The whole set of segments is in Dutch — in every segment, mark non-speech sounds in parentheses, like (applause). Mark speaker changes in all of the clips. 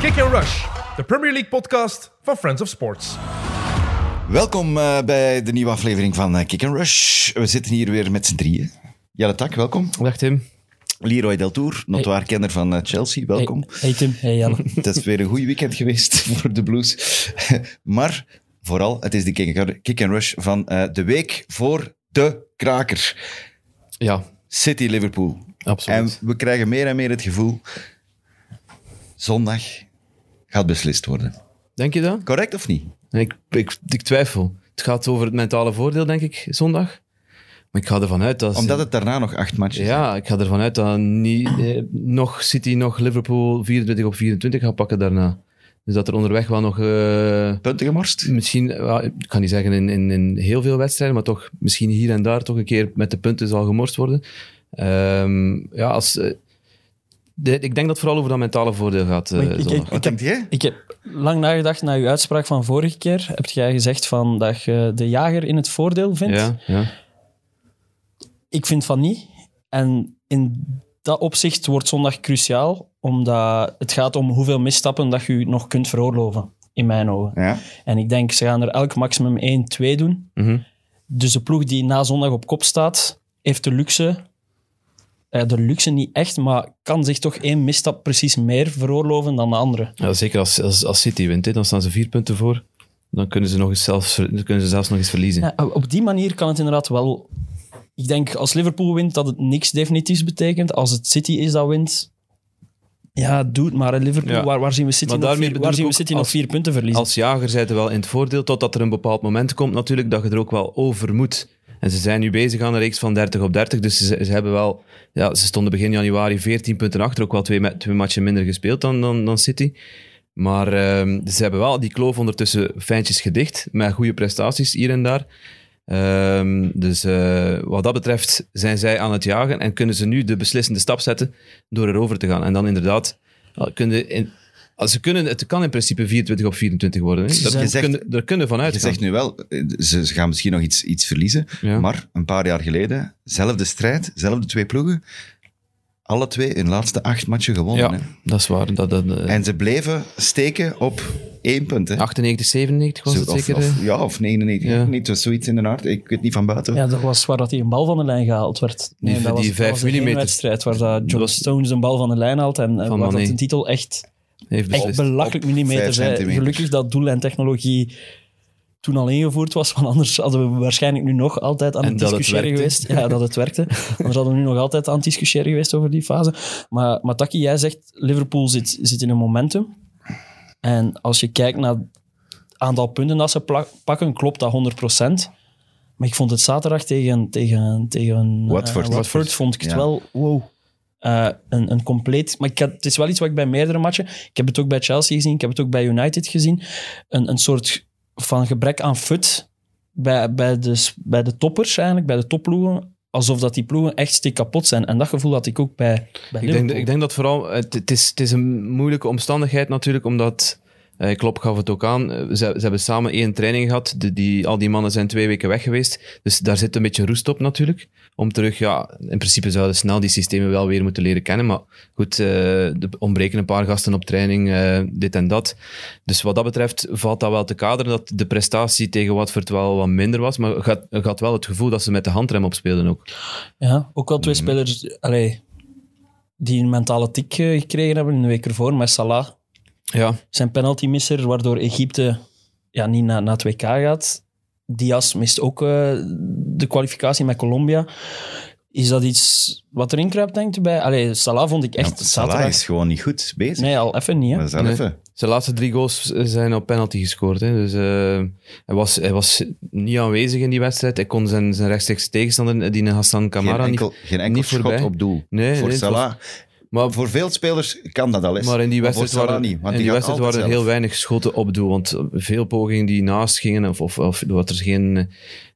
Speaker 1: Kick and Rush, de Premier League podcast van Friends of Sports.
Speaker 2: Welkom eh, bij de nieuwe aflevering van eh, Kick and Rush. We zitten hier weer met z'n drieën. Jelle Tak, welkom.
Speaker 3: Dag Tim.
Speaker 2: Leroy Deltour, notoir kenner van eh, Chelsea, welkom.
Speaker 3: Hey, hey Tim, hey Jelle.
Speaker 2: Het is weer een goed weekend
Speaker 3: (laughs)
Speaker 2: geweest voor de Blues. (laughs) maar vooral, het is de Kick- Kick and Rush van eh, de week voor de kraker.
Speaker 3: ja,
Speaker 2: City-Liverpool. En
Speaker 3: absoluut.
Speaker 2: we krijgen meer en meer het gevoel, zondag gaat beslist worden.
Speaker 3: Denk je dat?
Speaker 2: Correct of niet?
Speaker 3: Ik, ik, ik twijfel. Het gaat over het mentale voordeel, denk ik, zondag. Maar ik ga ervan uit dat... ze-
Speaker 2: Omdat het daarna nog acht matches zijn.
Speaker 3: Ja, ik ga ervan uit dat niet, eh, nog City, nog Liverpool 24 op 24 gaan pakken daarna. Dus dat er onderweg wel nog... eh,
Speaker 2: Punten gemorst?
Speaker 3: misschien, wel, ik kan niet zeggen in, in, in heel veel wedstrijden, maar toch misschien hier en daar toch een keer met de punten zal gemorst worden. Ehm, ja, als... eh, de- ik denk dat het vooral over dat mentale voordeel gaat. eh,
Speaker 4: Maar ik- ik-
Speaker 3: zondag.
Speaker 2: Wat denkt jij?
Speaker 4: Ik heb lang nagedacht na uw uitspraak van vorige keer. Heb jij gezegd van dat je de jager in het voordeel vindt?
Speaker 3: Ja, ja.
Speaker 4: Ik vind van niet. En in dat opzicht wordt zondag cruciaal, omdat het gaat om hoeveel misstappen dat je nog kunt veroorloven, in mijn ogen.
Speaker 2: Ja.
Speaker 4: En ik denk, ze gaan er elk maximum 1, 2 doen.
Speaker 3: Mhm.
Speaker 4: Dus de ploeg die na zondag op kop staat, heeft de luxe... eh, De luxe niet echt, maar kan zich toch één misstap precies meer veroorloven dan de andere.
Speaker 3: Ja, zeker als, als, als City wint, hè, dan staan ze vier punten voor. Dan kunnen ze, nog eens zelfs, ver- dan kunnen ze zelfs nog eens verliezen.
Speaker 4: Ja, op die manier kan het inderdaad wel. Ik denk als Liverpool wint dat het niks definitiefs betekent. Als het City is dat wint. Ja, doe het maar. hè. Liverpool,
Speaker 3: Ja.
Speaker 4: waar, waar zien we City,
Speaker 3: Maar
Speaker 4: nog,
Speaker 3: daarmee
Speaker 4: vier,
Speaker 3: bedoel
Speaker 4: waar
Speaker 3: ik
Speaker 4: zien we
Speaker 3: ook
Speaker 4: City nog
Speaker 3: als-
Speaker 4: vier punten verliezen?
Speaker 3: Als jager zijn ze wel in het voordeel, totdat er een bepaald moment komt natuurlijk dat je er ook wel over moet. En ze zijn nu bezig aan een reeks van 30 op 30, dus ze, ze hebben wel... Ja, ze stonden begin januari 14 punten achter, ook wel twee, ma- twee matchen minder gespeeld dan, dan, dan City. Maar ehm, ze hebben wel die kloof ondertussen fijntjes gedicht, met goede prestaties hier en daar. Ehm, dus eh, wat dat betreft zijn zij aan het jagen en kunnen ze nu de beslissende stap zetten door erover te gaan. En dan inderdaad, ah, kunnen in, ah, ze kunnen, het kan in principe 24 op 24 worden. Hè? Dat,
Speaker 2: zijn-
Speaker 3: dat kunnen, daar kunnen vanuit
Speaker 2: Je zegt nu wel, eh, ze ze gaan misschien nog iets, iets verliezen.
Speaker 3: Ja.
Speaker 2: Maar een paar jaar geleden, zelfde strijd, zelfde twee ploegen. Alle twee in de laatste acht matchen gewonnen.
Speaker 3: ja,
Speaker 2: hè.
Speaker 3: dat is waar. Dat, dat, eh,
Speaker 2: En ze bleven steken op één punt. Hè.
Speaker 3: 98, 97 was
Speaker 2: Zo-
Speaker 3: het
Speaker 2: of,
Speaker 3: zeker.
Speaker 2: of-
Speaker 3: eh?
Speaker 2: ja, of 99.
Speaker 3: Ja.
Speaker 2: Niet, het was zoiets in de aard. Ik weet niet van buiten.
Speaker 4: ja, dat was waar dat hij een bal van de lijn gehaald werd.
Speaker 3: Die-
Speaker 4: dat
Speaker 3: die vijf
Speaker 4: was, dat was de
Speaker 3: millimeter.
Speaker 4: wedstrijd waar dat John
Speaker 3: Dat was-
Speaker 4: Stones een bal van de lijn haalt en eh,
Speaker 3: Van
Speaker 4: waar dat
Speaker 3: Mané.
Speaker 4: de titel echt,
Speaker 3: Heeft
Speaker 4: echt
Speaker 3: beslist.
Speaker 4: belachelijk
Speaker 2: Op
Speaker 4: millimeters.
Speaker 2: vijf
Speaker 4: hè.
Speaker 2: centimeter.
Speaker 4: Gelukkig dat doel en technologie toen al ingevoerd was, want anders hadden we waarschijnlijk nu nog altijd aan
Speaker 3: En
Speaker 4: het
Speaker 3: dat het
Speaker 4: discussiëren
Speaker 3: werkte.
Speaker 4: geweest. Ja, dat het werkte. Anders hadden we nu nog altijd aan het discussiëren geweest over die fase. Maar, maar Taki, jij zegt Liverpool zit, zit in een momentum. En als je kijkt naar het aantal punten dat ze pla- pakken, klopt dat 100%. Maar ik vond het zaterdag tegen, tegen, tegen eh,
Speaker 2: Watford.
Speaker 4: Watford vond ik het
Speaker 2: Ja.
Speaker 4: wel wow, eh, een, een compleet... Maar ik had- het is wel iets wat ik bij meerdere matchen... Ik heb het ook bij Chelsea gezien, ik heb het ook bij United gezien. Een, een soort van gebrek aan fut bij, bij, de, s- bij de toppers eigenlijk, bij de topploegen. Alsof dat die ploegen echt stik kapot zijn. En dat gevoel had ik ook bij, bij
Speaker 3: Ik denk,
Speaker 4: Liverpool.
Speaker 3: ik denk dat vooral, het, het is, het is een moeilijke omstandigheid natuurlijk, omdat, eh, Klopp gaf het ook aan, eh, ze, ze hebben samen één training gehad, de, die, al die mannen zijn twee weken weg geweest, dus daar zit een beetje roest op natuurlijk. Om terug, ja, in principe zouden snel die systemen wel weer moeten leren kennen, maar goed, eh er ontbreken een paar gasten op training, eh, dit en dat. Dus wat dat betreft valt dat wel te kaderen, dat de prestatie tegen Watford wel wat minder was, maar gaat, gaat wel het gevoel dat ze met de handrem op speelden ook.
Speaker 4: Ja, ook wel twee spelers allee, die een mentale tik eh, gekregen hebben in de week ervoor. Maar Salah,
Speaker 3: Ja,
Speaker 4: zijn penaltymisser, waardoor Egypte ja, niet naar, naar het WK gaat. Diaz mist ook eh, de kwalificatie met Colombia. Is dat iets wat erin kruipt, denkt u bij? Allee, Salah vond ik
Speaker 2: Ja,
Speaker 4: echt
Speaker 2: Salah
Speaker 4: zaterdag...
Speaker 2: is gewoon niet goed bezig.
Speaker 4: Nee, al even niet. Hè?
Speaker 2: Maar dat is wel
Speaker 3: Nee.
Speaker 2: even.
Speaker 3: Zijn laatste drie goals zijn op penalty gescoord. Hè. Dus, eh, hij, was, hij was niet aanwezig in die wedstrijd. Hij kon zijn, zijn rechtstreeks tegenstander, eh, die Hassan
Speaker 2: Geen
Speaker 3: Kamara,
Speaker 2: enkel,
Speaker 3: niet,
Speaker 2: geen enkel
Speaker 3: niet
Speaker 2: schot
Speaker 3: voorbij.
Speaker 2: op doel.
Speaker 3: Nee,
Speaker 2: voor
Speaker 3: nee, het
Speaker 2: Salah.
Speaker 3: Maar,
Speaker 2: Voor veel spelers kan dat al eens.
Speaker 3: maar in die
Speaker 2: Maar
Speaker 3: wedstrijd
Speaker 2: voor Salah
Speaker 3: waren,
Speaker 2: niet, want
Speaker 3: in
Speaker 2: die
Speaker 3: die
Speaker 2: gaat
Speaker 3: wedstrijd
Speaker 2: altijd
Speaker 3: waren er heel
Speaker 2: zelf.
Speaker 3: weinig schoten op doel. Want veel pogingen die naast gingen, of, of, of dat er geen, eh,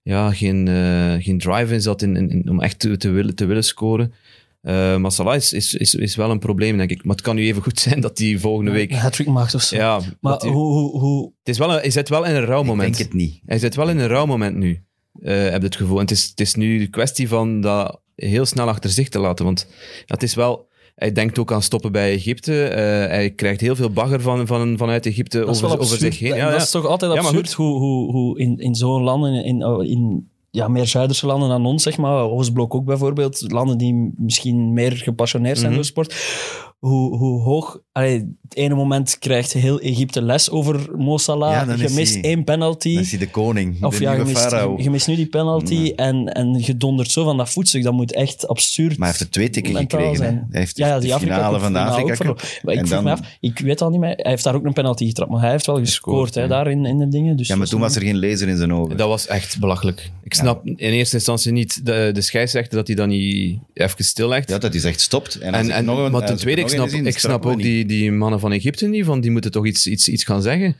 Speaker 3: ja, geen, eh, geen drive in zat in, in- in- om echt te, te, willen, te willen scoren. Eh maar Salah is, is, is, is wel een probleem, denk ik. Maar het kan nu even goed zijn dat hij volgende week...
Speaker 4: Een hat-trick maakt of zo.
Speaker 3: Ja,
Speaker 4: maar
Speaker 3: dat hij-
Speaker 4: hoe, hoe, hoe...
Speaker 3: het is wel een, hij zit wel in een rauw
Speaker 2: Ik
Speaker 3: moment.
Speaker 2: denk het niet.
Speaker 3: Hij zit wel in een rouwmoment nu, eh, heb je het gevoel. En het is, het is nu de kwestie van dat heel snel achter zich te laten. Want het is wel... Hij denkt ook aan stoppen bij Egypte. Eh, hij krijgt heel veel bagger van, van, vanuit Egypte
Speaker 4: Dat is
Speaker 3: over,
Speaker 4: wel
Speaker 3: over
Speaker 4: absurd.
Speaker 3: zich heen.
Speaker 4: Dat-
Speaker 3: Ja,
Speaker 4: dat
Speaker 3: ja.
Speaker 4: is toch altijd
Speaker 3: Ja, maar
Speaker 4: absurd hoe, hoe, hoe in, in zo'n landen, in, oh, in ja, meer Zuiderse landen dan ons, zeg maar, Oostblok ook bijvoorbeeld, landen die misschien meer gepassioneerd zijn
Speaker 3: Mhm.
Speaker 4: door sport, hoe, hoe hoog... Allee, het ene moment krijgt heel Egypte les over Mo Salah,
Speaker 2: Ja, dan is
Speaker 4: je mist
Speaker 2: hij-
Speaker 4: één penalty...
Speaker 2: Dan is hij de koning,
Speaker 4: Of
Speaker 2: de
Speaker 4: ja, je
Speaker 2: nieuwe
Speaker 4: mist,
Speaker 2: farao.
Speaker 4: je mist nu die penalty
Speaker 2: Nee.
Speaker 4: en, en je dondert zo van dat voetstuk. Dat moet echt absurd
Speaker 2: Maar hij heeft er twee tikken
Speaker 4: mentaal
Speaker 2: gekregen. hè.
Speaker 4: zijn.
Speaker 2: Hij heeft
Speaker 4: Ja, ja, die
Speaker 2: de
Speaker 4: Afrika
Speaker 2: finale
Speaker 4: Cup
Speaker 2: van de
Speaker 4: finale
Speaker 2: Afrika
Speaker 4: ook
Speaker 2: Cup.
Speaker 4: verloren. Maar ik
Speaker 2: En
Speaker 4: vroeg
Speaker 2: dan-
Speaker 4: me af, ik weet al niet meer. Hij heeft daar ook een penalty getrapt, maar hij heeft wel gescoord hè, daar in, in de dingen. Dus
Speaker 2: Ja, maar
Speaker 4: dat
Speaker 2: toen
Speaker 4: is
Speaker 2: was er geen laser in zijn ogen.
Speaker 3: Dat was echt belachelijk. Ik snap in eerste instantie niet de, de scheidsrechter dat hij dat niet even stillegt.
Speaker 2: Ja, dat is echt stopt. En, als
Speaker 3: en,
Speaker 2: ik
Speaker 3: en,
Speaker 2: nog een-
Speaker 3: maar
Speaker 2: als
Speaker 3: ten
Speaker 2: ik
Speaker 3: tweede, ik
Speaker 2: nog een
Speaker 3: snap,
Speaker 2: zie,
Speaker 3: ik snap
Speaker 2: straffen we
Speaker 3: ook
Speaker 2: niet.
Speaker 3: die, die mannen van Egypte niet, van die moeten toch iets, iets, iets gaan zeggen.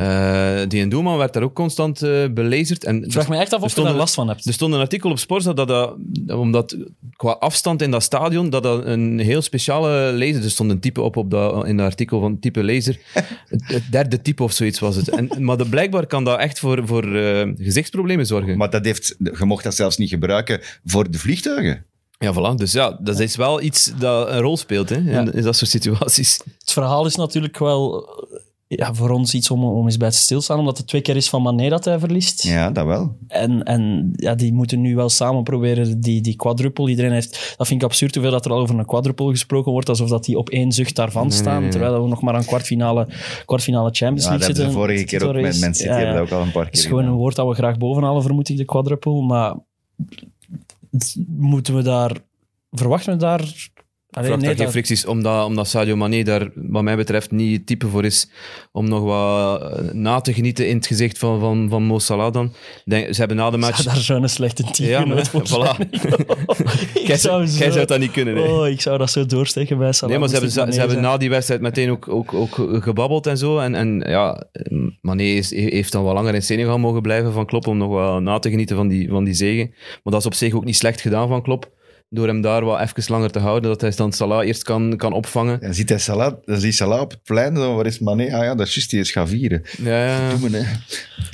Speaker 3: Eh, die Doelman werd daar ook constant eh, belezerd. En
Speaker 4: Ik vraag me echt af
Speaker 3: er
Speaker 4: of je daar
Speaker 3: stonden-
Speaker 4: last van hebt. Dus
Speaker 3: Er stond een artikel op Sporza dat, dat, omdat qua afstand in dat stadion, dat dat een heel speciale laser, er stond een type op, op dat, in dat artikel van type laser, het, het derde type of zoiets was het. En, maar dat, blijkbaar kan dat echt voor, voor eh, gezichtsproblemen zorgen.
Speaker 2: Maar dat heeft, je mocht dat zelfs niet gebruiken voor de vliegtuigen.
Speaker 3: ja, voilà. Dus ja, dat is wel iets dat een rol speelt hè, in,
Speaker 4: Ja.
Speaker 3: in dat soort situaties.
Speaker 4: Het verhaal is natuurlijk wel eh, ja, voor ons iets om, om eens bij te stilstaan, omdat het twee keer is van Mané dat hij verliest.
Speaker 2: Ja, dat wel.
Speaker 4: En, en ja, die moeten nu wel samen proberen die, die quadruple. Iedereen heeft, dat vind ik absurd hoeveel dat er al over een quadruple gesproken wordt, alsof dat die op één zucht daarvan
Speaker 3: Nee,
Speaker 4: staan,
Speaker 3: nee, nee.
Speaker 4: terwijl we nog maar aan kwartfinale, kwartfinale Champions
Speaker 2: Ja, dat
Speaker 4: League
Speaker 2: hebben
Speaker 4: zitten.
Speaker 2: ze vorige keer ook
Speaker 4: Titelrace.
Speaker 2: met Man City
Speaker 4: Ja, ja.
Speaker 2: hebben dat ook al een paar
Speaker 4: Het is
Speaker 2: keer
Speaker 4: gewoon een
Speaker 2: gedaan.
Speaker 4: woord dat we graag bovenhalen, vermoed ik, de quadruple. Maar het- moeten we daar... Verwachten we daar... Allee,
Speaker 3: Vraag daar
Speaker 4: nee,
Speaker 3: geen
Speaker 4: dat,
Speaker 3: fricties, omdat, omdat Sadio Mané daar, wat mij betreft, niet het type voor is om nog wat eh, na te genieten in het gezicht van, van, van Mo Salah dan. Ik Denk, ze hebben na de match...
Speaker 4: (laughs) zou daar zo'n slechte team
Speaker 3: Ja, maar,
Speaker 4: genoot voor
Speaker 3: (laughs) voilà.
Speaker 4: zijn. (laughs) Ik
Speaker 3: Jij
Speaker 4: zou
Speaker 3: zou,
Speaker 4: zo-
Speaker 3: jij zou dat niet kunnen. nee.
Speaker 4: Oh, ik zou dat zo doorsteken bij Salah.
Speaker 3: nee, maar ze hebben,
Speaker 4: moest
Speaker 3: ze
Speaker 4: ik Mané
Speaker 3: hebben
Speaker 4: zijn.
Speaker 3: na die wedstrijd meteen ook, ook, ook gebabbeld en zo. En, en ja, Mané is, heeft dan wel langer in Senegal mogen blijven van Klopp om nog wel na te genieten van die, van die zegen. Maar dat is op zich ook niet slecht gedaan van Klopp. Door hem daar wel even langer te houden, dat hij dan Salah eerst kan, kan opvangen.
Speaker 2: Dan ziet hij Salah, dan ziet Salah op het plein, zo, waar is Mané? Ah ja, dat is juist, die is gaan vieren.
Speaker 3: Ja, ja.
Speaker 2: Doe me, hè.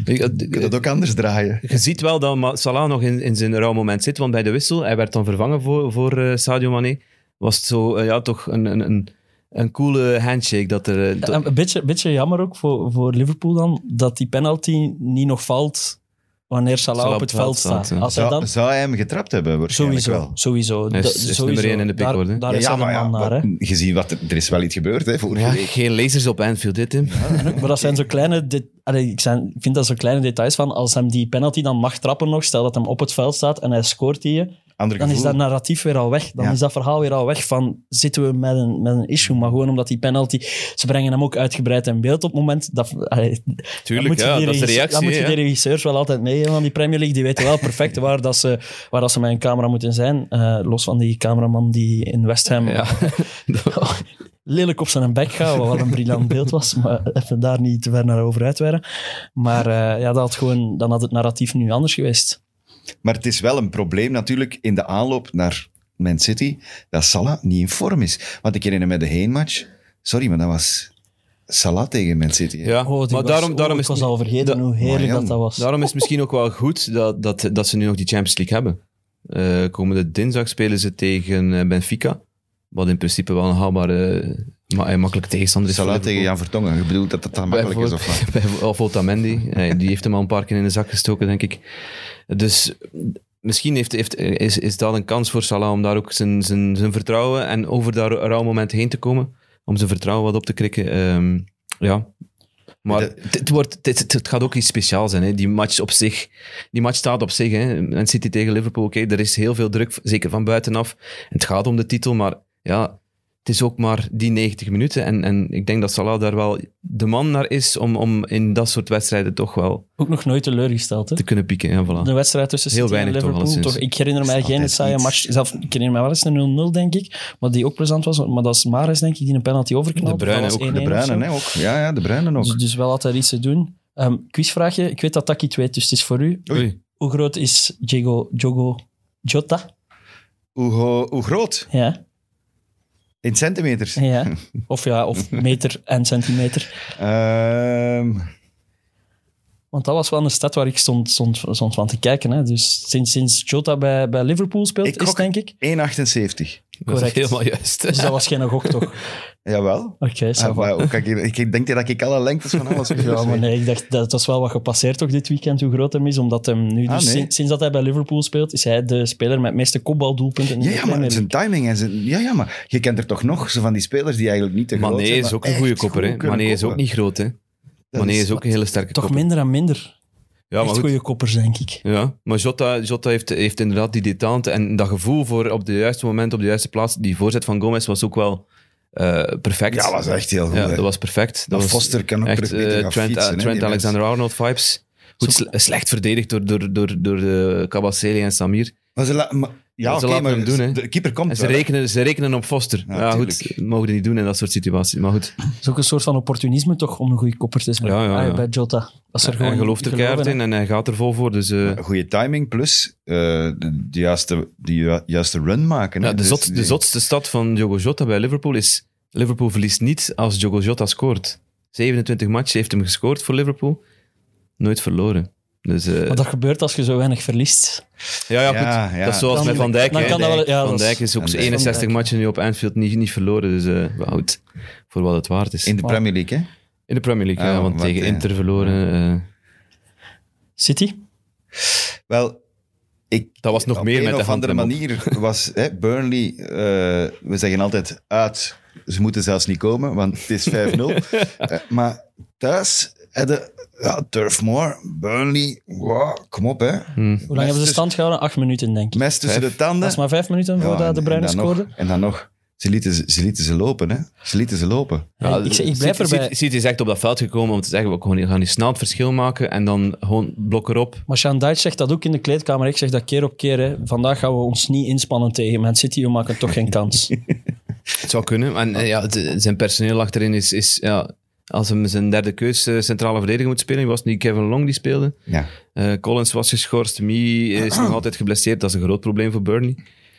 Speaker 2: Je kunt dat ook anders draaien.
Speaker 3: Je ziet wel dat Ma- Salah nog in, in zijn rauw moment zit, want bij de wissel, hij werd dan vervangen voor, voor eh, Sadio Mané, was het zo, eh, ja, toch een, een, een, een coole handshake dat er... eh, to-
Speaker 4: Ja, een beetje, beetje jammer ook voor, voor Liverpool dan, dat die penalty niet nog valt wanneer Salah,
Speaker 3: Salah
Speaker 4: op het veld staat.
Speaker 3: ja.
Speaker 4: Als hij
Speaker 2: Zou,
Speaker 4: dan,
Speaker 2: zou hij hem getrapt hebben? Waarschijnlijk
Speaker 4: sowieso,
Speaker 2: wel.
Speaker 4: sowieso.
Speaker 3: Hij is-
Speaker 4: Da-
Speaker 3: is
Speaker 4: sowieso.
Speaker 3: nummer één in de pickorde, hè?
Speaker 4: Daar, daar is hij de man naar, hè.
Speaker 2: (laughs) wat- gezien wat er, er is wel iets gebeurd hè, vorige
Speaker 3: ja,
Speaker 2: week.
Speaker 3: geen lasers op Anfield, dit, Tim.
Speaker 4: Maar dat zijn zo kleine... dit- allee, ik, zijn, ik vind dat zo kleine details van, als hem die penalty dan mag trappen nog, stel dat hem op het veld staat en hij scoort die,
Speaker 2: Ander
Speaker 4: dan is
Speaker 2: gevoel.
Speaker 4: dat narratief weer al weg. Dan
Speaker 2: Ja.
Speaker 4: is dat verhaal weer al weg van, zitten we met een, met een issue? Maar gewoon omdat die penalty... Ze brengen hem ook uitgebreid in beeld op het moment. Dat, allee, Dan
Speaker 3: Tuurlijk,
Speaker 4: moet je
Speaker 3: ja,
Speaker 4: die
Speaker 3: dat is de
Speaker 4: regisse-
Speaker 3: reactie.
Speaker 4: Dan moet je
Speaker 3: hè,
Speaker 4: de
Speaker 3: ja.
Speaker 4: regisseurs wel altijd meegeven aan die Premier League. Die weten wel perfect waar, dat ze, waar dat ze met een camera moeten zijn. Eh, los van die cameraman die in West Ham
Speaker 3: Ja.
Speaker 4: (laughs) lelijk op zijn bek gaat, wat een briljant beeld was. Maar even daar niet te ver naar over uitweiden. Maar eh, ja, dat had gewoon, dan had het narratief nu anders geweest.
Speaker 2: Maar het is wel een probleem natuurlijk in de aanloop naar Man City dat Salah niet in vorm is. Want ik herinner me de heenmatch. Sorry, maar dat was Salah tegen Man City. hè.
Speaker 3: Ja,
Speaker 4: Oh, die
Speaker 3: maar
Speaker 4: was-
Speaker 3: daarom,
Speaker 4: oh,
Speaker 3: daarom,
Speaker 4: ik
Speaker 3: is,
Speaker 4: was al vergeten
Speaker 3: da-
Speaker 4: hoe heerlijk
Speaker 2: Marjan.
Speaker 4: dat, dat was.
Speaker 3: daarom is het misschien ook wel goed dat, dat, dat ze nu nog die Champions League hebben. Eh, komende dinsdag spelen ze tegen eh, Benfica, wat in principe wel een haalbare, ma eh, makkelijke tegenstander is. voor
Speaker 2: Salah tegen
Speaker 3: Liverpool.
Speaker 2: Jan Vertongen. Je bedoelt dat dat dan makkelijk is? Of wat?
Speaker 3: Bijvoorbeeld- (laughs) bij- of Otamendi. Eh, Die heeft hem al een paar keer in de zak gestoken, denk ik. Dus misschien heeft, heeft, is, is dat een kans voor Salah om daar ook zijn, zijn, zijn vertrouwen en over dat rauw moment heen te komen. Om zijn vertrouwen wat op te krikken. Ehm, ja. Maar
Speaker 2: De-
Speaker 3: het, het wordt, het, het- het gaat ook iets speciaals zijn. Hè. Die match op zich. Die match staat op zich. Hè. Man City tegen Liverpool. Oké, er is heel veel druk, zeker van buitenaf. Het gaat om de titel, maar ja, het is ook maar die 90 minuten. En, en ik denk dat Salah daar wel de man naar is om, om in dat soort wedstrijden toch wel
Speaker 4: Ook nog nooit teleurgesteld, hè?
Speaker 3: te kunnen pieken. Ja,
Speaker 4: De
Speaker 3: voilà.
Speaker 4: wedstrijd tussen
Speaker 3: Ah. Heel
Speaker 4: City en
Speaker 3: weinig toch,
Speaker 4: Liverpool. Toch,
Speaker 3: alleszins.
Speaker 4: ik herinner mij
Speaker 2: Is
Speaker 4: geen
Speaker 2: altijd
Speaker 4: saaie
Speaker 2: iets.
Speaker 4: match. Zelf, ik herinner mij wel eens een 0-0, denk ik. Maar die ook plezant was. Maar dat is Maris, denk ik, die een penalty overknalde.
Speaker 3: De Bruyne
Speaker 4: Dat was
Speaker 3: ook, de
Speaker 4: 1-1
Speaker 2: De
Speaker 4: of zo.
Speaker 2: Bruinen hè, ook. Ja, ja, de Bruinen ook.
Speaker 4: Dus, dus wel altijd iets te doen. Ehm quizvraagje. Ik weet dat Taki het weet, dus het is voor u.
Speaker 3: Oei.
Speaker 4: Hoe groot is Diego Jogo Jota?
Speaker 2: Hoe, ho- hoe groot?
Speaker 4: Ja.
Speaker 2: In centimeters?
Speaker 4: ja. Of
Speaker 3: (laughs)
Speaker 4: ja, of meter en centimeter.
Speaker 2: Ehm,
Speaker 4: Want dat was wel een stad waar ik stond, stond, stond van te kijken. Hè. Dus sinds, sinds Jota bij, bij Liverpool speelt,
Speaker 2: Ik
Speaker 4: is
Speaker 2: gok-
Speaker 4: denk ik...
Speaker 2: 1,78.
Speaker 3: Dat
Speaker 4: Correct.
Speaker 3: is helemaal juist.
Speaker 4: Dus dat was geen gok, toch?
Speaker 3: (laughs)
Speaker 4: Oké,
Speaker 2: Jawel.
Speaker 4: ça va.
Speaker 2: Ah, maar hoe kan ik, ik denk dat ik alle lengtes van
Speaker 3: (laughs)
Speaker 2: alles
Speaker 4: Ja, maar nee, ik dacht, dat het was wel wat gepasseerd toch dit weekend, hoe groot hem is. Omdat hem nu,
Speaker 2: Ah,
Speaker 4: dus
Speaker 2: nee.
Speaker 4: sinds, sinds dat hij bij Liverpool speelt, is hij de speler met het meeste kopbaldoelpunten. in de
Speaker 2: Ja, ja, maar
Speaker 4: Premier
Speaker 2: zijn timing. En zijn, ja, ja, maar je kent er toch nog zo van die spelers die eigenlijk niet te groot
Speaker 3: Mané
Speaker 2: zijn.
Speaker 3: is
Speaker 2: maar
Speaker 3: ook een
Speaker 2: echt
Speaker 3: goede kopper.
Speaker 2: goed
Speaker 3: Hè.
Speaker 2: kunnen
Speaker 3: Mané is ook
Speaker 2: koppen.
Speaker 3: niet groot. Hè.
Speaker 2: Dat
Speaker 3: Mané is ook een hele sterke
Speaker 4: League. Toch
Speaker 3: kopper.
Speaker 4: minder en minder.
Speaker 3: Ja, maar
Speaker 4: Echt
Speaker 3: goed.
Speaker 4: goede koppers, denk ik.
Speaker 3: Ja, maar Jota, Jota heeft, heeft inderdaad die detente en dat gevoel voor op de juiste moment, op de juiste plaats. Die voorzet van Gomez was ook wel eh, perfect.
Speaker 2: Ja, was echt heel goed.
Speaker 3: Ja,
Speaker 2: hè.
Speaker 3: dat was perfect.
Speaker 2: Maar
Speaker 3: Dat was
Speaker 2: Foster kan ook terug
Speaker 3: echt
Speaker 2: beter
Speaker 3: eh,
Speaker 2: gaan
Speaker 3: Trent,
Speaker 2: fietsen, hè, die
Speaker 3: Trent
Speaker 2: mens.
Speaker 3: Alexander-Arnold vibes. Goed, sle- slecht verdedigd door, door, door, door eh, Kabasele en Samir.
Speaker 2: Maar ze la- maar- ja,
Speaker 3: Ze
Speaker 2: oké,
Speaker 3: laten
Speaker 2: maar
Speaker 3: hem doen, hè.
Speaker 2: de keeper
Speaker 3: En
Speaker 2: komt
Speaker 3: ze
Speaker 2: wel.
Speaker 3: rekenen, ze rekenen op Foster.
Speaker 2: Ja,
Speaker 3: Ja, goed,
Speaker 2: tuurlijk.
Speaker 3: mogen die niet doen in dat soort situaties. Maar goed,
Speaker 4: Het is ook een soort van opportunisme toch om een goede kopper te zijn.
Speaker 3: Ja, ja,
Speaker 4: Ah,
Speaker 3: ja.
Speaker 4: Bij Jota. Als er
Speaker 3: hij
Speaker 4: gewoon
Speaker 3: gelooft er
Speaker 4: geloof
Speaker 3: keihard
Speaker 4: in-
Speaker 3: in eh, en hij gaat er vol voor. Dus, eh,
Speaker 2: Goede timing plus eh, de, de juiste, die ju- juiste run maken. hè.
Speaker 3: ja, de,
Speaker 2: Dus
Speaker 3: zot, de
Speaker 2: die-
Speaker 3: zotste stad van Diogo Jota bij Liverpool is... Liverpool verliest niet als Diogo Jota scoort. 27 matchen heeft hem gescoord voor Liverpool. Nooit verloren. Dus, eh,
Speaker 4: Maar dat gebeurt als je zo weinig verliest.
Speaker 3: Ja, ja, goed.
Speaker 2: Ja, ja.
Speaker 3: Dat is zoals
Speaker 4: Dan-
Speaker 3: met Van Dijk.
Speaker 4: dan
Speaker 3: hè.
Speaker 4: kan dat wel- ja,
Speaker 3: van
Speaker 4: dat is-
Speaker 3: Dijk is ook
Speaker 2: Van Dijk.
Speaker 3: 61
Speaker 4: Van Dijk,
Speaker 3: matchen nu op Anfield niet, niet verloren. Dus eh wel goed, voor wat het waard is.
Speaker 2: In
Speaker 3: In
Speaker 2: de Premier League, hè?
Speaker 3: de, Premier League,
Speaker 2: Ah,
Speaker 3: ja, want
Speaker 2: wat,
Speaker 3: tegen
Speaker 2: ja.
Speaker 3: Inter verloren. eh,
Speaker 4: City?
Speaker 2: Wel, ik,
Speaker 3: dat was nog
Speaker 2: op
Speaker 3: meer
Speaker 2: een
Speaker 3: met de
Speaker 2: of andere
Speaker 3: hand, hè,
Speaker 2: manier was hè, Burnley, eh, we zeggen altijd uit, ze moeten zelfs niet komen, want het is 5-0. Eh, maar thuis hadden, ja, Turf Moor, Burnley, wow, kom op hè.
Speaker 4: Hoe lang hebben ze
Speaker 2: tussen-
Speaker 4: stand gehouden? Acht minuten, denk ik.
Speaker 2: Mes tussen de tanden.
Speaker 4: Dat is maar vijf minuten
Speaker 2: Ja,
Speaker 4: voordat
Speaker 2: en-
Speaker 4: de Bruyne
Speaker 2: en dan nog-
Speaker 4: scoorde.
Speaker 2: en dan nog, ze lieten ze, ze lieten ze lopen hè. Ze lieten ze lopen.
Speaker 3: Ja,
Speaker 4: ik, ik blijf
Speaker 3: City-
Speaker 4: erbij.
Speaker 3: City- City is echt op dat veld gekomen om te zeggen, we gaan hier, gaan hier snel het verschil maken en dan gewoon blok erop.
Speaker 4: Maar Sean Dyche zegt dat ook in de kleedkamer. Ik zeg dat keer op keer. Hè. Vandaag gaan we ons niet inspannen tegen Man City. We maken toch geen
Speaker 2: (laughs)
Speaker 4: kans.
Speaker 3: Het zou kunnen. En eh, ja, het- zijn personeel achterin is... is ja, als hem zijn derde keus eh, centrale verdediger moet spelen, was het niet Kevin Long die speelde.
Speaker 2: Ja,
Speaker 3: Eh, Collins was geschorst, Mee is nog altijd geblesseerd. Dat is een groot probleem voor Burnley.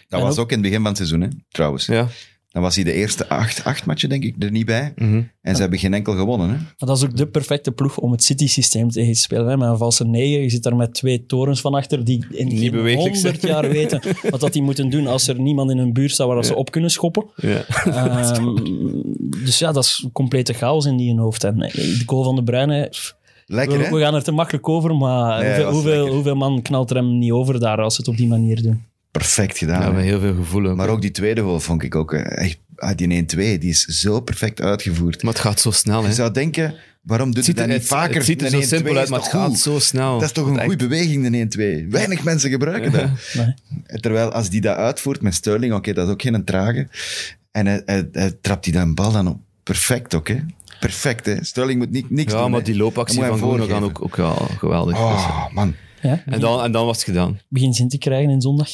Speaker 2: dat was ook in het begin van het seizoen hè, trouwens.
Speaker 3: Ja.
Speaker 2: Dan was hij de eerste acht, acht matchen denk ik er niet bij. En ze hebben geen enkel gewonnen hè.
Speaker 4: Maar dat is ook de perfecte ploeg om het City-systeem tegen te spelen. Hè. Met een valse negen. Je zit daar met twee torens van achter die in
Speaker 3: Niet
Speaker 4: geen
Speaker 3: bewegelijk zijn.
Speaker 4: 100 jaar weten wat dat die moeten doen als er niemand in hun buurt staat waar dat ze op kunnen schoppen.
Speaker 2: Ah,
Speaker 3: Ja.
Speaker 4: Ehm, dus ja, dat is complete chaos in die hun hoofd. En eh, de goal van de Bruyne... pff,
Speaker 2: Lekker
Speaker 4: we,
Speaker 2: hè?
Speaker 4: we gaan er te makkelijk over, maar
Speaker 2: Nee,
Speaker 4: hoeveel,
Speaker 2: dat is
Speaker 4: hoeveel,
Speaker 2: lekker.
Speaker 4: hoeveel man knalt er hem niet over daar als ze het op die manier doen?
Speaker 2: Perfect gedaan.
Speaker 3: Ja,
Speaker 2: hè.
Speaker 3: met heel veel gevoel. ook.
Speaker 2: Maar ook die tweede goal vond ik ook eh, echt. ah, die 1-2, die is zo perfect uitgevoerd.
Speaker 3: Maar het gaat zo snel, hè.
Speaker 2: Je zou denken, waarom doet hij dat niet
Speaker 3: het-
Speaker 2: vaker?
Speaker 3: het ziet er
Speaker 2: De
Speaker 3: zo
Speaker 2: 1-2
Speaker 3: simpel uit,
Speaker 2: is
Speaker 3: maar het
Speaker 2: toch
Speaker 3: gaat
Speaker 2: goed?
Speaker 3: zo snel.
Speaker 2: Dat is toch een goede beweging, de 1-2. Weinig mensen gebruiken dat.
Speaker 4: Nee.
Speaker 2: En (laughs) Terwijl als die dat uitvoert met Sterling, oké, dat is ook geen trage. En hij, hij- hij trapt die dan bal dan op. Perfect ook, hè? Perfect, hè? Sterling moet ni- niks doen.
Speaker 3: Ja, maar
Speaker 2: hè.
Speaker 3: die loopactie
Speaker 2: Hij
Speaker 3: van
Speaker 2: moet hem
Speaker 3: Groene gaan ook,
Speaker 2: voorgeven.
Speaker 3: ook wel geweldig. Dus,
Speaker 2: Oh, man.
Speaker 4: Ja?
Speaker 3: en, dan, en dan was het gedaan.
Speaker 4: begin zin te krijgen in zondag.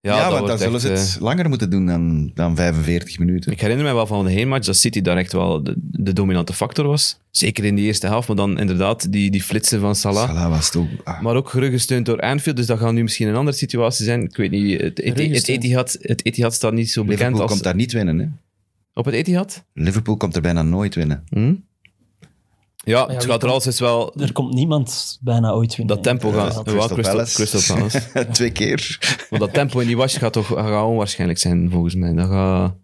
Speaker 3: Ja,
Speaker 2: Ja,
Speaker 3: dat
Speaker 2: want dan
Speaker 3: wordt
Speaker 2: zullen
Speaker 3: echt,
Speaker 2: ze het
Speaker 3: eh,
Speaker 2: langer moeten doen dan, dan 45 minuten.
Speaker 3: Ik herinner mij wel van de heenmatch dat City daar echt wel de, de dominante factor was. Zeker in die eerste helft, maar dan inderdaad die, die flitsen van Salah.
Speaker 2: Salah was het ook... ah.
Speaker 3: Maar ook gesteund door Anfield, dus dat gaat nu misschien een andere situatie zijn. Ik weet niet, het, het, het,
Speaker 4: Gerugsteund.
Speaker 3: Etihad, het Etihad staat niet zo bekend
Speaker 2: Liverpool
Speaker 3: als...
Speaker 2: komt daar niet winnen, hè?
Speaker 3: Op het Etihad?
Speaker 2: Liverpool komt er bijna nooit winnen.
Speaker 3: Hm? Ja,
Speaker 4: wie
Speaker 3: het gaat er
Speaker 4: komt-
Speaker 3: altijd wel...
Speaker 4: Er komt niemand bijna ooit winnen.
Speaker 3: Dat tempo
Speaker 2: Ja,
Speaker 3: gaat...
Speaker 2: dat-
Speaker 3: wel,
Speaker 2: Eh, Crystal Palace.
Speaker 3: Crystal Palace.
Speaker 2: (laughs) Twee
Speaker 4: Dus-
Speaker 2: keer.
Speaker 3: Want dat tempo in die wash gaat toch gaat onwaarschijnlijk zijn, volgens mij. Dat gaat...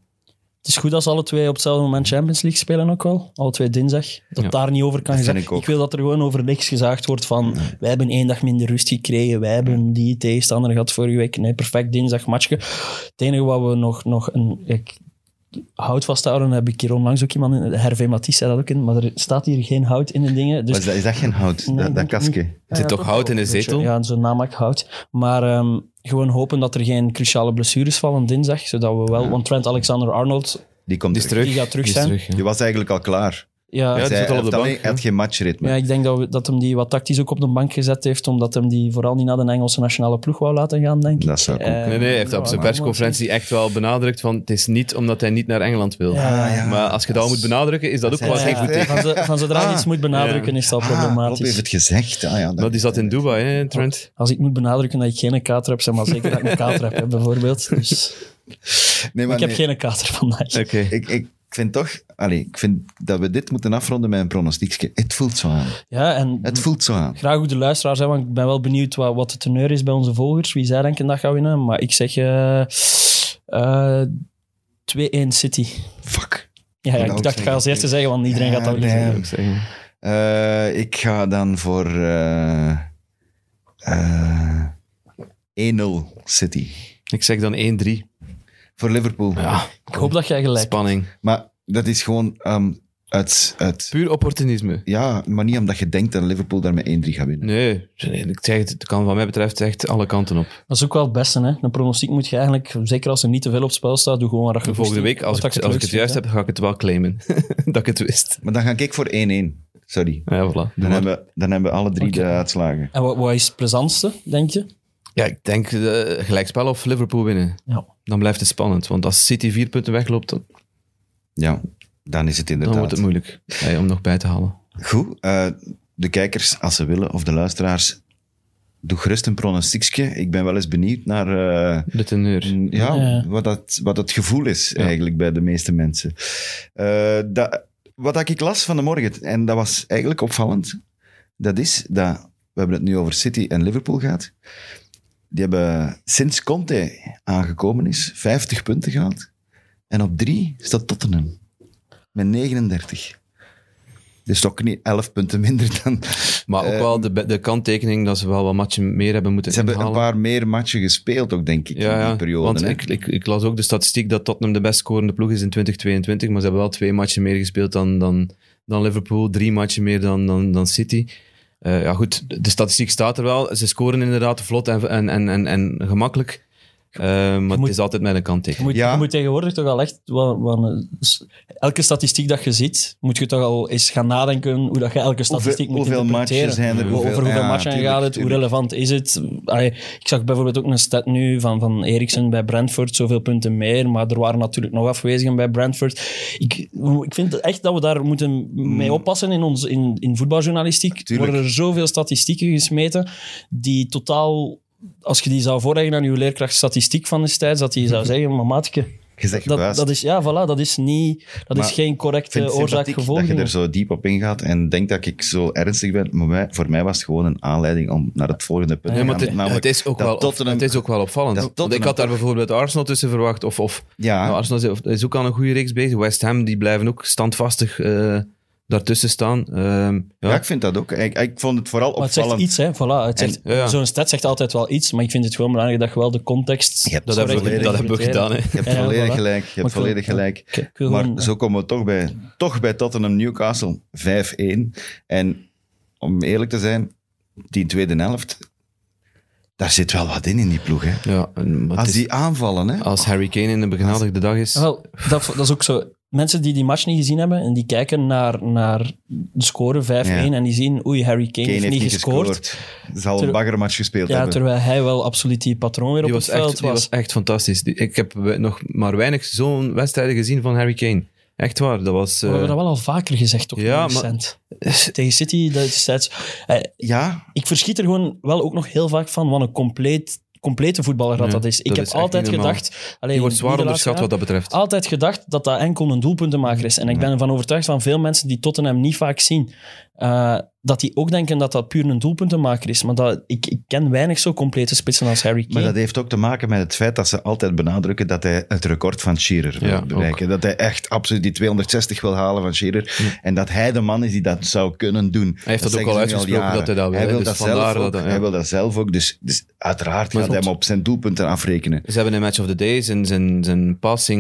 Speaker 4: Het is goed als alle twee op hetzelfde moment Champions League spelen ook wel. Alle twee dinsdag. Dat
Speaker 3: Ja.
Speaker 4: daar niet over
Speaker 2: Dat
Speaker 4: kan gezegd
Speaker 2: vind ik ook.
Speaker 4: Ik wil dat er gewoon over niks gezaagd wordt van... Wij hebben één dag minder rust gekregen. Wij hebben die tegenstander gehad vorige week. Nee, perfect dinsdag matchje. Het enige wat we nog... nog een, ik, hout vasthouden, heb ik hier onlangs ook iemand... In, Hervé Matisse zei dat ook in. Maar er staat hier geen hout in de dingen. Dus
Speaker 2: Maar is, dat, is dat geen hout?
Speaker 4: Nee,
Speaker 2: dat,
Speaker 4: denk
Speaker 2: dat
Speaker 4: ik
Speaker 2: kastje?
Speaker 3: Er zit
Speaker 4: Ja,
Speaker 3: toch hout in de
Speaker 4: wel een beetje.
Speaker 3: zetel?
Speaker 4: Ja, zo'n namak hout. Maar ehm, gewoon hopen dat er geen cruciale blessures vallen dinsdag, zodat we wel... Want Trent Alexander-Arnold,
Speaker 2: Die komt
Speaker 3: Die is terug.
Speaker 4: Die gaat terug
Speaker 3: is
Speaker 4: zijn.
Speaker 3: terug, ja.
Speaker 2: Die was eigenlijk al klaar.
Speaker 4: ja,
Speaker 3: Ja,
Speaker 2: Hij
Speaker 3: die
Speaker 2: zei,
Speaker 3: zit al op
Speaker 2: hij
Speaker 3: de
Speaker 2: had
Speaker 3: bank,
Speaker 2: alleen- hij had geen matchritme.
Speaker 4: ja, ik denk dat, we, dat hem die wat tactisch ook op de bank gezet heeft, omdat hem die vooral niet naar de Engelse nationale ploeg wou laten gaan, denk ik.
Speaker 2: Nou, Dat zou ook.
Speaker 4: Eh,
Speaker 3: Nee, nee, hij heeft
Speaker 4: ja,
Speaker 3: op zijn
Speaker 4: maar-
Speaker 3: persconferentie echt wel benadrukt van het is niet omdat hij niet naar Engeland wil.
Speaker 4: Ja, ja.
Speaker 3: Maar als je dat al moet benadrukken, is dat ook wel
Speaker 4: Ja,
Speaker 3: geen goed teken.
Speaker 4: van, zo- van zodra je iets moet benadrukken, is dat
Speaker 2: Ah, Rob heeft
Speaker 4: problematisch.
Speaker 2: het gezegd. Ah, ja,
Speaker 3: Maar
Speaker 2: dat,
Speaker 3: Nou, die zat in Dubai, hè, Trent?
Speaker 4: Als ik moet benadrukken dat ik geen kater heb, zeg maar zeker dat ik een kater heb, hè, bijvoorbeeld. Dus,
Speaker 2: nee, maar
Speaker 4: ik heb
Speaker 2: nee.
Speaker 4: geen kater vandaag.
Speaker 3: Oké.
Speaker 2: Ik, ik vind toch... Allee, ik vind dat we dit moeten afronden met een pronostiekje. Het voelt zo aan.
Speaker 4: Ja, en
Speaker 2: Het voelt zo aan.
Speaker 4: graag ook de luisteraars, hè, want ik ben wel benieuwd wat, wat de teneur is bij onze volgers. Wie zij denken dat gaan winnen. Maar ik zeg eh Eh, 2-1 City.
Speaker 3: Fuck.
Speaker 4: Ja, ja,
Speaker 2: Nou,
Speaker 4: ik dacht,
Speaker 2: zeg
Speaker 4: ik ga als
Speaker 2: ik-
Speaker 4: eerste zeggen, want iedereen
Speaker 2: Ja,
Speaker 4: gaat dat
Speaker 2: nee.
Speaker 4: willen zeggen.
Speaker 3: ik zeggen.
Speaker 2: Eh, ik ga dan voor eh, eh, 1-0 City.
Speaker 3: Ik zeg dan 1-3.
Speaker 2: Voor Liverpool.
Speaker 3: Ja,
Speaker 4: Ik hoop dat jij gelijk hebt.
Speaker 3: spanning.
Speaker 2: Maar dat is gewoon ehm, uit, uit...
Speaker 3: Puur opportunisme.
Speaker 2: Ja, maar niet omdat je denkt dat Liverpool daar met 1-3 gaat winnen.
Speaker 3: Nee, nee, ik zeg het, het kan wat mij betreft echt alle kanten op.
Speaker 4: Dat is ook wel het beste, hè. Een pronostiek moet je eigenlijk, zeker als er niet te veel op het spel staat, doe gewoon wat je
Speaker 3: De
Speaker 4: goest
Speaker 3: volgende
Speaker 4: vindt.
Speaker 3: week, als
Speaker 4: Wat
Speaker 3: ik,
Speaker 4: dat je
Speaker 3: als ik het
Speaker 4: leukst
Speaker 3: juist
Speaker 4: vindt,
Speaker 3: heb, ga ik het wel claimen. (laughs) dat ik het wist.
Speaker 2: Maar dan ga ik voor 1-1. Sorry.
Speaker 3: Ja, voilà.
Speaker 2: Dan hebben, we- dan hebben we alle drie
Speaker 4: Oké.
Speaker 2: de uitslagen.
Speaker 4: hè. En wat, wat is het plezantste, denk je?
Speaker 3: Ja, ik denk eh, gelijkspel of Liverpool winnen.
Speaker 4: Ja.
Speaker 3: Dan blijft het spannend. Want als City vier punten wegloopt, dan, dan
Speaker 2: Ja, dan is het inderdaad.
Speaker 3: wordt het moeilijk eh, om nog bij te halen.
Speaker 2: Goed. eh, de kijkers, als ze willen, of de luisteraars, doe gerust een pronostiekje. Ik ben wel eens benieuwd naar eh,
Speaker 3: De teneur.
Speaker 2: ja,
Speaker 4: Ja.
Speaker 2: Wat, dat, wat het gevoel is eigenlijk bij de meeste mensen. Eh, dat, wat dat ik las van de morgen, en dat was eigenlijk opvallend, dat is dat, we hebben het nu over City en Liverpool gehad, die hebben sinds Conte aangekomen is 50 punten gehad. En op drie staat Tottenham. Met 39. Dus toch niet 11 punten minder dan...
Speaker 3: Maar ook
Speaker 2: Eh,
Speaker 3: wel de, be- de kanttekening dat ze wel wat matchen meer hebben moeten
Speaker 2: Ze hebben een
Speaker 3: inhalen.
Speaker 2: paar meer matchen gespeeld ook, denk ik,
Speaker 3: ja,
Speaker 2: in
Speaker 3: ja.
Speaker 2: die periode.
Speaker 3: Want
Speaker 2: hè.
Speaker 3: ik, ik, ik las ook de statistiek dat Tottenham de best scorende ploeg is in 2022, maar ze hebben wel twee matchen meer gespeeld dan, dan, dan Liverpool, drie matchen meer dan, dan, dan City. Eh, ja, goed, de statistiek staat er wel. Ze scoren inderdaad vlot en, en, en, en, en gemakkelijk. Eh, maar
Speaker 4: moet-
Speaker 3: het is altijd met een
Speaker 4: Je
Speaker 3: kanttekening.
Speaker 4: moet,
Speaker 2: Ja.
Speaker 4: je moet tegenwoordig toch al echt... wel- wel- s- elke statistiek dat je ziet, moet je toch al eens gaan nadenken hoe dat je elke statistiek
Speaker 2: hoeveel,
Speaker 4: moet
Speaker 2: hoeveel
Speaker 4: interpreteren.
Speaker 2: matchen zijn er?
Speaker 3: Hoeveel-
Speaker 4: over hoeveel
Speaker 2: ja,
Speaker 4: matchen
Speaker 2: tuurlijk,
Speaker 4: gaat het? Hoe
Speaker 2: tuurlijk.
Speaker 4: relevant is het? Allee, ik zag bijvoorbeeld ook een stat nu van, van Eriksen bij Brentford, zoveel punten meer, maar er waren natuurlijk nog afwezigen bij Brentford. Ik, ik vind echt dat we daar moeten mee oppassen in, ons, in, in voetbaljournalistiek.
Speaker 2: Hmm. Tuurlijk.
Speaker 4: Worden er zoveel statistieken gesmeten die totaal... Als je die zou voorleggen aan uw leerkracht statistiek van destijds, dat
Speaker 2: (laughs)
Speaker 4: die zou zeggen, maar maatje,
Speaker 2: Je zegt
Speaker 4: dat,
Speaker 2: juist.
Speaker 4: dat is, ja, voilà, dat is, niet, dat
Speaker 2: Maar
Speaker 4: is geen
Speaker 2: Ik vind
Speaker 4: correcte
Speaker 2: het sympathiek
Speaker 4: oorzaak-gevolg.
Speaker 2: dat je
Speaker 4: meer.
Speaker 2: er zo diep op ingaat en denkt dat ik zo ernstig ben. Maar mij- voor mij was het gewoon een aanleiding om naar het volgende punt
Speaker 3: Nee,
Speaker 2: te
Speaker 3: maar
Speaker 2: gaan.
Speaker 3: het,
Speaker 2: Namelijk
Speaker 3: het is ook
Speaker 2: dat
Speaker 3: wel,
Speaker 2: Tottenham-
Speaker 3: het is ook wel opvallend.
Speaker 2: dat
Speaker 3: Want ik
Speaker 2: Tottenham
Speaker 3: had daar bijvoorbeeld Arsenal tussen verwacht. Of, of
Speaker 2: Ja,
Speaker 3: nou, Arsenal is- is ook aan een goede reeks bezig. West Ham die blijven ook standvastig eh, daartussen staan. Ehm,
Speaker 2: ja. ik vind dat ook. Ik, ik vond het vooral
Speaker 4: Maar het zegt
Speaker 2: opvallend.
Speaker 4: iets, hè. Voilà, het zegt-
Speaker 3: ja.
Speaker 4: Zo'n stat zegt altijd wel iets, maar ik vind het gewoon belangrijk dat je wel de context...
Speaker 2: Je hebt
Speaker 3: Dat
Speaker 4: correct
Speaker 3: hebben we, dat
Speaker 2: volledig
Speaker 3: hebben we
Speaker 4: interpreteert.
Speaker 3: gedaan. Hè.
Speaker 2: Je hebt
Speaker 4: Ja, ja,
Speaker 2: volledig
Speaker 4: voilà.
Speaker 2: gelijk. Je
Speaker 4: Maar
Speaker 2: hebt
Speaker 4: ik wil-
Speaker 2: volledig gelijk.
Speaker 4: Ik- ik wil gewoon-
Speaker 2: Maar zo komen we toch bij, toch bij Tottenham Newcastle 5-1. En om eerlijk te zijn, die tweede helft, daar zit wel wat in in die ploeg. Hè.
Speaker 3: Ja, en- maar het
Speaker 2: Als
Speaker 3: is-
Speaker 2: die aanvallen, hè.
Speaker 3: als Harry Kane in de begenadigde dag is.
Speaker 4: Ja, Wel, dat, dat is ook zo. Mensen die die match niet gezien hebben en die kijken naar, naar de score 5-1
Speaker 2: Ja.
Speaker 4: en die zien, oei, Harry Kane,
Speaker 2: Kane
Speaker 4: heeft niet gescoord.
Speaker 2: Zal een
Speaker 4: Ter-
Speaker 2: baggermatch gespeeld
Speaker 4: Ja,
Speaker 2: hebben.
Speaker 4: terwijl hij wel absoluut die patroon weer
Speaker 3: Die
Speaker 4: op
Speaker 3: was,
Speaker 4: het veld
Speaker 3: echt, die
Speaker 4: was.
Speaker 3: was echt fantastisch. Die- Ik heb we- nog maar weinig zo'n wedstrijd gezien van Harry Kane. Echt waar, dat was... eh,
Speaker 4: We hebben dat wel al vaker gezegd, toch?
Speaker 3: Ja,
Speaker 4: Ja,
Speaker 3: maar-
Speaker 4: Tegen City, dat is steeds... Eh,
Speaker 2: Ja,
Speaker 4: ik verschiet er gewoon wel ook nog heel vaak van wat een compleet, complete voetballer dat,
Speaker 3: Ja,
Speaker 4: dat is. Ik
Speaker 3: dat
Speaker 4: heb
Speaker 3: is echt
Speaker 4: altijd
Speaker 3: niet normaal.
Speaker 4: gedacht... Alleen,
Speaker 3: die wordt zwaar
Speaker 4: niet de laatste
Speaker 3: onderschat wat
Speaker 4: jaren,
Speaker 3: dat betreft.
Speaker 4: altijd gedacht dat dat enkel een doelpuntenmaker is. En ik ben ervan overtuigd van veel mensen die Tottenham niet vaak zien, eh, dat die ook denken dat dat puur een doelpuntenmaker is. Maar dat, ik, ik ken weinig zo complete spitsen als Harry
Speaker 2: maar
Speaker 4: Kane.
Speaker 2: dat heeft ook te maken met het feit dat ze altijd benadrukken dat hij het record van Shearer wil
Speaker 3: Ja,
Speaker 2: bereiken. Dat hij echt absoluut die 260 wil halen van Shearer. En dat hij de man is die dat zou kunnen doen. Hij
Speaker 3: heeft dat ook al uitgesproken dat hij dat wil,
Speaker 2: Hij
Speaker 3: hè.
Speaker 2: wil,
Speaker 3: Dus
Speaker 2: dat,
Speaker 3: vandaar
Speaker 2: zelf ook,
Speaker 3: dat hij- ja.
Speaker 2: hij wil dat zelf ook. Dus, dus uiteraard gaat hij
Speaker 3: goed.
Speaker 2: hem op zijn doelpunten afrekenen.
Speaker 3: Ze hebben in Match of the Day zijn, zijn, zijn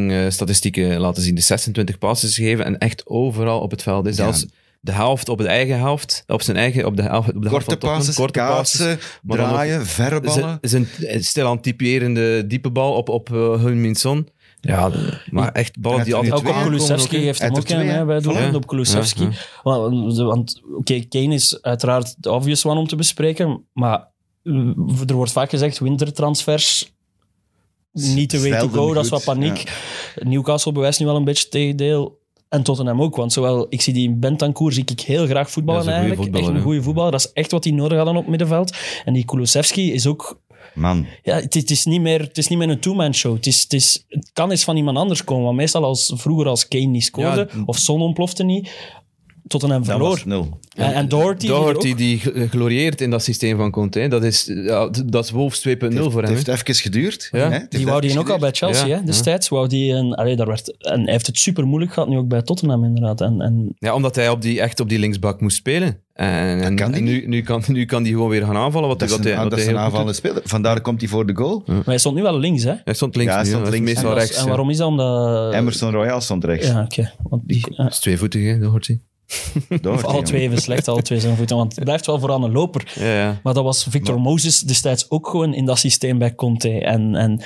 Speaker 3: passing-statistieken laten zien. De 26 passes gegeven en echt overal op het veld. is. Zelfs de helft op de eigen helft, op zijn eigen, op de helft, op de
Speaker 2: Korte
Speaker 3: helft van Tottenham.
Speaker 2: passes,
Speaker 3: korte passes.
Speaker 2: kaatsen,
Speaker 3: maar dan ook-
Speaker 2: draaien, verre ballen.
Speaker 3: Ze- Zijn stilaan typerende diepe bal op, op eh, Heung-min Son. Ja, maar echt ballen
Speaker 2: Hij
Speaker 3: die
Speaker 2: heeft er
Speaker 3: altijd
Speaker 2: nu
Speaker 4: ook
Speaker 2: twee
Speaker 4: op
Speaker 3: aankomen ook,
Speaker 4: Kulusevski
Speaker 3: hè.
Speaker 4: heeft hem
Speaker 2: Hij
Speaker 4: ook
Speaker 2: heeft er
Speaker 4: een
Speaker 2: twee,
Speaker 4: hè,
Speaker 2: hè.
Speaker 4: bij
Speaker 3: Voilà.
Speaker 4: Doelman op Kulusevski.
Speaker 3: Ja,
Speaker 4: Want, want, oké, Kane is uiteraard de obvious one om te bespreken, maar eh, er wordt vaak gezegd wintertransfers. Niet de way to
Speaker 2: Zelden
Speaker 4: go, dat is wat
Speaker 2: goed,
Speaker 4: paniek. Newcastle bewijst nu wel een beetje het tegendeel. En Tottenham ook, want zowel ik zie die in Bentancur zie ik heel graag voetballen
Speaker 3: Ja, dat is een goeie
Speaker 4: eigenlijk. echt
Speaker 3: voetballer,
Speaker 4: een goede voetballer. Dat is echt wat die nodig hadden op middenveld. En die Kulusevski is ook
Speaker 2: Man,
Speaker 4: ja, het, het is niet meer, het is niet meer een two-man show. Het, is, het, is, het kan eens van iemand anders komen. Want meestal als vroeger als Kane niet scoorde
Speaker 3: Ja,
Speaker 4: of Son ontplofte niet. Tottenham
Speaker 2: Dat was
Speaker 4: verloor.
Speaker 2: het nul.
Speaker 4: En, en Doherty, die er ook-
Speaker 3: Doherty die gl- glorieert in dat systeem van Conte. hè. Dat is, ja, d- dat is Wolves 2.0 voor
Speaker 2: Het
Speaker 3: hem.
Speaker 2: heeft even geduurd.
Speaker 3: Ja.
Speaker 2: hè. Het
Speaker 3: Die
Speaker 2: heeft
Speaker 4: Die
Speaker 2: even
Speaker 4: wou die ook al
Speaker 2: geduurd.
Speaker 4: bij Chelsea,
Speaker 3: Ja,
Speaker 4: hè, destijds. Wou die een, allee, daar werd, en hij heeft het super moeilijk gehad, nu ook bij Tottenham inderdaad. En, en
Speaker 3: hè. Ja, omdat hij op die, echt op die linksbak moest spelen. En, en-
Speaker 2: kan hij
Speaker 3: en nu, nu, kan, nu kan hij gewoon weer gaan aanvallen. Wat
Speaker 2: Dat
Speaker 3: hij,
Speaker 2: is
Speaker 3: wat
Speaker 2: een,
Speaker 3: hij, wat
Speaker 2: dat is
Speaker 3: hij
Speaker 2: een
Speaker 3: heel goed
Speaker 2: aanvallende
Speaker 3: doet.
Speaker 2: speler. Vandaar komt hij voor de goal.
Speaker 4: maar hij stond nu wel links, hè?
Speaker 3: Hij stond links
Speaker 2: Ja, hij
Speaker 3: nu,
Speaker 2: stond
Speaker 3: hè. Hij is
Speaker 2: links.
Speaker 4: En,
Speaker 3: meestal
Speaker 4: was-
Speaker 3: rechts.
Speaker 4: en
Speaker 3: ja.
Speaker 4: waarom is dat? Omdat...
Speaker 2: Emerson Royal stond rechts.
Speaker 4: Ja, oké. Want die, ja.
Speaker 3: Dat is tweevoetig, hè, Doherty.
Speaker 2: Doherty,
Speaker 4: Of alle
Speaker 2: jongen.
Speaker 4: twee even slecht, alle twee zijn voeten. Want het blijft wel vooral een loper.
Speaker 3: Ja, ja.
Speaker 4: Maar dat was Victor Moses destijds ook gewoon in dat systeem bij Conte. En, en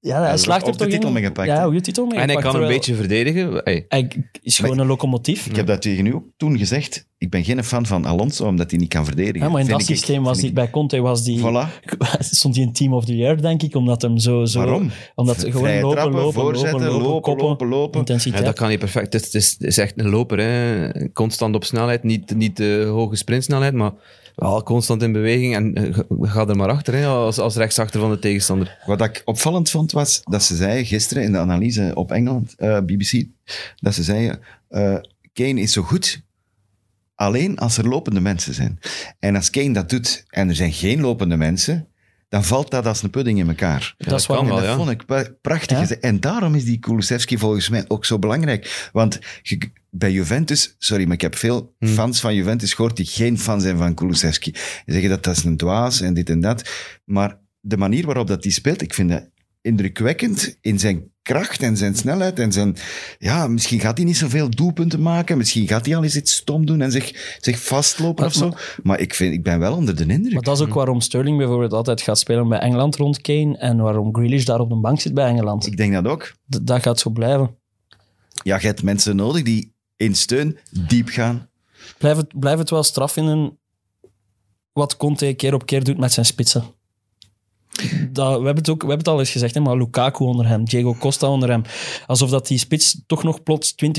Speaker 4: ja, hij
Speaker 2: heeft
Speaker 4: slaagt
Speaker 2: ook
Speaker 4: er
Speaker 2: de
Speaker 4: toch
Speaker 2: titel
Speaker 4: in.
Speaker 2: mee gepakt,
Speaker 4: Ja,
Speaker 2: hè?
Speaker 4: hoe je titel mee
Speaker 3: En hij
Speaker 4: gepakt,
Speaker 3: kan een
Speaker 4: terwijl
Speaker 3: beetje verdedigen. Hey,
Speaker 4: Hij is gewoon een locomotief.
Speaker 2: Ik heb dat tegen u ook toen gezegd. Ik ben geen fan van Alonso, omdat hij niet kan verdedigen.
Speaker 4: Ja, maar in
Speaker 2: Vind
Speaker 4: dat
Speaker 2: ik-
Speaker 4: systeem was die,
Speaker 2: vind ik-
Speaker 4: bij Conte was die,
Speaker 2: Voilà.
Speaker 4: (laughs) stond hij in Team of the Year, denk ik. Omdat hem zo... zo
Speaker 2: Waarom?
Speaker 4: Omdat
Speaker 2: Vrije
Speaker 4: gewoon lopen,
Speaker 2: trappen,
Speaker 4: lopen,
Speaker 2: voorzetten,
Speaker 4: lopen, lopen,
Speaker 2: lopen,
Speaker 4: koppen,
Speaker 2: lopen, lopen.
Speaker 3: ja,
Speaker 4: intensiteit.
Speaker 3: dat kan niet perfect. Het is, het is, het is echt een loper. Hè. Constant op snelheid. Niet, niet de hoge sprintsnelheid, maar wel constant in beweging. En eh, ga- ga er maar achter, hè, als, als rechtsachter van de tegenstander.
Speaker 2: Wat ik opvallend vond, was dat ze zeiden gisteren in de analyse op Engeland, eh, BBC, dat ze zeiden, eh, Kane is zo goed alleen als er lopende mensen zijn. En als Kane dat doet en er zijn geen lopende mensen, dan valt dat als een pudding in elkaar.
Speaker 4: Dat is
Speaker 3: kan
Speaker 4: waar.
Speaker 2: En
Speaker 3: wel,
Speaker 2: dat
Speaker 3: ja.
Speaker 2: vond ik pra- prachtig.
Speaker 4: Ja.
Speaker 2: gezegd. En daarom is die Kulusevski volgens mij ook zo belangrijk. Want je- bij Juventus, sorry, maar ik heb veel
Speaker 3: Hmm.
Speaker 2: fans van Juventus gehoord die geen fan zijn van Kulusevski. Die zeggen dat dat is een dwaas en dit en dat. Maar de manier waarop dat die speelt, ik vind dat indrukwekkend in zijn kracht en zijn snelheid en zijn... Ja, misschien gaat hij niet zoveel doelpunten maken, misschien gaat hij al eens iets stom doen en zich, zich vastlopen
Speaker 4: Maar-
Speaker 2: of zo. Maar ik, vind, ik ben wel onder de indruk.
Speaker 4: Maar dat is ook waarom Sterling bijvoorbeeld altijd gaat spelen bij Engeland rond Kane en waarom Grealish daar op de bank zit bij Engeland.
Speaker 2: Ik denk dat ook.
Speaker 4: D- dat gaat zo blijven.
Speaker 2: Ja, je hebt mensen nodig die in steun diep gaan.
Speaker 4: Blijf het, blijf het wel straf vinden wat Conte keer op keer doet met zijn spitsen. Dat, we, hebben het ook, we hebben het al eens gezegd, hè, maar Lukaku onder hem, Diego Costa onder hem. Alsof dat die spits toch nog plots 20%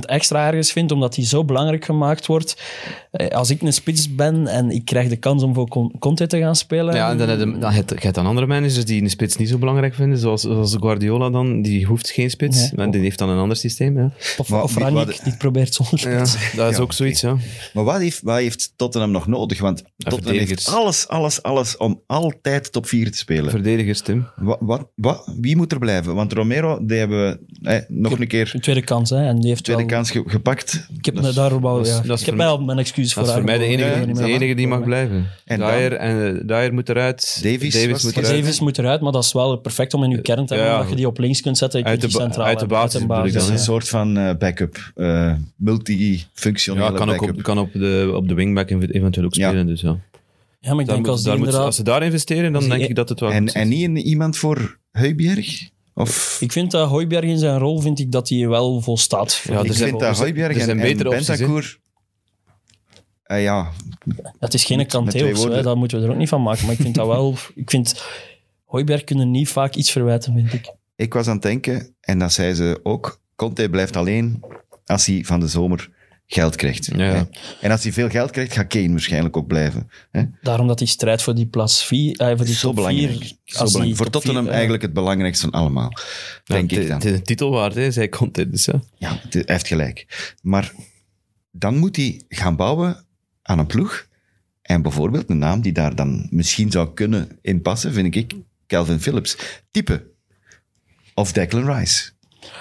Speaker 4: extra ergens vindt, omdat hij zo belangrijk gemaakt wordt. Eh, Als ik een spits ben en ik krijg de kans om voor Con- Conte te gaan spelen...
Speaker 3: Ja, en dan heb
Speaker 4: Ehm.
Speaker 3: je, dan heb je- je hebt dan andere managers die een spits niet zo belangrijk vinden, zoals, zoals Guardiola dan. Die hoeft geen spits,
Speaker 4: Nee.
Speaker 3: maar die heeft dan een ander systeem. Ja,
Speaker 4: Of,
Speaker 2: Maar
Speaker 4: of
Speaker 2: wie-
Speaker 4: Rangnick,
Speaker 2: wat-
Speaker 4: die het probeert zonder
Speaker 3: ja
Speaker 4: spits.
Speaker 3: (laughs) dat is
Speaker 2: Ja,
Speaker 3: ook zoiets, ja.
Speaker 2: Maar wat heeft, wat heeft Tottenham nog nodig? Want Tottenham heeft
Speaker 3: verdedigers.
Speaker 2: alles, alles, alles om altijd top 4 te spelen.
Speaker 3: Verdedigers, Tim.
Speaker 2: Wat, wat, wat- wie moet er blijven? Want Romero, die hebben we eh, nog een keer
Speaker 4: Een tweede kans, hè. En die heeft
Speaker 2: tweede
Speaker 4: wel-
Speaker 2: kans ge- gepakt.
Speaker 4: Ik heb
Speaker 2: Dat
Speaker 4: me
Speaker 2: is-
Speaker 4: daar wel...
Speaker 3: dat is-
Speaker 4: ja.
Speaker 3: dat is
Speaker 4: Ik heb
Speaker 3: voor-
Speaker 4: mij al mijn excuses voor
Speaker 3: Dat is voor mij de
Speaker 4: aangeboden.
Speaker 3: enige,
Speaker 4: Ik weet
Speaker 3: de
Speaker 4: niet meer
Speaker 3: enige die mag
Speaker 4: waarom.
Speaker 3: blijven.
Speaker 2: En dan?
Speaker 3: Dyer, en, eh, Dyer moet eruit.
Speaker 2: Davies was
Speaker 3: moet
Speaker 2: het?
Speaker 3: eruit.
Speaker 4: Davis moet eruit, maar dat is wel perfect om in uw kern te hebben,
Speaker 3: Ja.
Speaker 4: omdat je die op links kunt zetten. Je
Speaker 3: Uit
Speaker 4: kunt
Speaker 3: de
Speaker 4: die
Speaker 3: ba-
Speaker 4: centraal
Speaker 3: uit de
Speaker 4: hebben,
Speaker 3: basis bedoel ik
Speaker 2: Dat is een
Speaker 4: ja.
Speaker 2: soort van eh, backup. eh multifunctionele
Speaker 3: Ja, kan ook
Speaker 2: backup.
Speaker 3: op, kan op, de, op de wingback ev- eventueel ook
Speaker 2: Ja.
Speaker 3: spelen. Dus ja.
Speaker 4: Ja, maar ik
Speaker 3: Daar
Speaker 4: denk
Speaker 3: moet-
Speaker 4: als die
Speaker 3: daar moet-
Speaker 4: inderdaad...
Speaker 3: als ze daar investeren, dan
Speaker 4: als die-
Speaker 3: denk ik dat het wel
Speaker 2: en,
Speaker 3: goed is.
Speaker 2: en niet in iemand voor Heubjerg? Of...
Speaker 4: Ik vind dat Hooiberg in zijn rol, vind ik dat hij wel volstaat.
Speaker 3: Ja,
Speaker 2: ik
Speaker 3: er zijn-
Speaker 2: vind dat Heubjerg
Speaker 3: er
Speaker 2: en,
Speaker 3: zijn
Speaker 2: en
Speaker 3: betere opties, hè.
Speaker 2: Bentancur... Eh, ja,
Speaker 4: Het is geen
Speaker 2: met twee
Speaker 4: kanteel of zo, hè.
Speaker 2: woorden.
Speaker 4: dat moeten we er ook niet van maken. Maar ik vind dat
Speaker 3: (laughs)
Speaker 4: wel... Ik vind... Hooiberg kunnen niet vaak iets verwijten, vind ik.
Speaker 2: Ik was aan het denken, en dat zei ze ook, Conte blijft alleen als hij van de zomer geld krijgt.
Speaker 3: Ja.
Speaker 2: Hè? En als hij veel geld krijgt, gaat Kane waarschijnlijk ook blijven. Hè?
Speaker 4: Daarom dat die strijd voor die plaats 4... Eh, voor die
Speaker 2: Zo
Speaker 4: top
Speaker 2: belangrijk.
Speaker 4: vier,
Speaker 2: Zo
Speaker 4: als die
Speaker 2: belangrijk. Voor
Speaker 4: top vier,
Speaker 2: Tottenham
Speaker 4: eh,
Speaker 2: eigenlijk het belangrijkste van allemaal,
Speaker 3: Ja,
Speaker 2: denk
Speaker 3: het-
Speaker 2: ik dan.
Speaker 3: Het is een titel waard, hè, zei Conte. Dus ja.
Speaker 2: Ja, het- hij heeft gelijk. Maar dan moet hij gaan bouwen aan een ploeg. En bijvoorbeeld een naam die daar dan misschien zou kunnen inpassen, vind ik, Calvin Phillips. Type. Of Declan Rice.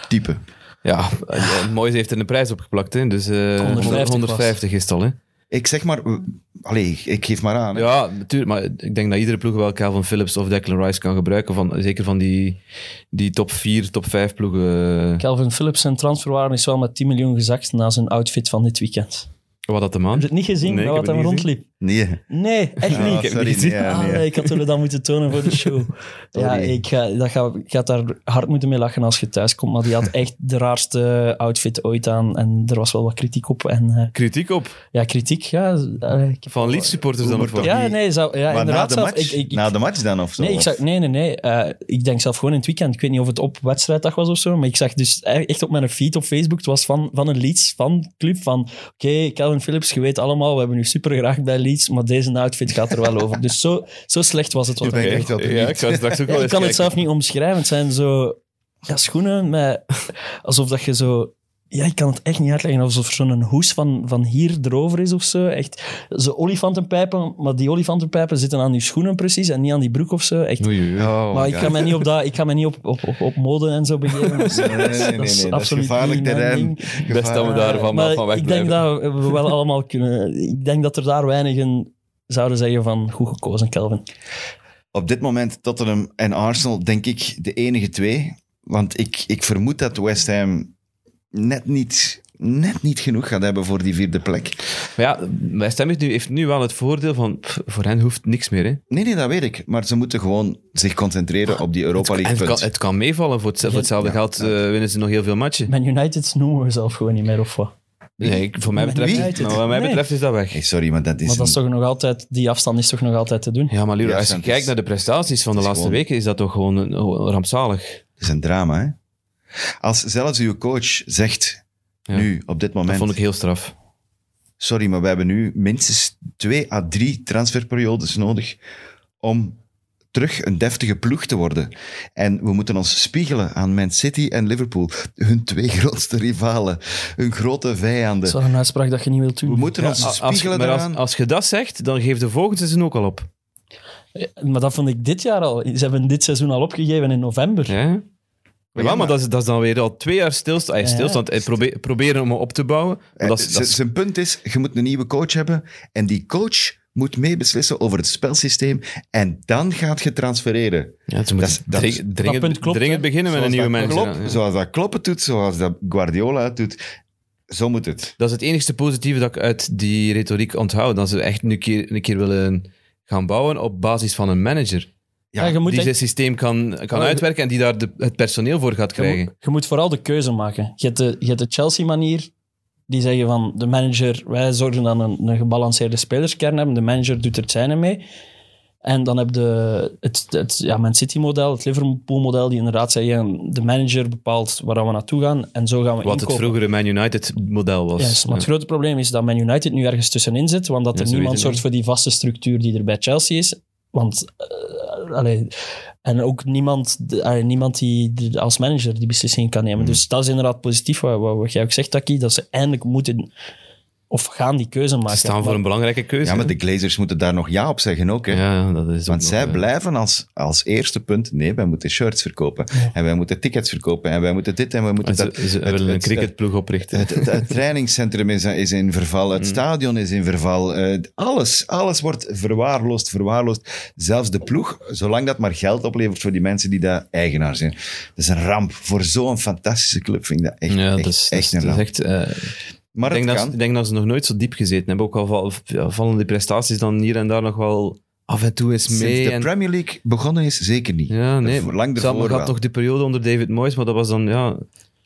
Speaker 2: Type. (laughs)
Speaker 3: Ja, eh, Moyes heeft er een prijs op geplakt. Hè, dus eh
Speaker 4: 150
Speaker 3: 150 is het al. Hè.
Speaker 2: Ik zeg maar... w- Allee, ik geef maar aan. hè.
Speaker 3: Ja, natuurlijk. Maar ik denk dat iedere ploeg wel Calvin Phillips of Declan Rice kan gebruiken. Van, zeker van die, die top 4, top 5 ploegen. eh,
Speaker 4: Calvin Phillips zijn transferwaarde is wel met 10 miljoen gezakt na zijn outfit van dit weekend.
Speaker 3: Wat dat de
Speaker 4: Heb
Speaker 3: man?
Speaker 4: je het niet gezien,
Speaker 3: Nee,
Speaker 4: bij
Speaker 3: ik
Speaker 4: wat
Speaker 3: heb
Speaker 4: hem
Speaker 3: het niet
Speaker 4: rondliep?
Speaker 2: Nee.
Speaker 4: Nee, echt
Speaker 2: Ah,
Speaker 4: niet.
Speaker 2: sorry,
Speaker 3: niet gezien.
Speaker 2: nee,
Speaker 4: Ah,
Speaker 2: nee.
Speaker 4: nee, ik had jullie dat moeten tonen voor de
Speaker 2: (laughs)
Speaker 4: show. ja,
Speaker 2: Sorry.
Speaker 4: ik ga, dat ga, ik ga daar hard moeten mee lachen als je thuis komt. Maar die had echt de raarste outfit ooit aan. En er was wel wat kritiek op. En, eh,
Speaker 3: Kritiek op.
Speaker 4: ja, kritiek, ja. eh, ik heb-
Speaker 3: Van Leeds supporters dan
Speaker 2: Hoe
Speaker 3: of
Speaker 2: maar
Speaker 3: wat?
Speaker 2: toch?
Speaker 4: ja,
Speaker 2: niet-
Speaker 4: nee, zou, ja
Speaker 2: maar na
Speaker 4: inderdaad.
Speaker 2: de,
Speaker 4: zelf,
Speaker 2: match,
Speaker 4: ik, ik, ik-
Speaker 2: na de match dan of zo?
Speaker 4: nee, ik zag, nee, nee, nee. eh, ik denk zelf gewoon in het weekend. Ik weet niet of het op wedstrijddag was of zo. Maar ik zag dus e- echt op mijn feed op Facebook. Het was van, van een Leeds van club. Van oké, Calvin Phillips, je weet allemaal. We hebben nu super graag bij Leeds. Maar deze outfit gaat er wel over. Dus zo, zo slecht was het. wat
Speaker 2: ben
Speaker 4: er
Speaker 2: ik echt
Speaker 4: gebeurde.
Speaker 2: wel
Speaker 3: ja, ik
Speaker 2: benieuwd.
Speaker 3: zou straks
Speaker 4: (laughs)
Speaker 3: ook
Speaker 4: Ja,
Speaker 3: wel
Speaker 4: ik
Speaker 3: eens
Speaker 4: kan het
Speaker 3: kijken.
Speaker 4: zelf niet omschrijven. Het zijn zo ja, schoenen met alsof dat je zo Ja, ik kan het echt niet uitleggen. Alsof er zo'n hoes van, van hier erover is of zo. Echt, zo olifantenpijpen, maar die olifantenpijpen zitten aan je schoenen precies en niet aan die broek of zo. Echt.
Speaker 3: Oei, oei, oei.
Speaker 2: Oh
Speaker 4: maar ik ga mij niet op, dat, ik ga mij niet op, op, op, op mode en zo begeven. Dus
Speaker 2: Nee, nee, nee, nee,
Speaker 4: dat is
Speaker 2: nee, dat is
Speaker 4: absoluut
Speaker 2: gevaarlijk
Speaker 4: niet mijn
Speaker 2: terrein.
Speaker 4: ding. Eh,
Speaker 3: Best dat we
Speaker 2: Gevaarlijk.
Speaker 3: daar van,
Speaker 4: Maar
Speaker 3: van weg
Speaker 4: ik denk
Speaker 3: blijven.
Speaker 4: dat we wel allemaal kunnen... Ik denk dat er daar weinigen zouden zeggen van goed gekozen, Kelvin.
Speaker 2: Op dit moment Tottenham en Arsenal, denk ik, de enige twee. Want ik, ik vermoed dat West Ham net niet, net niet genoeg gaat hebben voor die vierde plek.
Speaker 3: Maar ja, West Ham heeft nu, heeft nu wel het voordeel van, pff, voor hen hoeft niks meer. Hè.
Speaker 2: Nee, nee, dat weet ik. Maar ze moeten gewoon zich concentreren op die Europa
Speaker 3: En
Speaker 2: League
Speaker 3: het, kan,
Speaker 2: punt.
Speaker 3: het kan meevallen. Voor, het- voor hetzelfde geld eh, winnen ze nog heel veel matchen.
Speaker 4: Man United noemen we zelf gewoon niet meer, of wat?
Speaker 3: Nee, ik- voor mij
Speaker 4: Met
Speaker 3: betreft,
Speaker 2: wie?
Speaker 3: nou, wat mij
Speaker 4: Nee.
Speaker 3: betreft is dat weg.
Speaker 2: Hey, sorry, maar dat is,
Speaker 4: Maar dat is
Speaker 2: een-
Speaker 4: toch nog altijd... Die afstand is toch nog altijd te doen?
Speaker 3: Ja, maar Lura,
Speaker 2: Ja,
Speaker 3: als je
Speaker 2: het is-
Speaker 3: kijkt naar de prestaties van de
Speaker 2: het is
Speaker 3: laatste
Speaker 2: gewoon-
Speaker 3: weken, is dat toch gewoon een- gewoon rampzalig.
Speaker 2: dat is een drama. Hè? Als zelfs uw coach zegt,
Speaker 3: Ja.
Speaker 2: nu, op dit
Speaker 3: Dat
Speaker 2: moment...
Speaker 3: vond ik heel straf.
Speaker 2: Sorry, maar we hebben nu minstens twee à drie transferperiodes nodig om terug een deftige ploeg te worden. En we moeten ons spiegelen aan Man City en Liverpool, hun twee (laughs) grootste rivalen, hun grote
Speaker 4: Dat
Speaker 2: vijanden.
Speaker 4: is wel een uitspraak dat je niet wilt
Speaker 2: We
Speaker 4: doen.
Speaker 2: moeten
Speaker 3: Ja,
Speaker 2: ons
Speaker 3: als- als,
Speaker 2: spiegelen
Speaker 3: maar
Speaker 2: daaraan.
Speaker 3: als, als je dat zegt, dan geeft de volgende seizoen ook al op.
Speaker 4: Ja, Eh, maar dat vond ik dit jaar al. Ze hebben dit seizoen al opgegeven in november.
Speaker 3: Ja, ja, maar,
Speaker 2: maar-
Speaker 3: dat, is, dat is dan weer al twee jaar stilstand. eh,
Speaker 4: Ja.
Speaker 3: stilstand eh, probeer- proberen om op te bouwen. Maar dat, is-
Speaker 2: Eh,
Speaker 3: dat
Speaker 2: z-
Speaker 3: is-
Speaker 2: Zijn punt is, je moet een nieuwe coach hebben en die coach moet meebeslissen over het spelsysteem en dan gaat je transfereren.
Speaker 3: ja, ze moeten
Speaker 2: dat is- dat is-
Speaker 3: dring-
Speaker 4: dat punt
Speaker 3: dringend,
Speaker 4: klopt,
Speaker 3: dringend
Speaker 4: hè.
Speaker 3: beginnen met een nieuwe
Speaker 2: dat
Speaker 3: manager.
Speaker 2: Klopp,
Speaker 3: ja, ja.
Speaker 2: Zoals dat Kloppen doet, zoals dat Guardiola het doet, zo moet het.
Speaker 3: Dat is het enigste positieve dat ik uit die retoriek onthoud. Dat ze echt een keer, een keer willen gaan bouwen op basis van een manager.
Speaker 4: Ja, je moet
Speaker 3: die
Speaker 4: echt-
Speaker 3: zijn systeem kan, kan
Speaker 4: je-
Speaker 3: uitwerken en die daar de- het personeel voor gaat
Speaker 4: Je
Speaker 3: krijgen.
Speaker 4: moet, je moet vooral de keuze maken. Je hebt de, je hebt de Chelsea-manier, die zeggen van de manager, wij zorgen dat we een, een gebalanceerde spelerskern hebben, de manager doet er het zijne mee. En dan heb je het, het ja, Man City-model, het Liverpool-model, die inderdaad zeggen, de manager bepaalt waar we naartoe gaan en zo gaan we
Speaker 3: Wat het
Speaker 4: inkopen.
Speaker 3: vroegere Man United-model was.
Speaker 4: Juist, maar het
Speaker 3: Ja.
Speaker 4: grote probleem is dat Man United nu ergens tussenin zit, want dat
Speaker 3: Ja,
Speaker 4: er
Speaker 3: ze
Speaker 4: niemand
Speaker 3: weten
Speaker 4: zorgt voor die vaste structuur die er bij Chelsea is. Want, eh, allee, en ook niemand, de- allee, niemand die, de- als manager die beslissingen kan
Speaker 3: Hmm.
Speaker 4: nemen. Dus dat is inderdaad positief, wat, wat, wat jij ook zegt, Taki, dat ze eindelijk moeten of gaan die keuze maken.
Speaker 3: Ze staan voor een belangrijke keuze.
Speaker 2: Ja, maar
Speaker 3: hè.
Speaker 2: de Glazers moeten daar nog ja op zeggen ook. Hè?
Speaker 3: Ja, dat is
Speaker 2: Want
Speaker 3: ook
Speaker 2: zij
Speaker 3: nog, eh,
Speaker 2: blijven als, als eerste punt, nee, wij moeten shirts verkopen. En wij moeten tickets verkopen. En wij moeten dit en wij moeten
Speaker 3: ze-
Speaker 2: dat.
Speaker 3: ze willen een cricketploeg oprichten.
Speaker 2: Het, het- het trainingscentrum is, is in verval,
Speaker 3: Mm.
Speaker 2: het stadion is in verval. eh, alles, alles wordt verwaarloosd, verwaarloosd. Zelfs de ploeg, zolang dat maar geld oplevert voor die mensen die daar eigenaar zijn. Dat is een ramp. Voor zo'n fantastische club vind ik dat echt,
Speaker 3: Ja,
Speaker 2: echt,
Speaker 3: dat is, dat
Speaker 2: echt
Speaker 3: is-
Speaker 2: een
Speaker 3: dat is
Speaker 2: ramp.
Speaker 3: echt... eh,
Speaker 2: Maar
Speaker 3: ik, denk
Speaker 2: het
Speaker 3: dat,
Speaker 2: kan.
Speaker 3: ze- ik denk dat ze nog nooit zo diep gezeten hebben. Ook al val, ja, vallen die prestaties dan hier en daar nog wel af en toe eens mee.
Speaker 2: Sinds de
Speaker 3: en-
Speaker 2: Premier League begonnen is, zeker niet.
Speaker 3: Ja, nee.
Speaker 2: Daarvoor- Lang
Speaker 3: Sam
Speaker 2: ervoor
Speaker 3: had
Speaker 2: wel.
Speaker 3: nog die periode onder David Moyes, maar dat was dan, ja...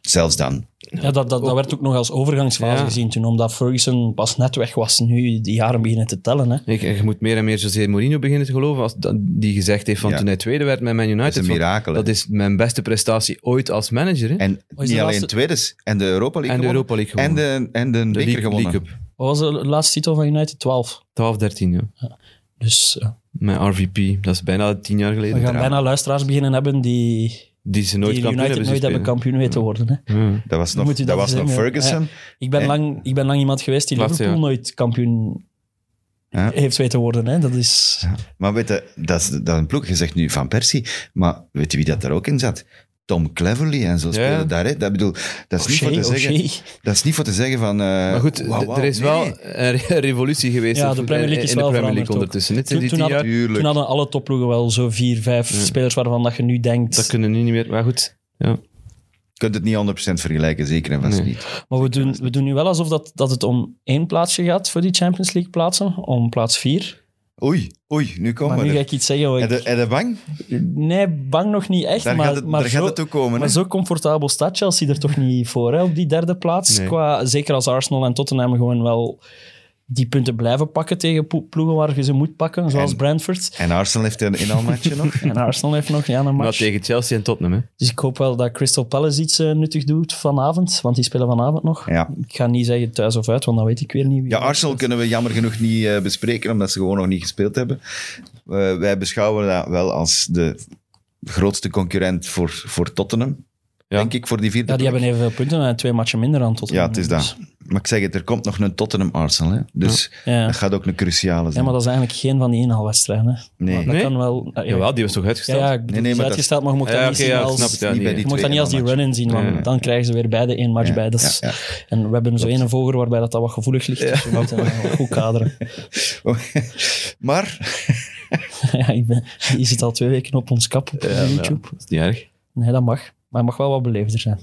Speaker 2: Zelfs dan.
Speaker 4: Ja, dat, dat, dat werd ook nog als overgangsfase
Speaker 3: Oh. Ja.
Speaker 4: gezien toen, omdat Ferguson pas net weg was, nu die jaren beginnen te tellen. Hè.
Speaker 3: Ik, je moet meer en meer José Mourinho beginnen te geloven, als, dat- die gezegd heeft van
Speaker 2: Ja.
Speaker 3: toen hij tweede werd met Man United.
Speaker 2: Dat is een
Speaker 3: van,
Speaker 2: mirakel. hè.
Speaker 3: dat is mijn beste prestatie ooit als manager. Hè? En,
Speaker 2: En
Speaker 4: de
Speaker 2: niet alleen
Speaker 4: laatste-
Speaker 2: tweedes. En de Europa League
Speaker 3: de
Speaker 2: gewonnen.
Speaker 3: Europa League gewonnen.
Speaker 2: En de, en de, beker
Speaker 3: de League,
Speaker 2: gewonnen.
Speaker 3: League Cup.
Speaker 4: Wat was de laatste titel van United? 12.
Speaker 3: 12, 13, ja.
Speaker 4: Dus eh,
Speaker 3: Met RVP. Dat is bijna tien jaar geleden.
Speaker 4: we gaan bijna luistera's beginnen hebben die...
Speaker 3: Die ze nooit
Speaker 4: die
Speaker 3: kampioen
Speaker 4: United
Speaker 3: hebben zien
Speaker 4: nooit hebben
Speaker 3: spelen.
Speaker 4: kampioen weten worden. Hè.
Speaker 3: Ja.
Speaker 2: Dat was nog,
Speaker 4: Moet
Speaker 2: dat
Speaker 4: u dat
Speaker 2: was
Speaker 4: eens
Speaker 2: nog
Speaker 4: zeggen, ja.
Speaker 2: Ferguson.
Speaker 4: Ik, ben
Speaker 2: En-
Speaker 4: lang, ik ben lang iemand geweest die
Speaker 3: Laatste
Speaker 4: Liverpool nooit kampioen
Speaker 2: Ja.
Speaker 4: heeft weten worden. Hè. Dat is...
Speaker 2: Maar weet je, dat is dat is een ploeg. Je zegt nu Van Persie. Maar weet je wie dat daar ook in zat? Tom Cleverley en zo spelen daar. Hè? Dat, bedoel, dat, is niet voor
Speaker 4: O'Shea,
Speaker 2: te zeggen,
Speaker 4: O'Shea.
Speaker 2: dat is niet voor te zeggen van... eh,
Speaker 3: Maar goed,
Speaker 2: wauw,
Speaker 3: d-
Speaker 2: wauw.
Speaker 3: er is
Speaker 2: Nee,
Speaker 3: wel
Speaker 2: nee.
Speaker 3: een revolutie geweest
Speaker 4: Ja,
Speaker 3: in
Speaker 4: de
Speaker 3: voet-
Speaker 4: Premier League
Speaker 3: in
Speaker 4: is
Speaker 3: de
Speaker 4: wel
Speaker 3: Premier League
Speaker 4: veranderd ook.
Speaker 3: ondertussen. Dit
Speaker 4: Toen-
Speaker 3: die
Speaker 4: toen
Speaker 3: tien
Speaker 4: had-
Speaker 3: jaar,
Speaker 2: Tuurlijk.
Speaker 4: Toen hadden alle topploegen wel zo vier, vijf spelers waarvan dat je nu denkt...
Speaker 3: dat kunnen nu niet meer. Maar goed, ja.
Speaker 2: Je kunt het niet 100% vergelijken, zeker en vast
Speaker 3: Nee.
Speaker 2: niet.
Speaker 4: Maar we doen, we doen nu wel alsof dat, dat het om één plaatsje gaat voor die Champions League plaatsen. Om plaats vier.
Speaker 2: Oei, oei, nu komen
Speaker 4: maar nu
Speaker 2: we
Speaker 4: ga
Speaker 2: er.
Speaker 4: ik iets zeggen. waar
Speaker 2: En de,
Speaker 4: ik-
Speaker 2: en de bang,
Speaker 4: Nee, bang nog niet echt.
Speaker 2: daar
Speaker 4: maar
Speaker 2: gaat het,
Speaker 4: maar
Speaker 2: daar gaat
Speaker 4: zo-
Speaker 2: het toe komen. hè.
Speaker 4: Maar zo comfortabel staat Chelsea er toch niet voor, hè, op die derde plaats.
Speaker 3: Nee.
Speaker 4: Qua, zeker als Arsenal en Tottenham gewoon wel die punten blijven pakken tegen plo- ploegen waar je ze moet pakken, zoals
Speaker 2: En-
Speaker 4: Brentford.
Speaker 2: En Arsenal heeft een inhaalmatje nog.
Speaker 4: En Arsenal heeft nog ja, een
Speaker 3: Maar
Speaker 4: match.
Speaker 3: tegen Chelsea en Tottenham. Hè.
Speaker 4: Dus ik hoop wel dat Crystal Palace iets eh, nuttig doet vanavond, want die spelen vanavond nog.
Speaker 2: Ja.
Speaker 4: Ik ga niet zeggen thuis of uit, want dan weet ik weer niet wie.
Speaker 2: Ja, Arsenal kunnen we jammer genoeg niet eh, bespreken, omdat ze gewoon nog niet gespeeld hebben. Eh, wij beschouwen dat wel als de grootste concurrent voor, voor Tottenham.
Speaker 3: Ja.
Speaker 2: denk ik, voor die vierde
Speaker 4: Ja, die
Speaker 2: plek.
Speaker 4: hebben evenveel punten en twee matchen minder aan Tottenham. Dus,
Speaker 2: Ja, het is dat. Maar ik zeg het, er komt nog een Tottenham Arsenal. Hè? Dus
Speaker 4: Ja.
Speaker 2: dat gaat ook een cruciale
Speaker 4: Ja,
Speaker 2: zijn.
Speaker 4: maar dat is eigenlijk geen van die inhaalwedstrijden. hè.
Speaker 2: Nee.
Speaker 4: Maar Dat
Speaker 3: Nee?
Speaker 4: kan wel... Ja,
Speaker 3: Jawel, die was toch
Speaker 4: Ja,
Speaker 3: uitgesteld?
Speaker 4: ja, ik
Speaker 2: nee,
Speaker 4: bedoel, het is
Speaker 2: maar dat-
Speaker 4: uitgesteld, maar je moet
Speaker 3: Ja,
Speaker 4: dat niet
Speaker 3: oké,
Speaker 4: zien
Speaker 3: ja,
Speaker 4: als...
Speaker 3: snap het, ja,
Speaker 2: niet bij
Speaker 3: die-
Speaker 2: die
Speaker 4: Je moet dat niet als die
Speaker 2: tweede
Speaker 4: run-in zien, want
Speaker 3: Ja, ja.
Speaker 4: dan krijgen ze weer beide één match bij. Dat is-
Speaker 2: Ja, ja.
Speaker 4: En we hebben zo één vogel waarbij dat, dat wat gevoelig ligt. Dus we moeten eh, goed
Speaker 3: (laughs)
Speaker 4: kaderen. (laughs)
Speaker 2: (laughs) Maar
Speaker 4: ja, ik ben, je zit al twee weken op ons kap op YouTube.
Speaker 3: Dat is niet erg.
Speaker 4: Nee, dat mag. Maar het mag wel wat beleefder zijn.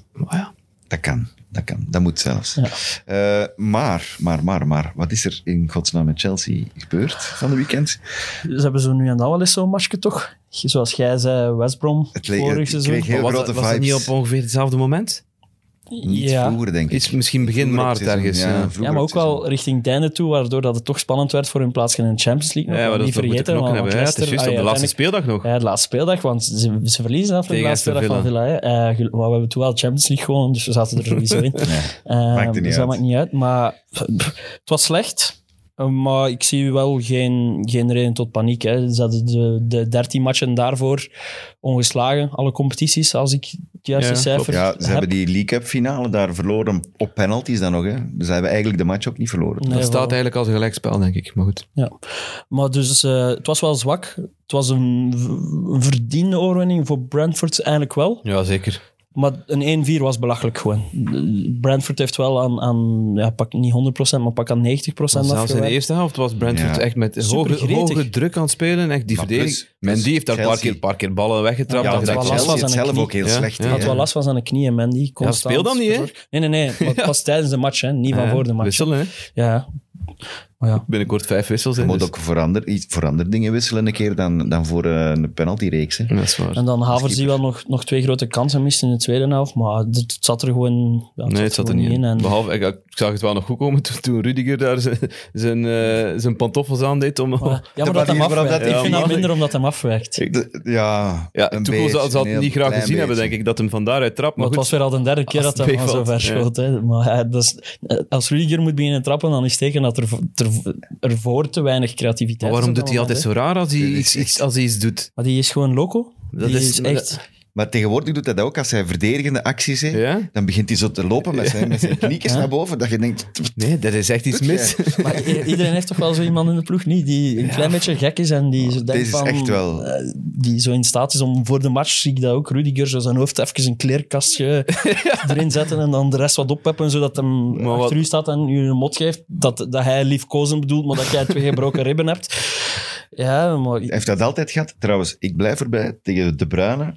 Speaker 2: dat kan. Dat kan. Dat moet zelfs.
Speaker 4: Ja.
Speaker 2: Eh, maar, maar, maar, maar. Wat is er in godsnaam met Chelsea gebeurd van de weekend?
Speaker 4: Ze hebben zo nu en dan wel eens zo'n matchje, toch? Zoals jij zei, West Brom
Speaker 2: Het leek-
Speaker 4: vorig
Speaker 2: het
Speaker 4: seizoen.
Speaker 2: kreeg heel
Speaker 3: was
Speaker 2: grote
Speaker 3: dat, was dat
Speaker 2: vibes.
Speaker 3: niet op ongeveer hetzelfde moment?
Speaker 2: Niet
Speaker 4: ja.
Speaker 2: vroeger, denk ik.
Speaker 3: Iets, misschien begin
Speaker 2: Vroeger op
Speaker 3: maart
Speaker 2: het seizoen,
Speaker 3: ergens. Ja.
Speaker 2: vroeger
Speaker 4: Ja, maar
Speaker 2: op
Speaker 4: ook
Speaker 2: het seizoen.
Speaker 4: wel richting het einde toe, waardoor dat het toch spannend werd voor hun plaatsje in de Champions League. Nog.
Speaker 3: Ja, maar dat
Speaker 4: niet
Speaker 3: we moeten
Speaker 4: vergeten,
Speaker 3: knokken
Speaker 4: want
Speaker 3: hebben. Ja, het is
Speaker 4: Leicester-
Speaker 3: juist op de
Speaker 4: ah, ja,
Speaker 3: laatste
Speaker 4: uiteindelijk-
Speaker 3: speeldag nog.
Speaker 4: Ja, de laatste speeldag, want ze, ze verliezen af de
Speaker 3: Tegen
Speaker 4: laatste
Speaker 3: Aston
Speaker 4: speeldag van Villa. hè. Eh, gel- maar we hebben toen wel Champions League gewonnen, dus we zaten er sowieso in. Eh,
Speaker 2: maakt het niet
Speaker 4: dus dat
Speaker 2: uit.
Speaker 4: maakt niet uit. Maar pff, het was slecht. Eh, Maar ik zie wel geen, geen reden tot paniek. Hè. Ze hadden de, de 13 matchen daarvoor ongeslagen, alle competities, als ik het juiste
Speaker 3: Ja,
Speaker 4: cijfer
Speaker 2: Ja,
Speaker 4: heb.
Speaker 2: ze hebben die League Cup finale daar verloren op penalties dan nog. Hè. Dus ze hebben eigenlijk de match ook niet verloren.
Speaker 4: Nee,
Speaker 3: Dat
Speaker 4: voilà.
Speaker 3: staat eigenlijk als een gelijkspel, denk ik. Maar goed.
Speaker 4: Ja, maar dus eh, het was wel zwak. Het was een v- een verdiende oorwinning voor Brentford eigenlijk wel.
Speaker 3: Ja, zeker.
Speaker 4: Maar een 1-4 was belachelijk gewoon. Brentford heeft wel aan, aan ja, pak niet 100%, maar pak aan 90%
Speaker 3: Zelfs in de
Speaker 4: afgewerkt.
Speaker 3: eerste helft was Brentford
Speaker 2: Ja.
Speaker 3: echt met hoge,
Speaker 4: Supergretig.
Speaker 3: hoge druk aan het spelen. Echt die
Speaker 2: Maar
Speaker 3: verdediging.
Speaker 2: plus-
Speaker 3: Men
Speaker 2: plus
Speaker 3: die heeft daar een paar
Speaker 2: Chelsea.
Speaker 3: keer, paar keer ballen weggetrapt.
Speaker 4: Ja,
Speaker 3: dat
Speaker 4: dat
Speaker 2: Omdat
Speaker 3: je
Speaker 4: was
Speaker 3: dacht,
Speaker 4: last
Speaker 2: Chelsea
Speaker 4: was
Speaker 2: het
Speaker 4: aan de
Speaker 2: zelf
Speaker 4: knie.
Speaker 2: ook heel
Speaker 3: Ja.
Speaker 2: slecht.
Speaker 3: Ja.
Speaker 4: Hij
Speaker 2: hè.
Speaker 4: had wel last van zijn knieën, man. Die constant
Speaker 3: speel dan niet, hè?
Speaker 4: verzorgd. Nee, nee,
Speaker 3: (laughs)
Speaker 4: nee. Maar het
Speaker 3: Ja.
Speaker 4: was tijdens de match, hè. niet van
Speaker 3: Ja,
Speaker 4: voor de match.
Speaker 3: Wisselen, hè?
Speaker 4: Ja. Maar ja,
Speaker 3: Binnenkort vijf wissels. hè,
Speaker 2: Je moet
Speaker 3: dus-
Speaker 2: ook voor ander, iets, voor ander dingen wisselen een keer dan, dan voor eh, een penaltyreeks. Hè.
Speaker 3: Ja, Dat is waar.
Speaker 4: en dan Havers die wel nog, nog twee grote kansen mist in de tweede helft, maar het het zat er gewoon, ja,
Speaker 3: Nee, het zat er niet in.
Speaker 4: En,
Speaker 3: Behalve, ik, ik zag het wel nog goed komen (laughs) toen, toen Rudiger daar zijn, zijn, eh, zijn pantoffels aan deed. Om, (laughs)
Speaker 4: ja, maar dat
Speaker 2: manier
Speaker 4: hem
Speaker 2: waarop dat
Speaker 4: afwijkt.
Speaker 2: hij
Speaker 4: Ik vind dat
Speaker 3: viel.
Speaker 4: minder omdat hem afwijkt.
Speaker 2: De- ja,
Speaker 3: ja,
Speaker 2: een
Speaker 3: Tuchel
Speaker 2: beetje,
Speaker 3: zou zou
Speaker 2: een
Speaker 3: het
Speaker 2: heel
Speaker 3: niet graag
Speaker 2: klein
Speaker 3: gezien hebben,
Speaker 2: beetje.
Speaker 3: denk ik, dat hem van daaruit trapt. Maar
Speaker 4: Maar het was
Speaker 3: goed,
Speaker 4: weer al de derde keer
Speaker 3: Als
Speaker 4: dat
Speaker 3: het
Speaker 4: hij van zo
Speaker 3: meevalt,
Speaker 4: ver
Speaker 3: ja.
Speaker 4: schoot. Hè. Maar ja, dat is, als Rudiger moet beginnen trappen, dan is het teken dat er, er, er voor te weinig
Speaker 3: maar
Speaker 4: creativiteit
Speaker 3: waarom
Speaker 4: is. op
Speaker 3: doet
Speaker 4: dat
Speaker 3: hij
Speaker 4: moment,
Speaker 3: altijd
Speaker 4: hè.
Speaker 3: zo raar als hij
Speaker 2: Dit is
Speaker 3: iets, iets- als hij iets doet?
Speaker 4: Maar die is gewoon loco.
Speaker 3: Dat
Speaker 4: die
Speaker 3: is-
Speaker 4: is,
Speaker 3: maar
Speaker 4: echt...
Speaker 2: Maar tegenwoordig doet hij dat ook als hij verdedigende acties heeft.
Speaker 3: Ja?
Speaker 2: Dan begint hij zo te lopen met zijn, met zijn kniekjes naar boven. Dat je denkt,
Speaker 3: Nee, dat is echt iets mis.
Speaker 2: (laughs)
Speaker 4: Maar i- iedereen heeft toch wel zo iemand in de ploeg, niet? Die een klein beetje gek is en die zo denkt
Speaker 2: Oh, is
Speaker 4: van...
Speaker 2: echt wel-
Speaker 4: eh, die zo in staat is om voor de match, zie ik dat ook, Rudiger zo zijn hoofd even een kleerkastje
Speaker 2: (laughs)
Speaker 4: (laughs) erin zetten en dan de rest wat oppeppen, zodat hem
Speaker 3: wat-
Speaker 4: achter u staat en u een mot geeft. Dat, dat hij liefkozen bedoelt, maar dat jij twee
Speaker 2: (laughs)
Speaker 4: gebroken ribben hebt. Ja, maar...
Speaker 2: hij heeft dat altijd gehad. Trouwens, ik blijf erbij tegen De Bruyne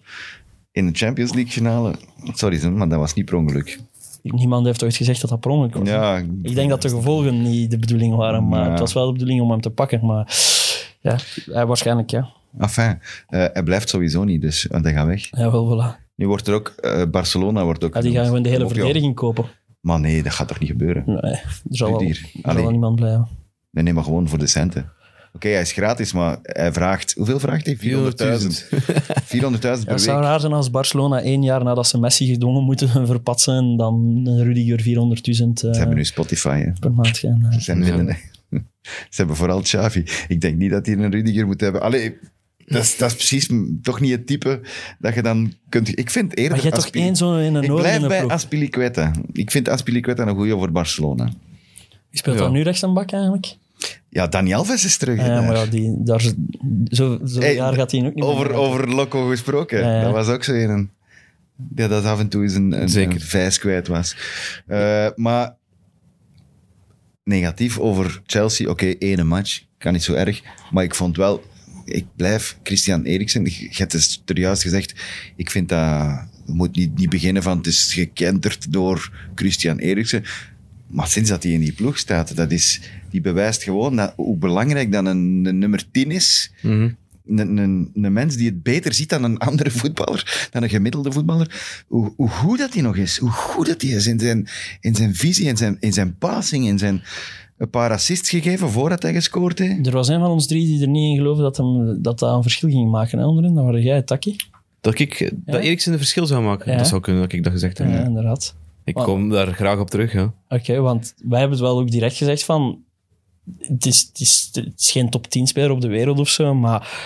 Speaker 2: in de Champions League finale. Sorry, maar dat was niet per ongeluk.
Speaker 4: Niemand heeft ooit gezegd dat dat per ongeluk was.
Speaker 2: Ja,
Speaker 4: Ik denk dat de gevolgen niet de bedoeling waren, maar
Speaker 2: Ja.
Speaker 4: het was wel de bedoeling om hem te pakken. Maar ja, hij waarschijnlijk ja.
Speaker 2: enfin, eh, hij blijft sowieso niet, dus eh, hij gaat weg.
Speaker 4: Ja, wel, voilà.
Speaker 2: Nu wordt er ook, eh, Barcelona wordt ook...
Speaker 4: Ja, die gaan gewoon
Speaker 2: genoemd.
Speaker 4: de hele
Speaker 2: Ook, ja.
Speaker 4: verdediging kopen.
Speaker 2: Maar nee, dat gaat toch niet gebeuren?
Speaker 4: Nee, er zal wel,
Speaker 2: Rudiger.
Speaker 4: er zal
Speaker 2: Allee.
Speaker 4: wel niemand blijven.
Speaker 2: Nee, nee, maar gewoon voor de centen. Oké, hij is gratis, maar hij vraagt... Hoeveel vraagt hij? 400.000. 400.000
Speaker 4: Ja,
Speaker 2: per
Speaker 4: het zou
Speaker 2: week.
Speaker 4: raar zijn als Barcelona één jaar nadat ze Messi gedwongen moeten (laughs) verpatsen en dan Rudiger 400.000 eh,
Speaker 2: Ze hebben nu Spotify, hè.
Speaker 4: per maand gaan. eh.
Speaker 2: Ze zijn
Speaker 3: Ja.
Speaker 2: binnen, hè. (laughs) Ze hebben vooral Xavi. Ik denk niet dat die een Rudiger moet hebben. Allee, dat is, dat is precies m- toch niet het type dat je dan kunt... Ik vind eerder...
Speaker 4: Maar je hebt toch
Speaker 2: Aspili-
Speaker 4: één zo'n in een
Speaker 2: Ik
Speaker 4: oor in
Speaker 2: blijf
Speaker 4: de
Speaker 2: bij
Speaker 4: ploeg.
Speaker 2: Aspilicueta. Ik vind Aspilicueta een goeie voor Barcelona.
Speaker 4: Je speelt
Speaker 3: Ja.
Speaker 4: dan nu rechts aan bak eigenlijk?
Speaker 2: Ja, Dani Alves is terug.
Speaker 4: Ah,
Speaker 2: hè,
Speaker 4: ja, maar
Speaker 2: daar.
Speaker 4: ja, die, daar, zo, zo'n
Speaker 2: Hey,
Speaker 4: jaar gaat hij ook niet meer
Speaker 2: Over,
Speaker 4: mee.
Speaker 2: over Loco gesproken.
Speaker 4: Ja, ja.
Speaker 2: Dat was ook zo een. Ja, dat af en toe eens een, een,
Speaker 3: Zeker.
Speaker 2: een vijs kwijt was. Eh, Maar negatief over Chelsea. Oké, ene match. Kan niet zo erg. Maar ik vond wel. Ik blijf Christian Eriksen. Je hebt het er juist gezegd. Ik vind dat. Je moet niet, niet beginnen van het is gekenterd door Christian Eriksen. Maar sinds dat hij in die ploeg staat, dat is, die bewijst gewoon dat, hoe belangrijk dan een, een nummer 10 is
Speaker 3: Mhm.
Speaker 2: een, een, een mens die het beter ziet dan een andere voetballer, dan een gemiddelde voetballer, hoe, hoe goed dat hij nog is. Hoe goed dat hij is in zijn, in zijn visie, in zijn, in zijn passing, in zijn een paar assists gegeven voordat hij gescoord heeft.
Speaker 4: Er was een van ons drie die er niet in geloofde dat hem, dat, dat een verschil ging maken. Hè, onderin, dan waren jij, Taki.
Speaker 3: Dat ik eh, dat Eriksen een verschil zou maken.
Speaker 4: Ja.
Speaker 3: Dat zou kunnen dat ik dat gezegd
Speaker 4: Ja,
Speaker 3: heb.
Speaker 4: Eh, inderdaad.
Speaker 3: Ik kom daar graag op terug. Ja.
Speaker 4: Oké, want wij hebben het wel ook direct gezegd van... Het is, het, is, het is geen top 10 speler op de wereld of zo, maar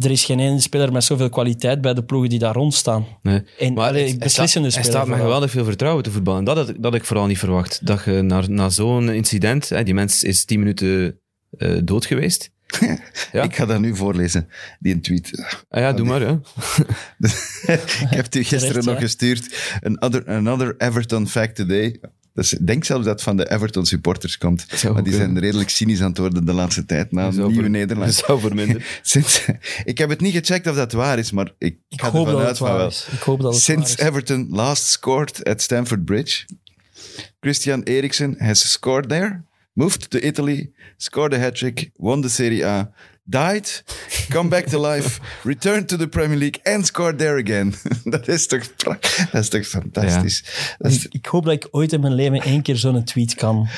Speaker 4: er is geen ene speler met zoveel kwaliteit bij de ploegen die daar rondstaan.
Speaker 3: Nee.
Speaker 4: En allee,
Speaker 3: hij
Speaker 4: beslissende
Speaker 3: staat, Hij
Speaker 4: speler
Speaker 3: staat met
Speaker 4: vooral.
Speaker 3: geweldig veel vertrouwen te voetballen. Dat had ik- dat had ik vooral niet verwacht. Dat je na, na zo'n incident... Hè, die mens is tien minuten eh, dood geweest. Ja.
Speaker 2: Ik ga dat nu voorlezen, die een tweet.
Speaker 3: Ah ja, doe maar. Hè.
Speaker 2: ik
Speaker 3: (laughs)
Speaker 2: heb het u gisteren
Speaker 4: Terecht,
Speaker 2: nog
Speaker 4: ja.
Speaker 2: gestuurd. Another, another Everton fact today. Dus ik denk zelfs dat het van de Everton supporters komt.
Speaker 3: Zou
Speaker 2: Want die
Speaker 3: kunnen.
Speaker 2: zijn redelijk cynisch aan het worden de laatste tijd na een
Speaker 3: Zou
Speaker 2: nieuwe
Speaker 3: voor-
Speaker 2: nederlaag.
Speaker 3: (laughs) Zou verminderen.
Speaker 2: (laughs) Sinds, ik heb het niet gecheckt of dat waar is, maar ik,
Speaker 4: Ik
Speaker 2: ga
Speaker 4: hoop
Speaker 2: ervan
Speaker 4: dat
Speaker 2: uit
Speaker 4: het
Speaker 2: van
Speaker 4: waar
Speaker 2: wel.
Speaker 4: is. Ik hoop dat het
Speaker 2: Since
Speaker 4: waar is.
Speaker 2: Everton last scored at Stamford Bridge, Christian Eriksen has scored there, moved to Italy, scored a hat-trick, won the Serie A, died, come back to
Speaker 4: (laughs)
Speaker 2: life, returned to the Premier League and scored there again. (laughs) dat, is toch, pra- dat is toch fantastisch. Dat is-
Speaker 4: Ik, ik hoop dat ik ooit in mijn leven één keer zo'n tweet kan.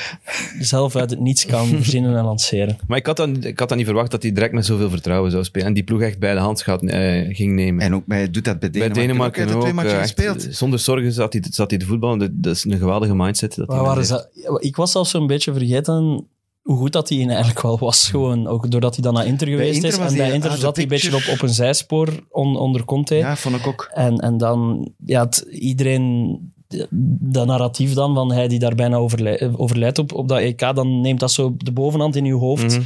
Speaker 4: Zelf uit het niets kan verzinnen en lanceren.
Speaker 3: Maar ik had, dan, ik had dan niet verwacht dat hij direct met zoveel vertrouwen zou spelen. En die ploeg echt bij de hand gaat, eh, ging nemen.
Speaker 2: en ook mij doet dat bij
Speaker 3: bij
Speaker 2: Denemarken.
Speaker 3: Denemarken
Speaker 2: ook, hè, de
Speaker 3: ook.
Speaker 2: twee matchen
Speaker 3: eh, echt,
Speaker 2: gespeeld.
Speaker 3: eh, zonder zorgen zat hij, zat hij te voetballen. Dat- Dat is een geweldige mindset. Dat
Speaker 4: Waar
Speaker 3: hij
Speaker 4: waren
Speaker 3: heeft.
Speaker 4: ze? ja, Ik was zelfs zo'n beetje vergeten hoe goed dat hij in eigenlijk wel was. Gewoon. Ook doordat hij dan naar Inter geweest
Speaker 2: Inter
Speaker 4: is.
Speaker 2: was
Speaker 4: En
Speaker 2: hij
Speaker 4: bij Inter
Speaker 2: out of
Speaker 4: zat hij een beetje op,
Speaker 2: picture.
Speaker 4: op een zijspoor on- onder Conte.
Speaker 2: Ja, vond ik ook.
Speaker 4: En, en dan, ja, het- iedereen, dat narratief dan van hij die daar bijna overlij- eh, overlijdt op, op dat EK, dan neemt dat zo de bovenhand in je hoofd.
Speaker 2: Mhm.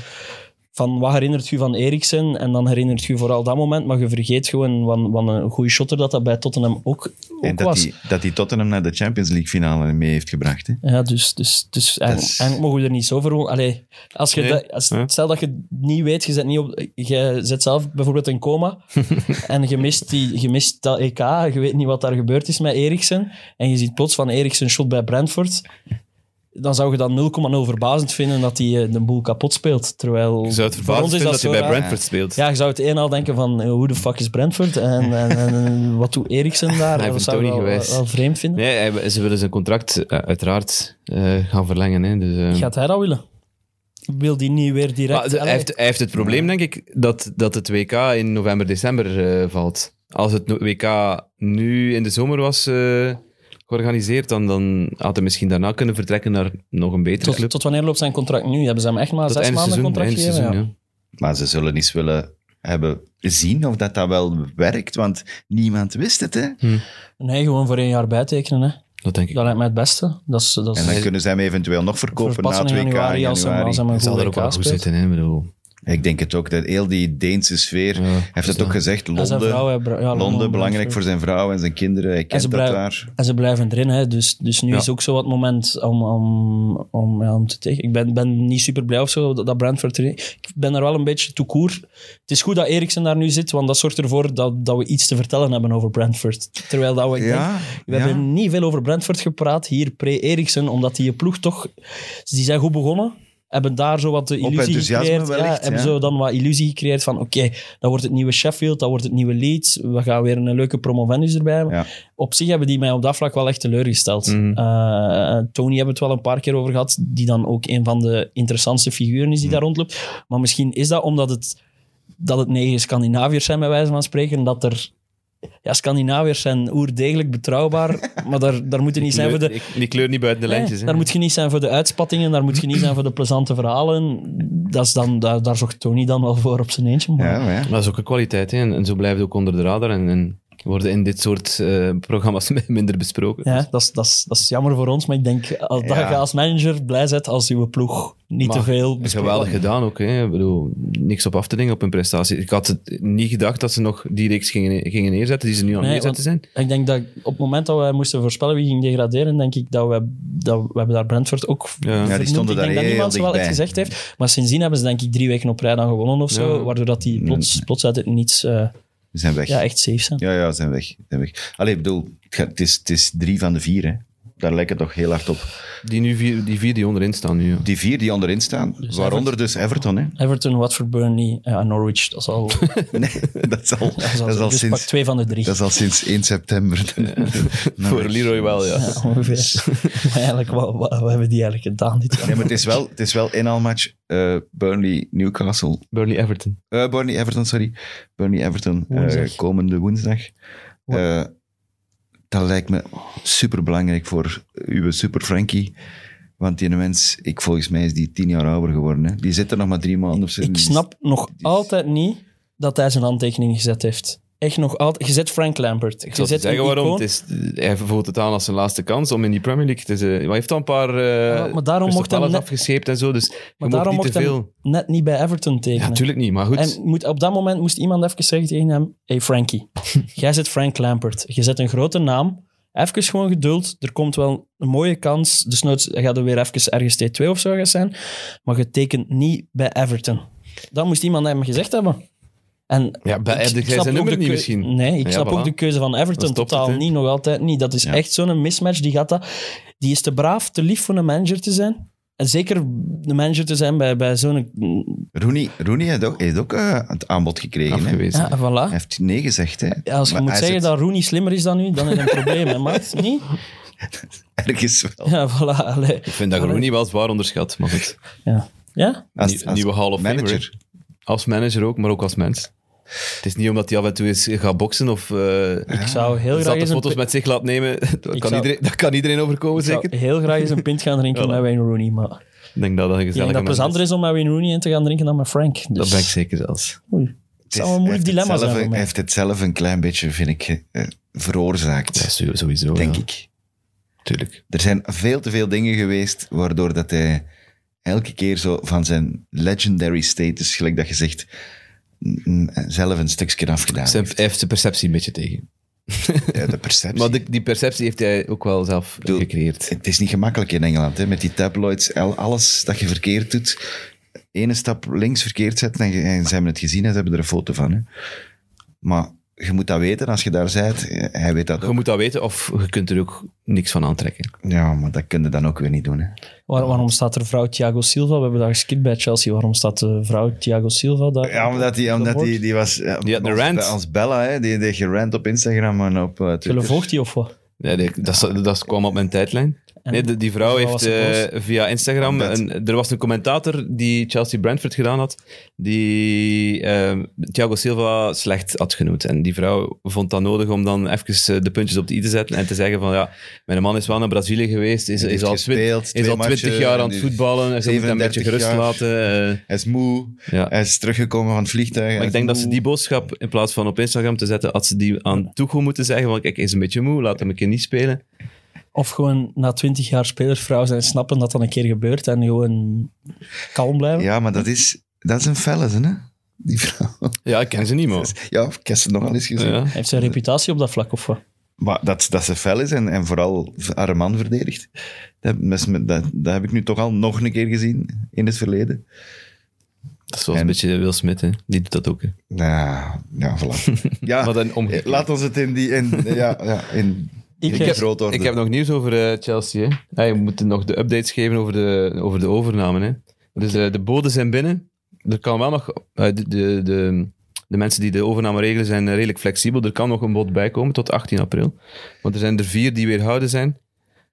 Speaker 4: Van wat herinnert u van Eriksen? En dan herinnert u vooral dat moment, maar je vergeet gewoon wat, wat een goede shotter dat dat bij Tottenham ook,
Speaker 2: En
Speaker 4: ook
Speaker 2: dat
Speaker 4: was.
Speaker 2: hij, dat hij Tottenham naar de Champions League finale mee heeft gebracht. Hè?
Speaker 4: Ja, dus, dus, dus eigenlijk,
Speaker 2: is-
Speaker 4: eigenlijk mogen we er niet zo voor... Allee, als je
Speaker 3: Nee,
Speaker 4: dat- als,
Speaker 3: hè?
Speaker 4: Stel dat je het niet weet, je zit, niet op, je zit zelf bijvoorbeeld in
Speaker 3: (laughs)
Speaker 4: coma en je mist, die, je mist dat EK, je weet niet wat daar gebeurd is met Eriksen en je ziet plots van Eriksen shot bij Brentford, dan zou je dat 0,0 verbazend vinden dat hij eh, de boel kapot speelt. Terwijl
Speaker 3: Je zou het
Speaker 4: voor
Speaker 3: verbaasd
Speaker 4: ons is
Speaker 3: vinden dat
Speaker 4: zo
Speaker 3: hij bij
Speaker 4: raar.
Speaker 3: Brentford speelt.
Speaker 4: Ja, je zou het een al denken van eh, hoe de fuck is Brentford en, en, en wat doet Eriksen
Speaker 3: Hij
Speaker 4: daar? dat
Speaker 3: heeft
Speaker 4: zou
Speaker 3: Tony
Speaker 4: ik wel,
Speaker 3: gewijs.
Speaker 4: wel vreemd vinden.
Speaker 3: Nee, hij- ze willen zijn contract eh, uiteraard eh, gaan verlengen. Hè. Dus, eh,
Speaker 4: Gaat hij dat willen? Wil die niet weer direct...
Speaker 3: maar de- hij,
Speaker 4: Allee.
Speaker 3: heeft, hij heeft het probleem, denk ik, dat, dat het WK in november, december eh, valt. Als het no- WK nu in de zomer was eh, georganiseerd, dan, dan had hij misschien daarna kunnen vertrekken naar nog een betere
Speaker 4: tot,
Speaker 3: club.
Speaker 4: tot wanneer loopt zijn contract nu? Hebben ze hem echt maar
Speaker 3: Tot
Speaker 4: zes
Speaker 3: einde
Speaker 4: maanden
Speaker 3: seizoen.
Speaker 4: contract
Speaker 3: einde
Speaker 4: gegeven?
Speaker 3: seizoen,
Speaker 4: ja.
Speaker 3: ja.
Speaker 2: Maar ze zullen eens willen hebben zien of dat, dat wel werkt, want niemand wist het. Hè?
Speaker 4: Nee, gewoon voor één jaar bijtekenen. Hè.
Speaker 3: Dat denk ik.
Speaker 4: Dat lijkt mij het beste. Dat is, dat
Speaker 2: En
Speaker 4: is
Speaker 2: dan kunnen ze hem eventueel nog verkopen na
Speaker 4: verpassen
Speaker 2: het WK
Speaker 4: in
Speaker 2: in januari.
Speaker 4: januari als hem, als hem een
Speaker 3: Hij zal
Speaker 4: goed
Speaker 3: er ook wel
Speaker 4: WK
Speaker 3: goed
Speaker 4: speelt.
Speaker 3: zitten, hè. Ik bedoel,
Speaker 2: Ik denk het ook, dat heel die Deense sfeer, hij heeft het ook gezegd,
Speaker 4: En zijn
Speaker 2: Londen,
Speaker 4: vrouw, hè, bra- ja,
Speaker 2: Londen, belangrijk voor zijn vrouw en zijn kinderen, hij
Speaker 4: En ze,
Speaker 2: kent dat
Speaker 4: blijven,
Speaker 2: daar.
Speaker 4: en ze blijven erin, hè. Dus, dus nu
Speaker 3: Ja.
Speaker 4: is ook zo het moment om, om, om, ja, om te tegen. Ik ben, ben niet super blij of zo dat, dat Brentford erin. Ik ben daar wel een beetje toe koer. Het is goed dat Eriksen daar nu zit, want dat zorgt ervoor dat, dat we iets te vertellen hebben over Brentford. Terwijl dat we, ik denk,
Speaker 2: Ja,
Speaker 4: We
Speaker 2: ja.
Speaker 4: hebben niet veel over Brentford gepraat, hier pre-Eriksen, omdat die ploeg toch... Die zijn goed begonnen, hebben daar zo wat de illusie
Speaker 2: enthousiasme
Speaker 4: gecreëerd.
Speaker 2: wellicht,
Speaker 4: ja, hebben
Speaker 2: ja.
Speaker 4: zo dan wat illusie gecreëerd van, oké, dat wordt het nieuwe Sheffield, dat wordt het nieuwe Leeds, we gaan weer een leuke promovendus erbij hebben.
Speaker 2: Ja. Mhm.
Speaker 4: Op zich hebben die mij op dat vlak wel echt teleurgesteld. Eh, Tony hebben we het wel een paar keer over gehad, die dan ook een van de interessantste figuren
Speaker 2: Mhm.
Speaker 4: is die daar rondloopt. Maar misschien is dat omdat het, dat het negen Scandinaviërs zijn, bij wijze van spreken, dat er... Ja, Scandinaviërs zijn oerdegelijk
Speaker 2: (laughs)
Speaker 4: betrouwbaar, maar daar, daar moet je niet zijn voor de...
Speaker 3: ik- die kleur niet buiten de
Speaker 4: Nee,
Speaker 3: lijntjes. hè.
Speaker 4: daar moet je niet zijn voor de uitspattingen, daar moet je niet zijn voor de plezante verhalen. Dat is dan, daar, daar zorgt Tony dan wel voor op zijn eentje. Maar
Speaker 2: Ja, maar ja.
Speaker 3: Maar dat is ook een kwaliteit, hè. En, en zo blijft het ook onder de radar en, en worden in dit soort eh, programma's (laughs) minder besproken.
Speaker 4: Ja, dat, is, dat, is, dat is jammer voor ons, maar ik denk als, dat
Speaker 2: Ja.
Speaker 4: je als manager blij bent als uw ploeg niet
Speaker 3: Maar
Speaker 4: te veel besproken
Speaker 3: Geweldig gedaan ook. Hè. Ik bedoel, niks op af te dingen op hun prestatie. Ik had het niet gedacht dat ze nog die reeks gingen, gingen neerzetten die ze nu aan
Speaker 4: Nee,
Speaker 3: neerzetten zijn.
Speaker 4: Ik denk dat op het moment dat wij moesten voorspellen wie ging degraderen, denk ik dat we, dat we hebben daar Brentford ook ja.
Speaker 2: Ja, die stonden
Speaker 4: ik denk
Speaker 2: daar
Speaker 4: dat niemand
Speaker 2: heel
Speaker 4: zo wel het
Speaker 2: dichtbij.
Speaker 4: gezegd heeft. Maar sindsdien hebben ze denk ik drie weken op rij dan gewonnen of zo,
Speaker 3: Ja.
Speaker 4: waardoor dat die plots, plots uit het niets eh,
Speaker 2: Ze zijn weg.
Speaker 4: ja,
Speaker 2: Ja,
Speaker 4: echt safe zijn.
Speaker 2: ja, ze zijn weg. ze zijn weg. Allee, ik bedoel, het, gaat- het is, het is drie van de vier, hè. Daar lijkt het toch heel hard op.
Speaker 3: Die, nu vier, die vier die onderin staan nu. ja.
Speaker 2: Die vier die onderin staan, waaronder dus Everton.
Speaker 4: (laughs)
Speaker 2: Hè.
Speaker 4: Everton, Watford, Burnley eh, en Norwich, dat is al, (laughs) dat is
Speaker 2: Nee, dat is al,
Speaker 4: al,
Speaker 2: (laughs) dat is al
Speaker 4: dus pak
Speaker 2: sinds
Speaker 4: twee van de drie.
Speaker 2: Dat is al sinds 1
Speaker 3: (laughs)
Speaker 2: september. (laughs) Nou,
Speaker 3: Voor Leroy wel, ja.
Speaker 4: (laughs) Ja, ongeveer. maar eigenlijk, wat, wat, wat hebben die eigenlijk gedaan dit jaar?
Speaker 2: Nee, maar het is wel, het is wel inhaalmatch eh, Burnley-Newcastle.
Speaker 3: Burnley Everton.
Speaker 2: Eh, Burnley-Everton, sorry. Burnley-Everton eh,
Speaker 4: Woensdag.
Speaker 2: komende woensdag. Eh, dat lijkt me superbelangrijk voor uw super Frankie. Want die mens, ik, volgens mij is die tien jaar ouder geworden. Hè. Die zit er nog maar drie maanden of zo.
Speaker 4: Ik snap nog altijd niet dat hij zijn handtekening gezet heeft. Echt nog altijd. Je zet Frank Lampert. Je
Speaker 3: Ik zal je
Speaker 4: zet
Speaker 3: zeggen
Speaker 4: een
Speaker 3: waarom.
Speaker 4: icoon.
Speaker 3: Het is, eh, hij voelt het aan als zijn laatste kans om in die Premier League te zijn. Maar hij heeft al een paar eh
Speaker 4: Ja, maar daarom
Speaker 3: Crystal
Speaker 4: mocht hij
Speaker 3: Palace
Speaker 4: net-
Speaker 3: afgescheept en zo, dus
Speaker 4: Maar
Speaker 3: je mocht
Speaker 4: daarom
Speaker 3: niet te
Speaker 4: mocht hij
Speaker 3: veel...
Speaker 4: net niet bij Everton
Speaker 3: Ja,
Speaker 4: tekenen.
Speaker 3: natuurlijk niet, maar goed.
Speaker 4: en moet, op dat moment moest iemand even zeggen tegen hem: Hey
Speaker 3: (laughs)
Speaker 4: Frankie, jij zet Frank Lampert. Je zet een grote naam. Even gewoon geduld. Er komt wel een mooie kans. Dus noods gaat er weer even ergens T2 of zo gaan zijn. Maar je tekent niet bij Everton. Dat moest iemand hem gezegd hebben. En
Speaker 3: ja, bij, heb
Speaker 4: ik-
Speaker 3: jij
Speaker 4: ik snap
Speaker 3: zijn
Speaker 4: ook
Speaker 3: nummer
Speaker 4: de
Speaker 3: niet
Speaker 4: keu-
Speaker 3: misschien.
Speaker 4: Nee, ik
Speaker 3: Ja,
Speaker 4: snap
Speaker 3: voilà.
Speaker 4: ook de keuze van Everton
Speaker 3: Dan stopt
Speaker 4: totaal
Speaker 3: het, hè.
Speaker 4: niet, nog altijd niet. Dat is
Speaker 2: Ja.
Speaker 4: echt zo'n mismatch. Die, gaat dat, die is te braaf, te lief voor een manager te zijn. En zeker de manager te zijn bij, bij zo'n...
Speaker 2: Rooney, Rooney heeft ook, heeft ook eh, het aanbod gekregen. Hè? Hij
Speaker 3: Afgewezen.
Speaker 4: Ja, voilà.
Speaker 2: heeft nee gezegd. Hè?
Speaker 4: Ja, als je
Speaker 2: Maar
Speaker 4: moet
Speaker 2: hij
Speaker 4: zeggen
Speaker 2: zit
Speaker 4: dat Rooney slimmer is dan u, dan is het een probleem, hè, maat?
Speaker 3: (laughs)
Speaker 4: Niet?
Speaker 2: Ergens wel.
Speaker 4: Ja, voilà. allee.
Speaker 3: Ik vind dat Groenie wel zwaar onderschat, maar goed.
Speaker 4: Ja. ja?
Speaker 2: Als-
Speaker 3: Nie-
Speaker 2: als
Speaker 3: nieuwe Hall of Famer,
Speaker 2: manager.
Speaker 3: hè. Als manager ook, maar ook als mens. Het is niet omdat hij af en toe eens gaat boksen of eh
Speaker 4: Ik zou heel graag
Speaker 3: zat de
Speaker 4: eens een
Speaker 3: foto's
Speaker 4: pint-
Speaker 3: met zich laat nemen. Dat kan,
Speaker 4: zou-
Speaker 3: iedereen, dat kan iedereen overkomen,
Speaker 4: ik zou
Speaker 3: zeker.
Speaker 4: heel graag eens een
Speaker 3: (laughs)
Speaker 4: pint gaan drinken
Speaker 3: Voilà.
Speaker 4: met Wayne Rooney, maar ik
Speaker 3: Ik denk dat dat een gezellige
Speaker 4: denk dat het
Speaker 3: mens
Speaker 4: plezanter is om met Wayne Rooney in te gaan drinken dan met Frank. Dus.
Speaker 3: dus- Dat ben ik zeker zelfs.
Speaker 4: Oei. Het
Speaker 2: Het is-
Speaker 4: zou een moeilijk
Speaker 2: hij heeft het
Speaker 4: dilemma
Speaker 2: zelf-
Speaker 4: zijn voor
Speaker 2: Hij
Speaker 4: mij.
Speaker 2: heeft het zelf een klein beetje, vind ik, eh, veroorzaakt,
Speaker 3: Ja, zo- sowieso.
Speaker 2: denk
Speaker 3: ja.
Speaker 2: ik.
Speaker 3: Tuurlijk.
Speaker 2: Er zijn veel te veel dingen geweest waardoor dat hij elke keer zo van zijn legendary status, gelijk dat je zegt, mm, zelf een stukje afgedaan
Speaker 3: Ze-
Speaker 2: heeft.
Speaker 3: Hij heeft zijn perceptie een beetje tegen.
Speaker 2: Ja, de
Speaker 4: (laughs)
Speaker 2: perceptie.
Speaker 3: Maar die, die perceptie heeft hij ook wel zelf
Speaker 2: bedoel,
Speaker 3: gecreëerd.
Speaker 2: Het is niet gemakkelijk in Engeland, hè, met die tabloids. Al- Alles dat je verkeerd doet, ene stap links verkeerd zetten en, je- en ze hebben het gezien en ze hebben er een foto van. Hè. Maar je moet dat weten als je daar bent. Eh, Hij weet dat
Speaker 3: Je
Speaker 2: ook.
Speaker 3: moet dat weten of je kunt er ook niks van aantrekken.
Speaker 2: Ja, maar dat kun je dan ook weer niet doen. Hè.
Speaker 4: Waar- waarom staat er vrouw Thiago Silva? We hebben dat geskipt bij Chelsea. Waarom staat de vrouw Thiago Silva daar?
Speaker 2: Ja, omdat die, omdat die, die was... Ja,
Speaker 3: Die had een
Speaker 2: als-
Speaker 3: rant.
Speaker 2: Als Bella, hè, die deed gerant op Instagram en op eh, Twitter.
Speaker 4: Jullie volgt die of wat?
Speaker 3: Nee, nee, dat, is- dat kwam op mijn tijdlijn.
Speaker 4: En-
Speaker 3: nee, de- die vrouw
Speaker 4: Mevrouw
Speaker 3: heeft
Speaker 4: was er
Speaker 3: eh, via Instagram...
Speaker 2: Dat.
Speaker 3: Een, er was een commentator die Chelsea Brentford gedaan had, die ehm, Thiago Silva slecht had genoemd. En die vrouw vond dat nodig om dan even eh, de puntjes op de i te zetten en te zeggen van ja, mijn man is wel naar Brazilië geweest, is,
Speaker 2: Die
Speaker 3: is
Speaker 2: heeft
Speaker 3: al twintig...
Speaker 2: gespeeld,
Speaker 3: Is
Speaker 2: twee
Speaker 3: al twintig
Speaker 2: matchen,
Speaker 3: jaar aan
Speaker 2: die
Speaker 3: het
Speaker 2: is
Speaker 3: voetballen en ze moeten hem een beetje
Speaker 2: 37
Speaker 3: gerust
Speaker 2: jaar.
Speaker 3: laten. eh,
Speaker 2: Hij is moe.
Speaker 3: ja.
Speaker 2: Hij is teruggekomen van het vliegtuig. hij
Speaker 3: Maar
Speaker 2: is
Speaker 3: ik denk dat ze
Speaker 2: moe.
Speaker 3: die boodschap, in plaats van op Instagram te zetten, had ze die aan Tuchel moeten zeggen. Want kijk, hij is een beetje moe, laat hem een keer niet spelen.
Speaker 4: Of gewoon na twintig jaar spelersvrouw zijn, snappen dat dat een keer gebeurt en gewoon kalm blijven.
Speaker 2: Ja, maar dat is, dat is een felle, hè? Die vrouw. (laughs)
Speaker 3: Ja, ik ken ze niet, man.
Speaker 2: Ja, ik heb ze nogal eens gezien.
Speaker 3: Ja.
Speaker 4: Heeft zijn reputatie op dat vlak of wat?
Speaker 2: Maar dat, dat ze fel is en, en vooral haar man verdedigt, dat, mes- met- dat, dat heb ik nu toch al nog een keer gezien in het verleden.
Speaker 3: Dat is zoals
Speaker 2: En-
Speaker 3: een beetje Will Smith, hè. Die doet dat ook, hè.
Speaker 2: Nou, ja,
Speaker 3: (laughs)
Speaker 2: voilà.
Speaker 3: Maar
Speaker 2: Ah. Ja,
Speaker 3: dan omgekeerd.
Speaker 2: laat ons het in die... In, ja, ja, in,
Speaker 4: Ik
Speaker 2: in
Speaker 4: heb-
Speaker 2: groot orde.
Speaker 3: Ik heb nog nieuws over eh, Chelsea, hè. Ja, we moeten nog de updates geven over de, over de overname, hè. Dus eh, de boden zijn binnen. Er kan wel nog... eh, de, de, de, de mensen die de overname regelen zijn eh, redelijk flexibel. Er kan nog een bod bij komen tot 18 april. Want er zijn er vier die weerhouden zijn.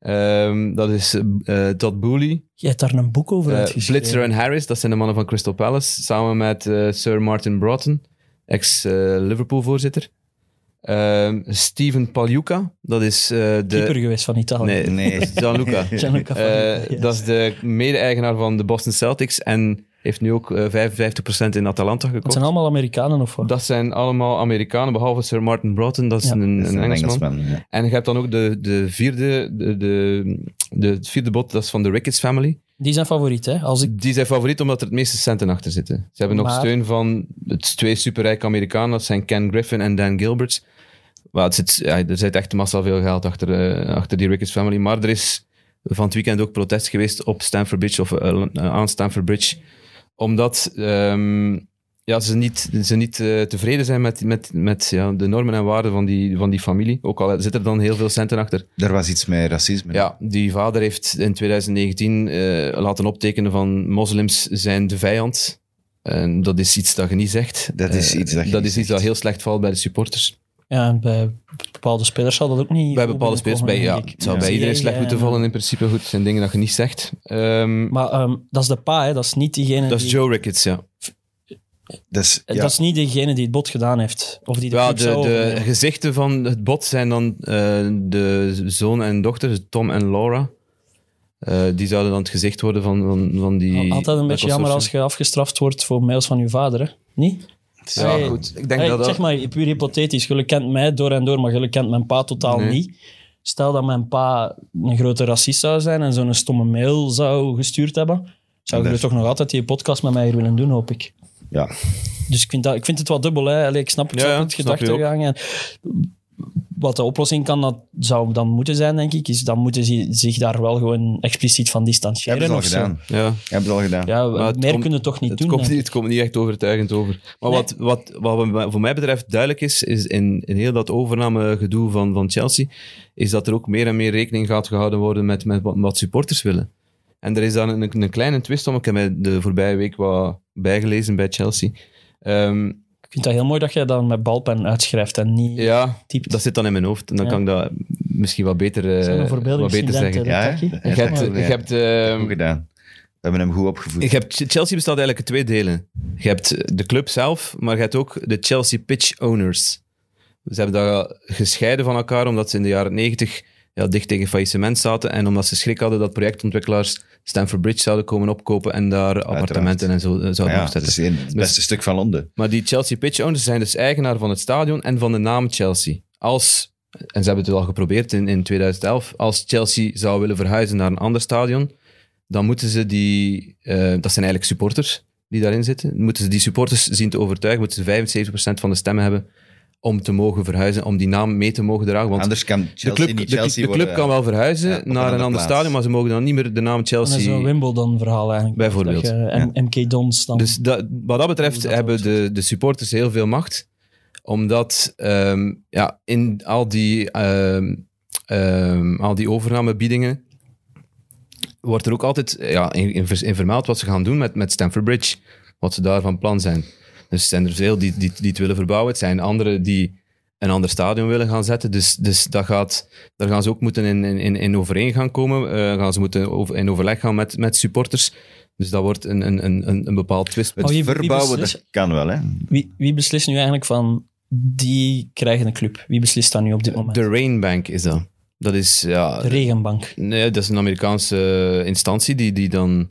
Speaker 3: Ehm, dat is eh eh, Todd Boehly,
Speaker 4: Je hebt daar een boek over
Speaker 3: Eh,
Speaker 4: uitgeschreven.
Speaker 3: Blitzer en Harris, dat zijn de mannen van Crystal Palace, samen met eh, Sir Martin Broughton, ex-Liverpool-voorzitter. Ehm, Steven Pagliuca, dat is eh,
Speaker 4: Keeper
Speaker 3: de...
Speaker 4: geweest van Italië. (laughs)
Speaker 3: Nee,
Speaker 2: Nee.
Speaker 3: dat is Gianluca.
Speaker 4: Gianluca van
Speaker 3: Eh,
Speaker 4: Italië.
Speaker 3: Dat is de mede-eigenaar van de Boston Celtics en heeft nu ook eh, 55% in Atalanta
Speaker 4: Het
Speaker 3: gekocht.
Speaker 4: zijn allemaal Amerikanen of wat?
Speaker 3: Dat zijn allemaal Amerikanen, behalve Sir Martin Broughton, dat (laughs) is
Speaker 4: Ja.
Speaker 3: een,
Speaker 2: Dat is
Speaker 3: een Engelsman.
Speaker 2: ja.
Speaker 3: En je hebt dan ook de, de vierde, de, de, de, het vierde bot, dat is van de Ricketts family.
Speaker 4: Die zijn favoriet, hè? Als ik...
Speaker 3: Die zijn favoriet omdat er het meeste centen achter zitten. Ze hebben nog
Speaker 4: Maar-
Speaker 3: steun van het twee superrijke Amerikanen. Dat zijn Ken Griffin en Dan Gilbert. Maar het zit, ja, er zit echt massa veel geld achter, eh, achter die Ricketts family. Maar er is van het weekend ook protest geweest op Stamford Bridge, of eh, aan Stamford Bridge. Omdat ehm, ja, ze niet, ze niet eh, tevreden zijn met, met, met ja, de normen en waarden van die, van die familie. Ook al zit er dan heel veel centen achter.
Speaker 2: Er was iets met racisme.
Speaker 3: Ja, die vader heeft in 2019 eh, laten optekenen van moslims zijn de vijand. En dat is iets dat je niet zegt.
Speaker 2: Dat is
Speaker 3: Eh,
Speaker 2: iets dat je niet
Speaker 3: is iets
Speaker 2: zegt.
Speaker 3: dat heel slecht valt bij de supporters.
Speaker 4: Ja, bij bepaalde spelers zal dat ook niet.
Speaker 3: bij
Speaker 4: goed
Speaker 3: bepaalde spelers, bij,
Speaker 4: binnenkomen,
Speaker 3: ja,
Speaker 4: denk ik.
Speaker 3: het zou
Speaker 4: Ja.
Speaker 3: bij iedereen slecht
Speaker 4: Ja, ja,
Speaker 3: moeten
Speaker 4: ja.
Speaker 3: vallen in principe. Goed, het zijn dingen dat je niet zegt. Ehm,
Speaker 4: Maar ehm, dat is de pa, hè? Dat is niet diegene.
Speaker 3: dat is
Speaker 4: die...
Speaker 3: Joe Ricketts, ja.
Speaker 2: Dat is, Dus, ja,
Speaker 4: Dat is niet degene die het bot gedaan heeft. Of die de
Speaker 3: ja
Speaker 4: club
Speaker 3: de,
Speaker 4: zou
Speaker 3: de
Speaker 4: overnemen.
Speaker 3: gezichten van het bot zijn dan eh, de zoon en dochter, dus Tom en Laura. Eh, die zouden dan het gezicht worden van, van, van die...
Speaker 4: Altijd een beetje
Speaker 3: dat
Speaker 4: jammer
Speaker 3: consortium.
Speaker 4: als je afgestraft wordt voor mails van je vader, hè? Niet?
Speaker 3: Ja,
Speaker 4: Hey.
Speaker 3: goed. Ik denk
Speaker 4: Hey,
Speaker 3: dat dat...
Speaker 4: Zeg maar, puur hypothetisch. Jullie kent mij door en door, maar jullie kent mijn pa totaal
Speaker 3: Nee.
Speaker 4: niet. Stel dat mijn pa een grote racist zou zijn en zo'n stomme mail zou gestuurd hebben, zou jullie
Speaker 2: Inderdaad.
Speaker 4: toch nog altijd die podcast met mij hier willen doen, hoop ik.
Speaker 2: Ja.
Speaker 4: Dus ik vind, dat, ik vind het wel dubbel. Hè. Allee, ik snap, ik
Speaker 3: Ja,
Speaker 4: snap
Speaker 3: ja,
Speaker 4: het
Speaker 3: snap je ook.
Speaker 4: gedachtegang. En Wat de oplossing kan, dat zou dan moeten zijn, denk ik, is dan moeten ze zich daar wel gewoon expliciet van distancieren.
Speaker 2: Hebben ze al
Speaker 4: of zo.
Speaker 2: gedaan.
Speaker 3: Ja.
Speaker 2: Hebben ze al gedaan.
Speaker 4: Ja,
Speaker 3: Maar het
Speaker 4: meer
Speaker 3: komt-
Speaker 4: kunnen we toch niet
Speaker 3: het
Speaker 4: doen.
Speaker 3: Komt
Speaker 4: hè.
Speaker 3: niet, het komt niet echt overtuigend over. Maar wat, wat, wat we- voor mij betreft duidelijk is, is in, in heel dat overnamegedoe van, van Chelsea, is dat er ook meer en meer rekening gaat gehouden worden met, met wat, wat supporters willen. En er is dan een, een kleine twist om. Ik heb mij de voorbije week wat bijgelezen bij Chelsea. Ehm,
Speaker 4: Ik vind dat heel mooi dat jij dan met balpen uitschrijft en niet...
Speaker 3: ja,
Speaker 4: typt.
Speaker 3: dat zit dan in mijn hoofd. En dan
Speaker 4: Ja.
Speaker 3: kan ik dat misschien wat beter, eh,
Speaker 4: Zijn we voorbeeldige
Speaker 3: wat beter
Speaker 4: studenten,
Speaker 3: zeggen.
Speaker 4: hè?
Speaker 2: hè?
Speaker 4: Taki.
Speaker 2: Dat
Speaker 3: Je
Speaker 2: heeft
Speaker 3: hebt,
Speaker 2: hij
Speaker 3: je
Speaker 2: goed gedaan.
Speaker 3: hebt, ehm,
Speaker 2: Goed gedaan. We hebben hem goed opgevoed.
Speaker 3: Je hebt, Chelsea bestaat eigenlijk uit twee delen. Je hebt de club zelf, maar je hebt ook de Chelsea Pitch Owners. Ze hebben dat gescheiden van elkaar, omdat ze in de jaren 90 ja, dicht tegen faillissement zaten. En omdat ze schrik hadden dat projectontwikkelaars Stamford Bridge zouden komen opkopen en daar appartementen en zo eh, zouden
Speaker 2: Maar ja, het
Speaker 3: opzetten.
Speaker 2: is in het beste stuk van Londen.
Speaker 3: Maar die Chelsea Pitch Owners zijn dus eigenaar van het stadion en van de naam Chelsea. Als, en ze hebben het al geprobeerd in, in 2011, als Chelsea zou willen verhuizen naar een ander stadion, dan moeten ze die, eh, dat zijn eigenlijk supporters die daarin zitten, moeten ze die supporters zien te overtuigen, moeten ze 75% van de stemmen hebben om te mogen verhuizen, om die naam mee te mogen dragen. Want
Speaker 2: Anders kan
Speaker 3: de
Speaker 2: Chelsea
Speaker 3: club, de,
Speaker 2: niet
Speaker 3: de
Speaker 2: Chelsea
Speaker 3: club
Speaker 2: worden.
Speaker 3: kan wel verhuizen
Speaker 2: ja, op een
Speaker 3: naar een
Speaker 2: andere
Speaker 3: ander
Speaker 2: plaats.
Speaker 3: stadion, maar ze mogen dan niet meer de naam
Speaker 4: Dat is
Speaker 3: Chelsea...
Speaker 4: zo'n Wimbledon-verhaal eigenlijk.
Speaker 3: Bijvoorbeeld.
Speaker 4: Dat je, eh, M- MK Dons dan.
Speaker 3: Dus dat, wat dat betreft
Speaker 4: Hoe dat
Speaker 3: hebben
Speaker 4: ook
Speaker 3: de, de supporters heel veel macht. Omdat ehm, ja, in al die, ehm, ehm, al die overnamebiedingen wordt er ook altijd ja, in, in, in vermeld wat ze gaan doen met, met Stamford Bridge. Wat ze daar van plan zijn. Dus zijn er veel die, die, die het willen verbouwen. Het zijn anderen die een ander stadion willen gaan zetten. Dus, dus dat gaat, daar gaan ze ook moeten in, in- in, in overeengang komen. Eh, gaan ze moeten over, in overleg gaan met, met supporters. Dus dat wordt een, een, een, een- een bepaald twist.
Speaker 2: Het
Speaker 4: Oh, wie- wie
Speaker 2: verbouwen, dat
Speaker 4: beslist?
Speaker 2: kan wel, hè.
Speaker 4: Wie, wie beslist nu eigenlijk van die krijgen een club? Wie beslist dat nu op dit moment?
Speaker 3: Eh, De Rainbank is dat. Dat is, ja,
Speaker 4: De regenbank.
Speaker 3: nee, dat is een Amerikaanse eh, instantie die, die dan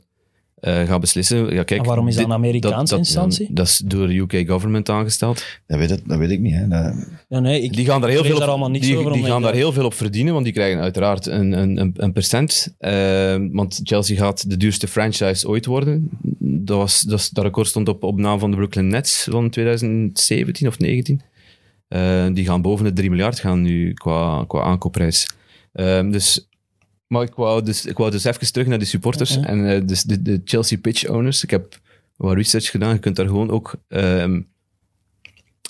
Speaker 3: eh, gaat beslissen. Ja, kijk,
Speaker 4: En waarom is dat
Speaker 3: dit-
Speaker 4: een Amerikaanse instantie?
Speaker 3: Dat is door de UK government aangesteld.
Speaker 2: Dat weet, het, dat weet ik niet, hè. Dat-
Speaker 4: Ja, nee, ik,
Speaker 3: Die gaan daar heel
Speaker 4: lees
Speaker 3: veel op,
Speaker 4: daar allemaal niks
Speaker 3: die,
Speaker 4: over,
Speaker 3: die
Speaker 4: omdat
Speaker 3: gaan
Speaker 4: ik
Speaker 3: daar
Speaker 4: dat-
Speaker 3: heel veel op verdienen, want die krijgen uiteraard een, een, een, een percent. Eh, want Chelsea gaat de duurste franchise ooit worden. Dat, was, dat, is- dat record stond op, op naam van de Brooklyn Nets van 2017 of 19. Eh, die gaan boven de 3 miljard gaan nu qua, qua aankoopprijs. Ehm, dus, maar ik wou, dus, ik wou dus even terug naar die supporters
Speaker 4: Oké.
Speaker 3: en eh, dus de, de Chelsea pitch owners. Ik heb wat research gedaan. Je kunt daar gewoon ook ehm,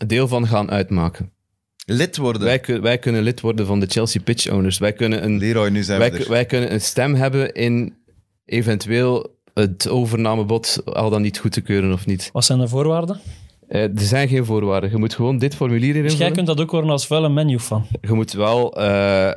Speaker 3: deel van gaan uitmaken.
Speaker 2: Lid worden.
Speaker 3: Wij, kun- wij kunnen lid worden van de Chelsea Pitch Owners. Wij kunnen een,
Speaker 2: Leroy, nu zijn
Speaker 3: wij,
Speaker 2: we dus- er.
Speaker 3: kun- wij kunnen een stem hebben in eventueel het overnamebod al dan niet goed te keuren of niet.
Speaker 4: wat zijn de voorwaarden?
Speaker 3: Eh, er zijn geen voorwaarden. Je moet gewoon dit formulier
Speaker 4: Dus jij
Speaker 3: invullen.
Speaker 4: kunt dat ook worden als vuile menu van.
Speaker 3: Je moet wel eh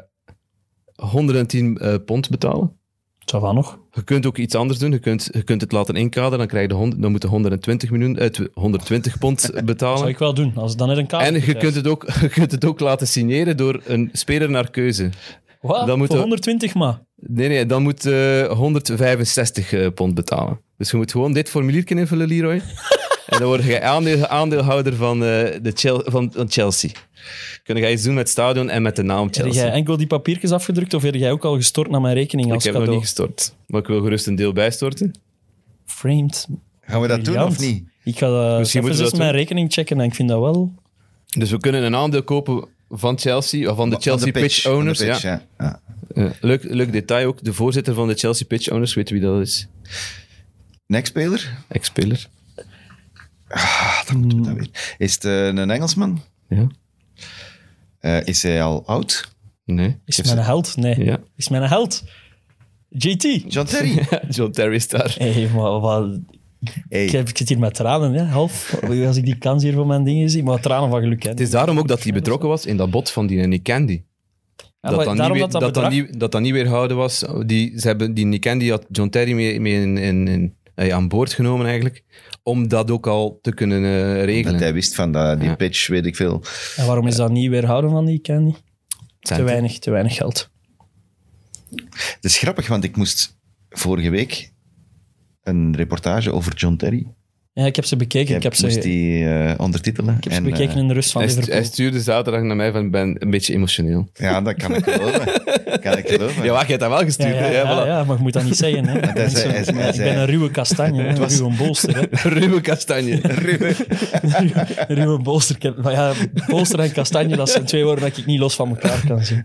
Speaker 3: 110 eh, pond betalen.
Speaker 4: Zo van nog.
Speaker 3: Je kunt ook iets anders doen. Je kunt, je kunt het laten inkaderen. Dan, krijg je de hond- dan moet je 120, miljoen, eh, tw- 120 pond
Speaker 4: (laughs) Dat zou
Speaker 3: betalen.
Speaker 4: ik wel doen. Als het dan net een kaart
Speaker 3: En je kunt, het ook, (laughs) je kunt het ook laten signeren door een speler naar keuze.
Speaker 4: Wat?
Speaker 3: dan
Speaker 4: Voor
Speaker 3: moet je-
Speaker 4: 120 maar.
Speaker 3: Nee, nee, dan moet eh 165 eh, pond betalen. Dus je moet gewoon dit formulier invullen, Leroy. en dan word je aandeel- aandeelhouder van, eh, de Chel- van, van Chelsea. Kun je iets doen met het stadion en met de naam
Speaker 4: Heb
Speaker 3: Chelsea.
Speaker 4: jij enkel die eh, papiertjes afgedrukt of heb jij ook al gestort naar mijn rekening
Speaker 3: ik
Speaker 4: als
Speaker 3: heb nog
Speaker 4: cadeau?
Speaker 3: niet gestort. Maar ik wil gerust een deel bijstorten.
Speaker 4: Framed.
Speaker 2: Gaan we dat doen
Speaker 4: Briljant.
Speaker 2: of niet?
Speaker 4: Ik ga eh,
Speaker 3: Misschien moeten we
Speaker 4: even
Speaker 3: dat
Speaker 4: eens
Speaker 3: doen.
Speaker 4: mijn rekening checken en ik vind dat wel...
Speaker 3: Dus we kunnen een aandeel kopen van Chelsea, of van de Chelsea pitch,
Speaker 2: van de
Speaker 3: Owners.
Speaker 2: pitch,
Speaker 3: ja.
Speaker 2: ja. Ja.
Speaker 3: Ja. Leuk, leuk detail ook. De voorzitter van de Chelsea Pitch Owners, weet wie dat is?
Speaker 2: Nekspeler?
Speaker 3: Ex-speler.
Speaker 2: Ah, dan moeten we dat
Speaker 3: Hmm.
Speaker 2: weer. Is het eh, een Engelsman?
Speaker 3: Ja.
Speaker 2: Eh, is hij al oud?
Speaker 3: Nee.
Speaker 4: Is mijn held? Nee.
Speaker 3: Ja.
Speaker 4: Is mijn held? GT?
Speaker 2: John
Speaker 3: (laughs)
Speaker 2: Terry?
Speaker 3: John Terry is daar.
Speaker 4: Hey, maar wat,
Speaker 2: Hey.
Speaker 4: ik, heb, ik zit hier met tranen, hè, half. Als ik die kans hier voor mijn dingen zie. Maar tranen van geluk, hè.
Speaker 3: Het is daarom ook dat hij betrokken was in dat bot van die Nick Candy.
Speaker 4: Ja,
Speaker 3: Dat
Speaker 4: maar
Speaker 3: dan, niet,
Speaker 4: daarom
Speaker 3: weer-
Speaker 4: dat dat
Speaker 3: dat, dan
Speaker 4: bedrag-
Speaker 3: niet, dat dan niet weerhouden was. Die, ze hebben, die Nick Candy had John Terry mee, mee in, in, in- eh, aan boord genomen eigenlijk. Om dat ook al te kunnen eh, regelen.
Speaker 2: Dat hij wist van dat, die
Speaker 3: Ja.
Speaker 2: pitch, weet ik veel.
Speaker 4: En waarom is dat niet weerhouden van die candy? Te
Speaker 3: Centen.
Speaker 4: weinig, te weinig geld.
Speaker 2: Het is grappig, want ik moest vorige week een reportage over John Terry
Speaker 4: Ja, ik heb ze bekeken.
Speaker 2: Ik
Speaker 4: ik heb ze,
Speaker 2: moest die eh, ondertitelen.
Speaker 4: ik heb ze
Speaker 2: en, eh,
Speaker 4: bekeken in de rust van
Speaker 3: Hij, stu-
Speaker 4: Liverpool.
Speaker 3: hij stuurde zaterdag naar mij van ik ben een beetje emotioneel.
Speaker 2: eh, ja, dat kan ik geloven.
Speaker 4: (laughs)
Speaker 2: kan ik geloven.
Speaker 3: Ja, wacht, je hebt dat wel
Speaker 4: ja,
Speaker 3: gestuurd.
Speaker 4: ja,
Speaker 3: hè?
Speaker 4: ja,
Speaker 3: voilà.
Speaker 4: ja, maar je moet dat niet zeggen.
Speaker 2: (laughs)
Speaker 4: Hè.
Speaker 2: hij zei- hij zei- hij
Speaker 4: ik ben
Speaker 2: zei-
Speaker 4: een ruwe kastanje, hè, een ruwe bolster. Hè. (laughs)
Speaker 3: Ruwe (laughs) kastanje.
Speaker 4: Een ruwe bolster. Ik heb- Maar ja, bolster en kastanje, dat zijn twee woorden dat ik niet los van elkaar kan zien.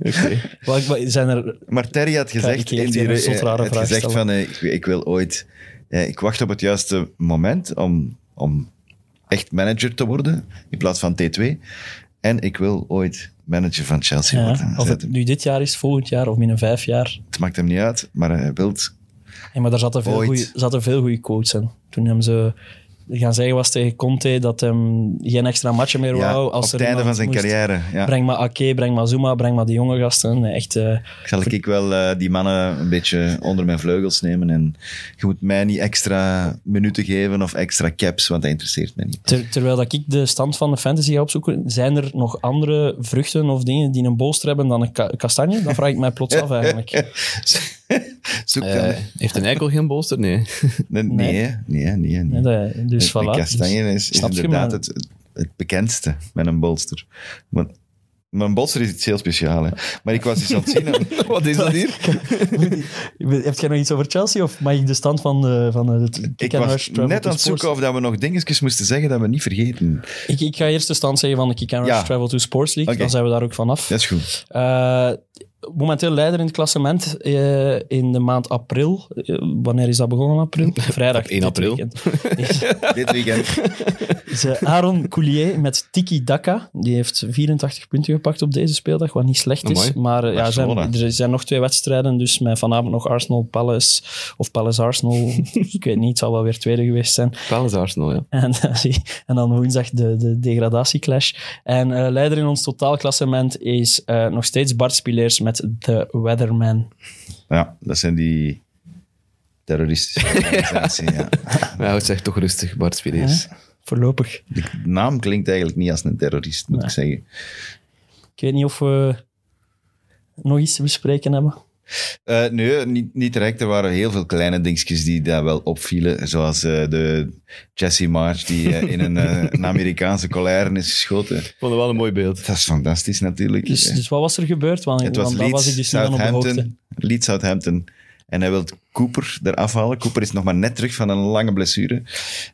Speaker 4: Maar, ik- maar zijn er...
Speaker 2: Maar Terry had
Speaker 4: ik
Speaker 2: gezegd,
Speaker 4: keer
Speaker 2: heeft
Speaker 4: die
Speaker 2: hier,
Speaker 4: een zot
Speaker 2: eh,
Speaker 4: rare
Speaker 2: had
Speaker 4: vraag
Speaker 2: gezegd
Speaker 4: stellen.
Speaker 2: van eh, ik, ik wil ooit, eh, ik wacht op het juiste moment om, om echt manager te worden in plaats van T2. En ik wil ooit manager van Chelsea
Speaker 4: Ja,
Speaker 2: worden.
Speaker 4: of
Speaker 2: het,
Speaker 4: het nu dit jaar is, volgend jaar of binnen vijf jaar.
Speaker 2: het maakt hem niet uit, maar hij wil het.
Speaker 4: Ja, maar daar zaten veel
Speaker 2: Ooit.
Speaker 4: goeie- zaten veel goede coaches in. Toen hem ze gaan zeggen was tegen Conte dat hem geen extra matchen meer
Speaker 2: Ja,
Speaker 4: wou.
Speaker 2: op
Speaker 4: Als
Speaker 2: het
Speaker 4: er
Speaker 2: einde
Speaker 4: iemand
Speaker 2: van zijn
Speaker 4: moest.
Speaker 2: carrière. Ja.
Speaker 4: Breng maar Ake, breng maar Zuma, breng maar de jonge gasten. Nee, Echt, eh,
Speaker 2: Zal ik wel eh, die mannen een beetje onder mijn vleugels nemen en je moet mij niet extra minuten geven of extra caps, want dat interesseert me niet.
Speaker 4: ter- terwijl dat ik de stand van de fantasy ga opzoeken, zijn er nog andere vruchten of dingen die een bolster hebben dan een ka- kastanje? Dat vraag ik mij plots
Speaker 2: (laughs)
Speaker 4: af eigenlijk.
Speaker 2: Zoek dan.
Speaker 3: Eh, heeft een eikel geen bolster? Nee.
Speaker 2: nee, nee, hè? nee, hè? nee, hè?
Speaker 4: Nee, dat- dus
Speaker 2: Een
Speaker 4: voilà.
Speaker 2: kastanje is, is
Speaker 4: snap je,
Speaker 2: inderdaad
Speaker 4: maar-
Speaker 2: het, het bekendste met een bolster. Want maar een bolster is iets heel speciaals. hè. Maar ik was iets aan het zien.
Speaker 4: (laughs)
Speaker 2: en-
Speaker 3: (laughs) Wat is dat (laughs) hier?
Speaker 4: Dus- Heb jij nog iets over Chelsea of mag ik de stand van de... Van de het-
Speaker 2: Ik
Speaker 4: Kijk,
Speaker 2: was
Speaker 4: Rush Travel
Speaker 2: net
Speaker 4: to
Speaker 2: aan het
Speaker 4: Sports.
Speaker 2: zoeken of dat we nog dingetjes moesten zeggen dat we niet vergeten.
Speaker 4: Ik, ik ga eerst de stand zeggen van de Kick and Rush
Speaker 2: Ja.
Speaker 4: Travel to Sports League.
Speaker 2: Oké.
Speaker 4: Dan zijn we daar ook vanaf.
Speaker 2: Dat is goed.
Speaker 4: Eh, momenteel leider in het klassement eh, in de maand april. Eh, wanneer is dat begonnen? April? Vrijdag.
Speaker 3: 1
Speaker 4: dit
Speaker 3: april.
Speaker 4: weekend.
Speaker 2: Dit weekend.
Speaker 4: (laughs) Is, eh, Aaron Coulier met Tiki Daka. Die heeft 84 punten gepakt op deze speeldag, wat niet slecht is.
Speaker 3: Amai.
Speaker 4: Maar eh, ja, er zijn,
Speaker 2: Barcelona.
Speaker 4: er zijn nog twee wedstrijden, dus met vanavond nog Arsenal-Palace of Palace-Arsenal. (laughs) ik weet niet, het zal wel weer tweede geweest zijn.
Speaker 3: Palace Arsenal, ja.
Speaker 4: (laughs) En, dan zie- en dan woensdag de, de degradatieclash. En eh, leider in ons totaalklassement is eh, nog steeds Bart Spileers met The Weatherman.
Speaker 2: Ja, dat zijn die terroristische organisatie. Ja.
Speaker 3: Hij houdt zich toch rustig, Bart Spileers.
Speaker 4: Voorlopig.
Speaker 2: De naam klinkt eigenlijk niet als een terrorist, moet ik zeggen.
Speaker 4: Ik weet niet of we nog iets te bespreken hebben.
Speaker 2: Eh, nee, niet, niet direct. Er waren heel veel kleine dingetjes die daar wel opvielen. Zoals eh, de Jesse March die eh, in een, eh, een Amerikaanse colère is geschoten.
Speaker 3: Ik vond het wel een mooi beeld.
Speaker 2: Dat is fantastisch natuurlijk.
Speaker 4: Dus,
Speaker 2: Eh,
Speaker 4: dus wat was er gebeurd? Want,
Speaker 2: het was
Speaker 4: want dan
Speaker 2: Leeds,
Speaker 4: was ik dus niet van op de hoogte.
Speaker 2: Southampton. Leeds, Southampton. En hij wil Cooper eraf halen. Cooper is nog maar net terug van een lange blessure.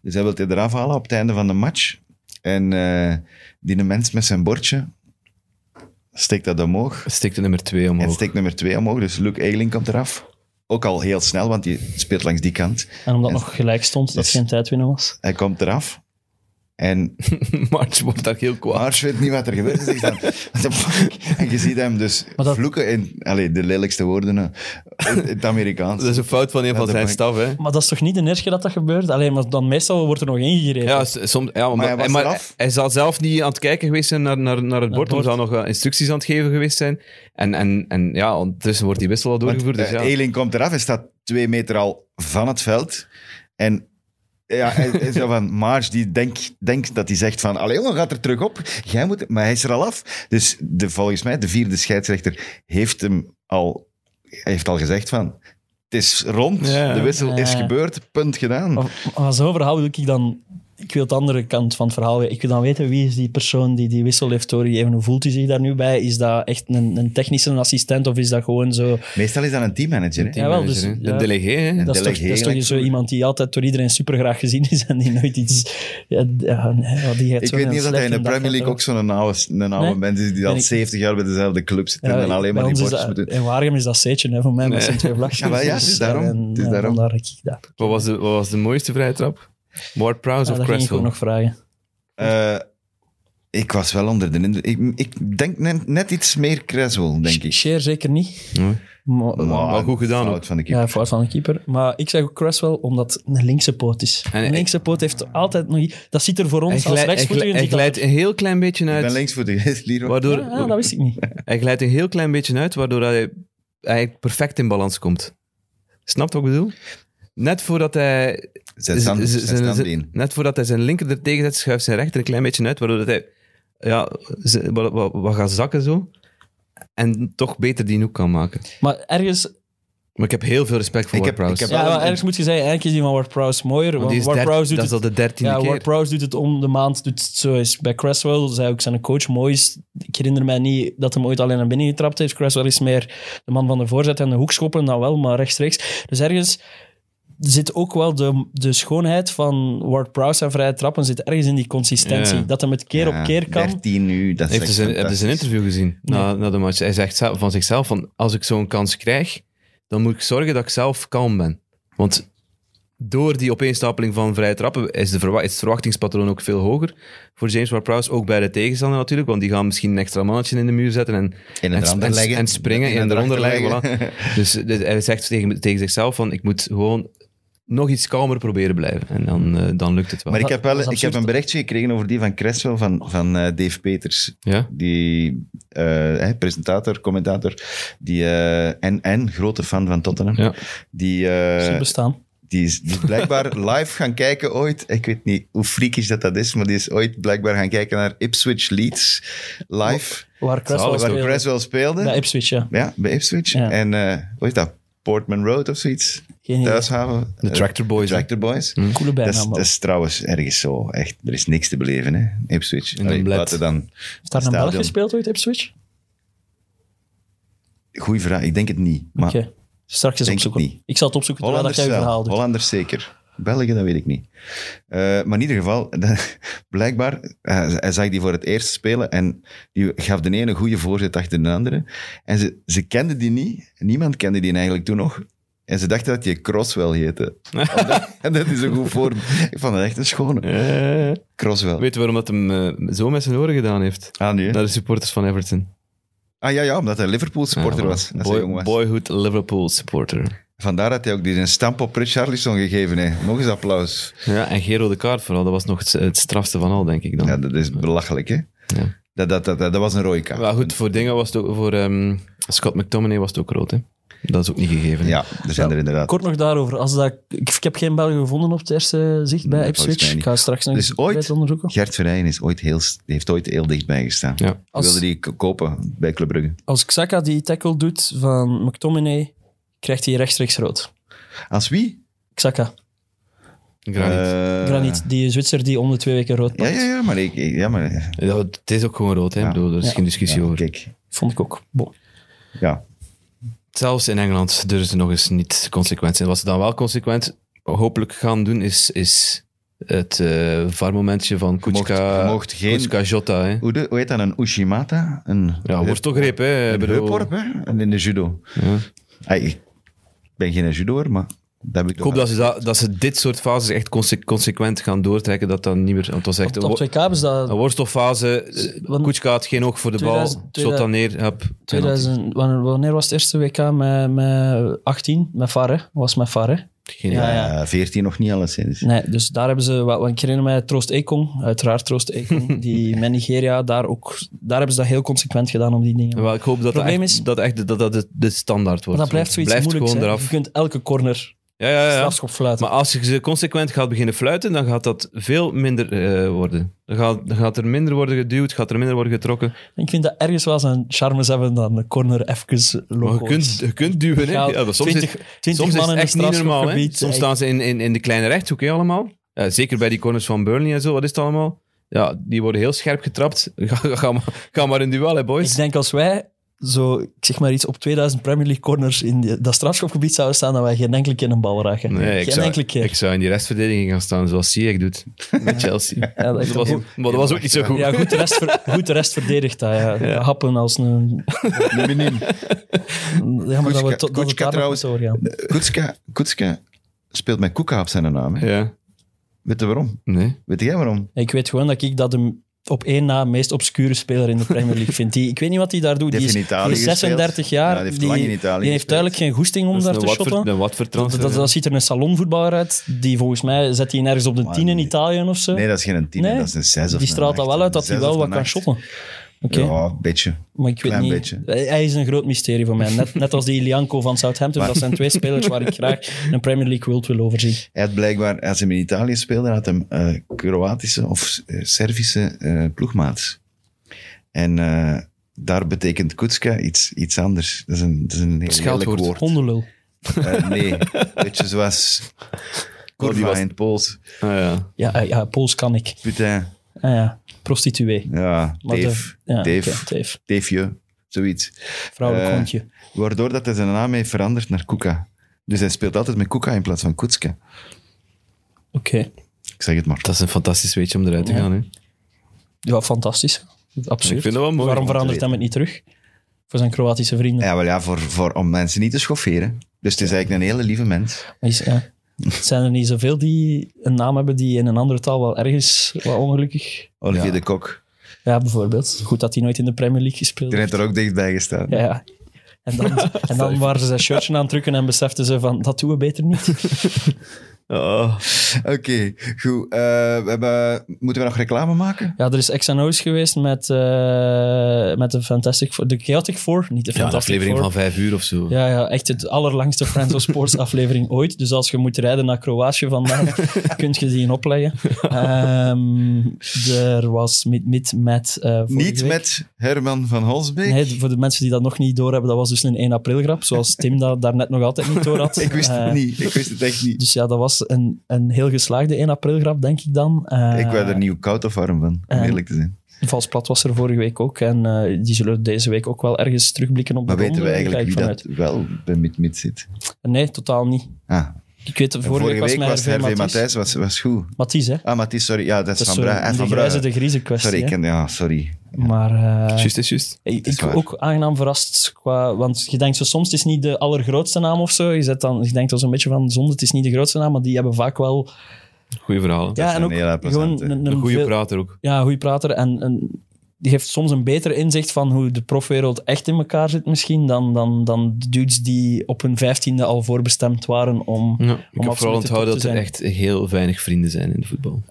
Speaker 2: Dus hij wil hij eraf halen op het einde van de match. En eh, die mens met zijn bordje steekt dat omhoog.
Speaker 3: Stikte nummer 2
Speaker 2: En
Speaker 3: omhoog.
Speaker 2: steekt nummer twee omhoog. Dus Luke Egling komt eraf. Ook al heel snel, want die speelt langs die kant.
Speaker 4: En omdat
Speaker 2: Ja.
Speaker 4: nog gelijk stond, dat
Speaker 2: Dat is-
Speaker 4: geen tijdwinnaar was.
Speaker 2: Hij komt eraf. En
Speaker 3: (laughs) March wordt daar heel kwaad.
Speaker 2: Arsch weet niet wat er gebeurt. Hij zegt dan, what the fuck? En je ziet hem dus
Speaker 4: Maar dat-
Speaker 2: vloeken in allee, de lelijkste woorden eh, in in het Amerikaans.
Speaker 3: Dat is een fout van een van
Speaker 2: dat
Speaker 3: zijn
Speaker 2: mag-
Speaker 3: staf, hè.
Speaker 4: Maar dat is toch niet de eerste keer dat dat gebeurt? Alleen, maar dan meestal wordt er nog ingegeven.
Speaker 3: Ja, s- soms, ja, omdat-
Speaker 2: hij was
Speaker 3: en maar hij,
Speaker 2: eraf.
Speaker 3: zal zelf niet aan het kijken geweest zijn naar, naar, naar het bord. Hij
Speaker 4: bord.
Speaker 3: zal nog eh, instructies aan het geven geweest zijn. En, en, en ja, ondertussen wordt die wissel al doorgevoerd. Dus
Speaker 2: Eh,
Speaker 3: ja.
Speaker 2: Eling komt eraf en staat twee meter al van het veld. En ja, hij, hij zo van, Marge die denkt denkt dat hij zegt van, allee jongen, gaat er terug op. Jij moet, maar hij is er al af. Dus de, volgens mij, de vierde scheidsrechter heeft hem al, heeft al gezegd van, het is rond,
Speaker 3: Ja.
Speaker 2: de wissel is
Speaker 4: Ja.
Speaker 2: gebeurd, punt gedaan.
Speaker 4: Maar- Maar zo'n verhaal wil ik dan... Ik wil de andere kant van het verhaal weten. Ik wil dan weten wie is die persoon die die wissel heeft doorgegeven. Hoe voelt hij zich daar nu bij? Is dat echt een, een technische assistent of is dat gewoon zo...
Speaker 2: Meestal is dat een teammanager. hè?
Speaker 4: team- Jawel, dus,
Speaker 3: Manager, hè.
Speaker 4: ja.
Speaker 3: De delegé, hè.
Speaker 2: En
Speaker 4: Dat is, toch, dat
Speaker 2: delegeren
Speaker 4: is toch zo
Speaker 2: natuurlijk.
Speaker 4: iemand die altijd door iedereen supergraag gezien is en die nooit iets... Ja, d- ja, nee, ja, die heeft
Speaker 2: Ik
Speaker 4: zo'n
Speaker 2: weet niet of hij in de
Speaker 4: slechte dag
Speaker 2: Premier League
Speaker 4: gehad.
Speaker 2: ook zo'n oude, een oude
Speaker 4: Nee?
Speaker 2: mens is die
Speaker 4: Ben
Speaker 2: al
Speaker 4: ik-
Speaker 2: 70 jaar bij dezelfde club zit en dan alleen maar
Speaker 4: bij
Speaker 2: die
Speaker 4: ons is
Speaker 2: bordjes moet
Speaker 4: dat-
Speaker 2: doen. Ah,
Speaker 4: In Waregem is dat C'tje, hè, voor mij, maar het zijn twee vlagjes.
Speaker 2: Ja, maar ja, het is daarom.
Speaker 4: en-
Speaker 2: Het is
Speaker 4: en
Speaker 2: daarom.
Speaker 4: Vandaar dat ik dat...
Speaker 3: Wat was, de, wat was de mooiste vrije trap? Ward Prowse
Speaker 4: Ja,
Speaker 3: of
Speaker 4: Ah, dat ging ik
Speaker 3: Cresswell?
Speaker 4: ook nog vragen.
Speaker 2: Eh, ik was wel onder de indruk. Ik, ik denk net, net iets meer Creswell, denk ik.
Speaker 4: Sheer zeker niet.
Speaker 3: Nee.
Speaker 4: Maar-
Speaker 3: wel goed gedaan
Speaker 2: fout
Speaker 3: ook.
Speaker 2: van de keeper.
Speaker 4: Ja, fout van de keeper. Maar ik zeg ook Cresswell, omdat het een linkse poot is.
Speaker 3: En
Speaker 4: een
Speaker 3: ik-
Speaker 4: linkse poot heeft altijd nog... i- Dat ziet er voor
Speaker 3: Hij
Speaker 4: ons als
Speaker 3: glijdt- Hij
Speaker 4: rechtsvoetigen...
Speaker 3: glijdt- hij
Speaker 4: ziet dat-
Speaker 3: glijdt een heel klein beetje
Speaker 2: ik ben
Speaker 3: uit.
Speaker 2: linksvoetig, Leroy.
Speaker 3: Waardoor,
Speaker 4: Ja, ja, dat wist ik
Speaker 3: (laughs)
Speaker 4: niet.
Speaker 3: Hij glijdt een heel klein beetje uit, waardoor hij, hij perfect in balans komt. Snapt wat ik bedoel? Net voordat hij
Speaker 2: Zijn stand-
Speaker 3: z- z-
Speaker 2: zijn
Speaker 3: zijn-
Speaker 2: standbeen.
Speaker 3: net voordat hij zijn linker er tegen zet, schuift zijn rechter een klein beetje uit, waardoor dat hij ja, ze- wat, wat, wat gaat zakken zo. En toch beter die hoek kan maken.
Speaker 4: Maar ergens
Speaker 3: Maar ik heb heel veel respect voor
Speaker 2: Ik heb-
Speaker 3: Ward-Prowse.
Speaker 2: ik heb-
Speaker 4: Ja, maar ergens moet je zeggen, eigenlijk is die van Ward-Prowse mooier.
Speaker 3: Want die
Speaker 4: Want
Speaker 3: is dert-
Speaker 4: Ward-Prowse doet
Speaker 3: dat is al
Speaker 4: het...
Speaker 3: de dertiende
Speaker 4: Ja,
Speaker 3: keer.
Speaker 4: Ward-Prowse doet het om de maand, doet het zo is. Bij Cresswell zei ook zijn coach mooi is. Ik herinner mij niet dat hem ooit alleen naar binnen getrapt heeft. Cresswell is meer de man van de voorzet en de hoekschoppen, dan wel, maar rechtstreeks. Dus ergens zit ook wel de, de schoonheid van Ward-Prowse en vrije trappen zit ergens in die consistentie.
Speaker 3: Ja.
Speaker 4: Dat hem het keer op keer kan.
Speaker 2: 13 nu, dat is
Speaker 3: Heeft
Speaker 2: echt
Speaker 3: dus een, heb dus
Speaker 2: fantastisch.
Speaker 3: een interview gezien na, na de match. Hij zegt zelf- van zichzelf: van, Als ik zo'n kans krijg, dan moet ik zorgen dat ik zelf kalm ben. Want door die opeenstapeling van vrije trappen is, de verwa- is het verwachtingspatroon ook veel hoger voor James Ward-Prowse. Ook bij de tegenstander natuurlijk, want die gaan misschien een extra mannetje in de muur zetten en,
Speaker 2: In
Speaker 3: en,
Speaker 2: het
Speaker 3: en,
Speaker 2: ander leggen.
Speaker 3: en springen in
Speaker 2: het
Speaker 3: en eronder
Speaker 2: ander
Speaker 3: leggen.
Speaker 2: (laughs)
Speaker 3: voilà. dus, dus hij zegt tegen, tegen zichzelf: van, Ik moet gewoon nog iets kalmer proberen blijven. En dan, eh, dan lukt het wel.
Speaker 2: Maar ik
Speaker 4: Dat-
Speaker 2: heb, wel,
Speaker 4: dat is
Speaker 2: ik heb
Speaker 4: absurd.
Speaker 2: een berichtje gekregen over die van Cresswell van, van eh, Dave Peters.
Speaker 3: ja?
Speaker 2: Die eh, hè, presentator, commentator. Die, eh, en, en grote fan van Tottenham.
Speaker 3: Ja.
Speaker 2: Die, eh,
Speaker 4: Ze bestaan.
Speaker 2: die is die is
Speaker 4: (laughs)
Speaker 2: blijkbaar live gaan kijken ooit. Ik weet niet hoe freakish dat, dat is, maar die is ooit blijkbaar gaan kijken naar Ipswich Leeds live.
Speaker 4: Waar Cresswell
Speaker 2: Waar
Speaker 4: speelde.
Speaker 2: Cresswell speelde.
Speaker 4: Bij Ipswich, ja.
Speaker 2: Ja, bij Ipswich.
Speaker 4: Ja.
Speaker 2: En eh hoe is dat? Portman Road of zoiets?
Speaker 4: Geen idee.
Speaker 2: Thuishaven.
Speaker 3: De Tractor Boys.
Speaker 2: De Eh, Tractor Boys.
Speaker 4: Coole
Speaker 2: Dat is,
Speaker 4: bijnaam.
Speaker 2: dat
Speaker 4: wel.
Speaker 2: is trouwens ergens zo. Echt, er is niks te beleven, hè? Ipswich.
Speaker 3: de
Speaker 2: Allee,
Speaker 3: blad.
Speaker 2: buiten dan.
Speaker 4: Heeft daar een Belg
Speaker 2: stadion.
Speaker 4: gespeeld ooit, Ipswich?
Speaker 2: Goeie vraag. Ik denk het niet. Maar
Speaker 4: Oké. Straks eens
Speaker 2: Denk ik
Speaker 4: opzoeken. Ik,
Speaker 2: niet.
Speaker 4: zal het opzoeken terwijl
Speaker 2: Hollanders
Speaker 4: dat jij je
Speaker 2: wel.
Speaker 4: verhaal doet.
Speaker 2: Hollanders zeker. België, dat weet ik niet. Eh, maar in ieder geval, (laughs) dat- blijkbaar, eh, hij zag die voor het eerst spelen en die gaf de ene goede voorzet achter de andere. En ze, ze kenden die niet. Niemand kende die eigenlijk toen nog. En ze dachten dat die Crosswell
Speaker 4: (laughs)
Speaker 2: heette. Omdat- en dat is een goed vorm. Ik vond dat echt een schone.
Speaker 3: Eh.
Speaker 2: Crosswell.
Speaker 3: Weet je waarom dat hem eh, zo met zijn oren gedaan heeft?
Speaker 2: Ah, nee. hè?
Speaker 3: Naar de supporters van Everton.
Speaker 2: Ah ja, ja, omdat hij Liverpool supporter
Speaker 3: Ja,
Speaker 2: was. Als hij
Speaker 3: boy-
Speaker 2: jong was.
Speaker 3: Boyhood Liverpool supporter.
Speaker 2: Vandaar dat hij ook die een stamp op Richarlison gegeven heeft. Nog eens applaus.
Speaker 3: Ja, en geen rode kaart vooral. Dat was nog het, het strafste van al, denk ik dan.
Speaker 2: Ja, dat is belachelijk, hè?
Speaker 3: Ja.
Speaker 2: Dat, dat, dat, dat, dat was een rode kaart.
Speaker 3: maar goed, voor dingen was het ook... Voor ehm, Scott McTominay was het ook rood, hè. Dat is ook niet gegeven. hè.
Speaker 2: Ja, er zijn er inderdaad.
Speaker 4: Kort nog daarover. Als dat, ik, ik heb geen Belgen gevonden op het eerste zicht bij
Speaker 2: Nee, volgens
Speaker 4: Ipswich.
Speaker 2: mij
Speaker 4: Ik
Speaker 2: niet.
Speaker 4: ga straks nog
Speaker 2: Dus
Speaker 4: eens
Speaker 2: ooit-
Speaker 4: bij onderzoeken.
Speaker 2: Gert Verheyen is ooit heel, die heeft ooit heel dichtbij gestaan.
Speaker 3: Ja.
Speaker 2: Ik
Speaker 4: Als-
Speaker 2: wilde die k- kopen bij Club Brugge.
Speaker 4: Als Xhaka die tackle doet van McTominay, krijgt hij rechtstreeks rood.
Speaker 2: Als wie?
Speaker 4: Xhaka,
Speaker 3: Granit.
Speaker 2: Eh,
Speaker 4: Granit, die Zwitser die om de twee weken rood
Speaker 2: Ja,
Speaker 4: pakt.
Speaker 2: ja, ja, maar ik... ik- Ja, maar,
Speaker 3: Ja, het is ook gewoon rood, hè.
Speaker 2: Ja.
Speaker 3: Ik bedoel, er is
Speaker 4: Ja.
Speaker 3: geen discussie
Speaker 2: ja,
Speaker 3: over.
Speaker 2: kijk.
Speaker 4: Vond ik ook. Bon.
Speaker 2: Ja.
Speaker 3: Zelfs in Engeland durven ze nog eens niet consequent zijn. Wat ze dan wel consequent hopelijk gaan doen, is, is het eh VAR-momentje van
Speaker 2: mocht-
Speaker 3: Kuchka,
Speaker 2: je mocht geen-
Speaker 3: Kuchka Jota. Hè.
Speaker 2: Hoe, de, hoe heet dat? Een Ushimata? Een,
Speaker 3: Ja, wortelgreep, hè.
Speaker 2: Een
Speaker 3: ik bedoel.
Speaker 2: heupworp, hè? En In de judo.
Speaker 3: Ja.
Speaker 2: Ai, ik ben geen judoer, maar dat heb ik
Speaker 3: Ik hoop dat ze, dat, dat ze dit soort fases echt conse- consequent gaan doortrekken. Dat dan niet meer. Want het was echt
Speaker 4: Op,
Speaker 3: een
Speaker 4: op
Speaker 3: wo-
Speaker 4: 2K is dat
Speaker 3: een worstelsfase.
Speaker 4: Want-
Speaker 3: Koetska had geen oog voor de bal.
Speaker 4: 2000
Speaker 3: Shot dan neer. Heb,
Speaker 4: 2000, wanneer, wanneer was het eerste WK met, met 18? Met VAR, hè? Was met VAR, hè?
Speaker 3: Geen
Speaker 4: Ja,
Speaker 3: idee.
Speaker 4: ja.
Speaker 2: Eh, 14 nog niet alleszins.
Speaker 4: Nee, dus daar hebben ze, wat, want ik herinner mij Troost Ekong, uiteraard
Speaker 2: (laughs)
Speaker 4: Troost Ekong, die met Nigeria, daar, ook, daar hebben ze dat heel consequent gedaan om die dingen.
Speaker 3: Wel, ik hoop dat dat
Speaker 4: Probleem
Speaker 3: echt,
Speaker 4: is-
Speaker 3: dat, echt, dat dat de, de standaard wordt.
Speaker 4: Maar dat blijft
Speaker 3: Want
Speaker 4: zoiets
Speaker 3: het
Speaker 4: moeilijks.
Speaker 3: gewoon
Speaker 4: hè.
Speaker 3: eraf.
Speaker 4: Je kunt elke corner
Speaker 3: Ja, ja, ja.
Speaker 4: strafschop fluiten.
Speaker 3: Maar als je ze consequent gaat beginnen fluiten, dan gaat dat veel minder eh, worden. Dan gaat, dan gaat er minder worden geduwd, gaat er minder worden getrokken.
Speaker 4: ik vind dat ergens wel zijn charmes hebben dan de corner even
Speaker 3: Maar
Speaker 4: logo.
Speaker 3: je kunt, je kunt duwen, hè.
Speaker 4: Ja,
Speaker 3: Ja, maar soms is-
Speaker 4: 20, 20
Speaker 3: Soms is
Speaker 4: man
Speaker 3: het
Speaker 4: in
Speaker 3: echt niet normaal. Hè?
Speaker 4: strafschopgebied,
Speaker 3: Soms
Speaker 4: eh,
Speaker 3: staan ze in, in, in de kleine rechthoek hè, allemaal. Ja, zeker bij die corners van Burnley en zo, wat is het allemaal? Ja, die worden heel scherp getrapt. (laughs) Ga, ga, maar, ga maar in duel, hè, boys.
Speaker 4: Ik denk als wij zo, ik zeg maar iets, op 2000 Premier League corners in die- dat strafschopgebied zouden staan, dat wij geen enkele keer een bal raken.
Speaker 3: Nee, ik
Speaker 4: geen
Speaker 3: zou,
Speaker 4: enkele keer.
Speaker 3: ik zou in die restverdediging gaan staan, zoals Ziyech doet
Speaker 4: (laughs)
Speaker 3: met Chelsea.
Speaker 4: Ja, dat
Speaker 3: dat
Speaker 4: is
Speaker 3: was,
Speaker 4: ook-
Speaker 3: maar dat was ook niet zo goed.
Speaker 4: ja, goed, de rest, ver- goed de rest verdedigt dat. Ja. Happen als een... Ja, maar dat we
Speaker 2: Kuchka-
Speaker 4: tot dat het
Speaker 2: Kuchka
Speaker 4: daar nog
Speaker 2: trouwens.
Speaker 4: moeten overgaan.
Speaker 2: Kutska, Kutska speelt met Kuka op zijn naam. hè.
Speaker 3: Ja,
Speaker 2: Weet je waarom?
Speaker 3: nee.
Speaker 2: Weet jij waarom?
Speaker 4: Ik weet gewoon dat ik dat de op één na meest obscure speler in de Premier League vind. Die, ik weet niet wat hij daar doet.
Speaker 2: Die
Speaker 4: Die
Speaker 2: heeft
Speaker 4: is,
Speaker 2: in Italië
Speaker 4: die is 36
Speaker 2: gespeeld.
Speaker 4: jaar.
Speaker 2: Ja, die heeft lang in Italië
Speaker 4: die heeft
Speaker 2: gespeeld.
Speaker 4: duidelijk geen goesting om
Speaker 3: Dat is
Speaker 4: daar
Speaker 3: een
Speaker 4: te
Speaker 3: Watford-
Speaker 4: shotten.
Speaker 3: Een Watford
Speaker 4: Dat,
Speaker 3: transfer.
Speaker 4: dat, dat ziet er een salonvoetballer uit. Die volgens mij zet hij ergens op de
Speaker 2: Maar
Speaker 4: 10 in
Speaker 2: nee.
Speaker 4: Italië of zo.
Speaker 2: Nee, dat is geen tien,
Speaker 4: Nee,
Speaker 2: dat is een zes of
Speaker 4: die
Speaker 2: een
Speaker 4: straalt
Speaker 2: acht,
Speaker 4: al wel uit
Speaker 2: een
Speaker 4: dat hij
Speaker 2: zes
Speaker 4: wel
Speaker 2: of
Speaker 4: wat
Speaker 2: een
Speaker 4: kan
Speaker 2: acht.
Speaker 4: shotten. Oké,
Speaker 2: Ja, een beetje.
Speaker 4: maar ik weet
Speaker 2: klein
Speaker 4: niet.
Speaker 2: beetje.
Speaker 4: Hij is een groot mysterie voor mij. Net, net als die Ilianco van Southampton.
Speaker 2: Maar-
Speaker 4: Dat zijn twee spelers waar ik graag een Premier League world wil overzien.
Speaker 2: Hij had blijkbaar, als hij in Italië speelde, had hem eh, Kroatische of eh, Servische eh ploegmaat. En eh, daar betekent Kutska iets, iets anders. Dat is een, dat is een heel lelijk
Speaker 3: Scheldwoord.
Speaker 2: woord.
Speaker 4: Hondelul.
Speaker 2: Eh, nee, weet je, zoals
Speaker 3: die was-
Speaker 2: Cordova in het Pools.
Speaker 3: Ah, ja.
Speaker 4: Ja, eh, ja Pools kan ik.
Speaker 2: Putain,
Speaker 4: Ah, ja. Prostituee.
Speaker 2: ja,
Speaker 4: Maar de-
Speaker 2: Dave,
Speaker 4: eh, ja,
Speaker 2: Dave,
Speaker 4: oké, Dave.
Speaker 2: Daveje, zoiets.
Speaker 4: Vrouwelijk
Speaker 2: Eh,
Speaker 4: hondje.
Speaker 2: Waardoor dat hij zijn naam heeft veranderd naar Kuka. Dus hij speelt altijd met Kuka in plaats van Koetske.
Speaker 4: Oké.
Speaker 2: Ik zeg het maar.
Speaker 3: Dat is een fantastisch weetje om eruit te
Speaker 4: Ja. Oh,
Speaker 3: gaan. Hè.
Speaker 4: Ja, fantastisch. Absurd.
Speaker 3: Ik vind dat wel mooi.
Speaker 4: Waarom
Speaker 2: om te
Speaker 4: verandert
Speaker 2: weten.
Speaker 4: hem het niet terug? Voor zijn Kroatische vrienden.
Speaker 2: Ja, wel ja, voor, voor, om mensen niet te schofferen. Dus het is eigenlijk een hele lieve mens.
Speaker 4: Maar is-
Speaker 2: (laughs)
Speaker 4: ja. Het zijn er niet zoveel die een naam hebben die in een andere taal wel ergens wat ongelukkig...
Speaker 2: Olivier
Speaker 3: Ja.
Speaker 2: de Kok.
Speaker 4: Ja, bijvoorbeeld. Goed dat hij nooit in de Premier League gespeeld
Speaker 2: Die heeft er ook dichtbij gestaan.
Speaker 4: Ja, ja. En dan,
Speaker 2: (laughs)
Speaker 4: en dan waren ze zijn shirtje aan het drukken en beseften ze van, dat doen we
Speaker 2: (laughs)
Speaker 4: beter niet.
Speaker 3: Oh.
Speaker 2: Oké, goed. Eh, we hebben, moeten we nog reclame maken?
Speaker 4: Ja, er is X&O's geweest met, eh, met de Fantastic Four, de Chaotic Four, niet de
Speaker 3: Ja, een
Speaker 4: Fantastic
Speaker 3: aflevering
Speaker 4: Four.
Speaker 3: van vijf uur of zo.
Speaker 4: Ja, ja, echt het allerlangste Friends of
Speaker 2: (laughs)
Speaker 4: Sports aflevering ooit. Dus als je moet rijden naar Kroatië vandaag, kun je die opleggen. Ehm, er was niet met... met eh, vorige
Speaker 2: Niet
Speaker 4: week.
Speaker 2: met Herman van Holsbeek.
Speaker 4: Nee, voor de mensen die dat nog niet doorhebben, dat was dus een 1 april grap, zoals Tim dat daarnet nog altijd niet door
Speaker 2: (laughs)
Speaker 4: had.
Speaker 2: ik wist
Speaker 4: Eh,
Speaker 2: het niet. Ik wist het echt niet.
Speaker 4: Dus ja, dat was een, een heel geslaagde 1 april grap, denk ik dan. Eh,
Speaker 2: ik werd er niet koud of warm van, om
Speaker 4: eh,
Speaker 2: eerlijk te zijn.
Speaker 4: Vals plat was er vorige week ook. En eh, die zullen deze week ook wel ergens terugblikken op de
Speaker 2: Maar weten we
Speaker 4: ronde, daar
Speaker 2: eigenlijk wie
Speaker 4: ga ik
Speaker 2: dat wel bij Mid-Mid zit?
Speaker 4: vanuit. Nee, totaal niet.
Speaker 2: Ah,
Speaker 4: Ik weet, vorige,
Speaker 2: vorige,
Speaker 4: week was het
Speaker 2: Hervé
Speaker 4: Hervé
Speaker 2: Matthijs, was, was goed.
Speaker 4: Matthijs, hè?
Speaker 2: Ah, Matthijs, sorry. Ja, dat is
Speaker 4: Dat
Speaker 2: Van
Speaker 4: is zo
Speaker 2: Brugge. En
Speaker 4: de
Speaker 2: Van
Speaker 4: grijze
Speaker 2: Brugge.
Speaker 4: de griezen kwestie.
Speaker 2: Sorry, ik
Speaker 4: hè.
Speaker 2: ken- ja, sorry.
Speaker 4: Maar eh,
Speaker 3: Juist is juist.
Speaker 4: ik,
Speaker 2: is
Speaker 4: ik
Speaker 2: waar.
Speaker 4: ook aangenaam verrast. Qua, want je denkt zo soms, het is niet de allergrootste naam of zo. Je, zet dan, je denkt dan zo'n beetje van, zonde, het is niet de grootste naam. Maar die hebben vaak wel...
Speaker 3: Goeie verhalen.
Speaker 4: Ja,
Speaker 2: zijn
Speaker 4: en ook
Speaker 2: heel
Speaker 4: gewoon
Speaker 2: plezante.
Speaker 4: een, een
Speaker 3: Een goede
Speaker 4: veel-
Speaker 3: prater ook.
Speaker 4: ja, goede prater. En, en die geeft soms een beter inzicht van hoe de profwereld echt in elkaar zit misschien dan, dan, dan de dudes die op hun vijftiende al voorbestemd waren om...
Speaker 3: Ja, ik heb
Speaker 4: absoluut
Speaker 3: vooral
Speaker 4: de
Speaker 3: onthouden dat
Speaker 4: top te Ah,
Speaker 3: er echt heel weinig vrienden zijn in de voetbal.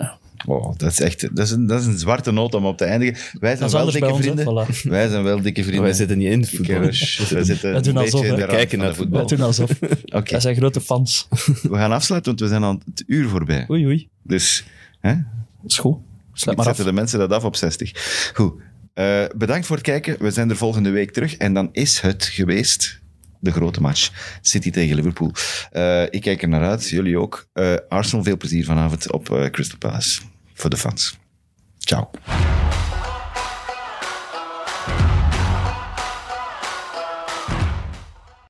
Speaker 2: Wow, dat is echt dat is, een, dat is een zwarte noot om op te eindigen. Wij
Speaker 4: Dat
Speaker 2: zijn
Speaker 4: is
Speaker 2: wel
Speaker 4: anders bij
Speaker 2: dikke
Speaker 4: ons, hè.
Speaker 2: vrienden.
Speaker 4: Voilà.
Speaker 2: Wij zijn wel dikke vrienden.
Speaker 3: Wij zitten niet in de voetbal.
Speaker 2: Wij
Speaker 3: (laughs)
Speaker 2: zitten
Speaker 4: Wij doen
Speaker 2: een beetje
Speaker 4: alsof,
Speaker 2: in de
Speaker 4: hè.
Speaker 2: rand
Speaker 3: Kijken
Speaker 2: van
Speaker 3: naar
Speaker 2: de
Speaker 4: Wij
Speaker 2: voetbal.
Speaker 4: doen alsof.
Speaker 2: (laughs) Oké,
Speaker 4: (laughs) Wij zijn grote fans.
Speaker 2: we gaan afsluiten, want we zijn al het uur voorbij.
Speaker 4: Oei, oei.
Speaker 2: Dus hè?
Speaker 4: Dat is goed.
Speaker 2: Ik
Speaker 4: Sluit maar af.
Speaker 2: zetten de mensen dat af op 60. Goed. Eh, bedankt voor het kijken. We zijn er volgende week terug. En dan is het geweest de grote match. City tegen Liverpool. Eh, ik kijk er naar uit. Jullie ook. Eh, Arsenal, veel plezier vanavond op eh, Crystal Palace. Voor de fans. Ciao.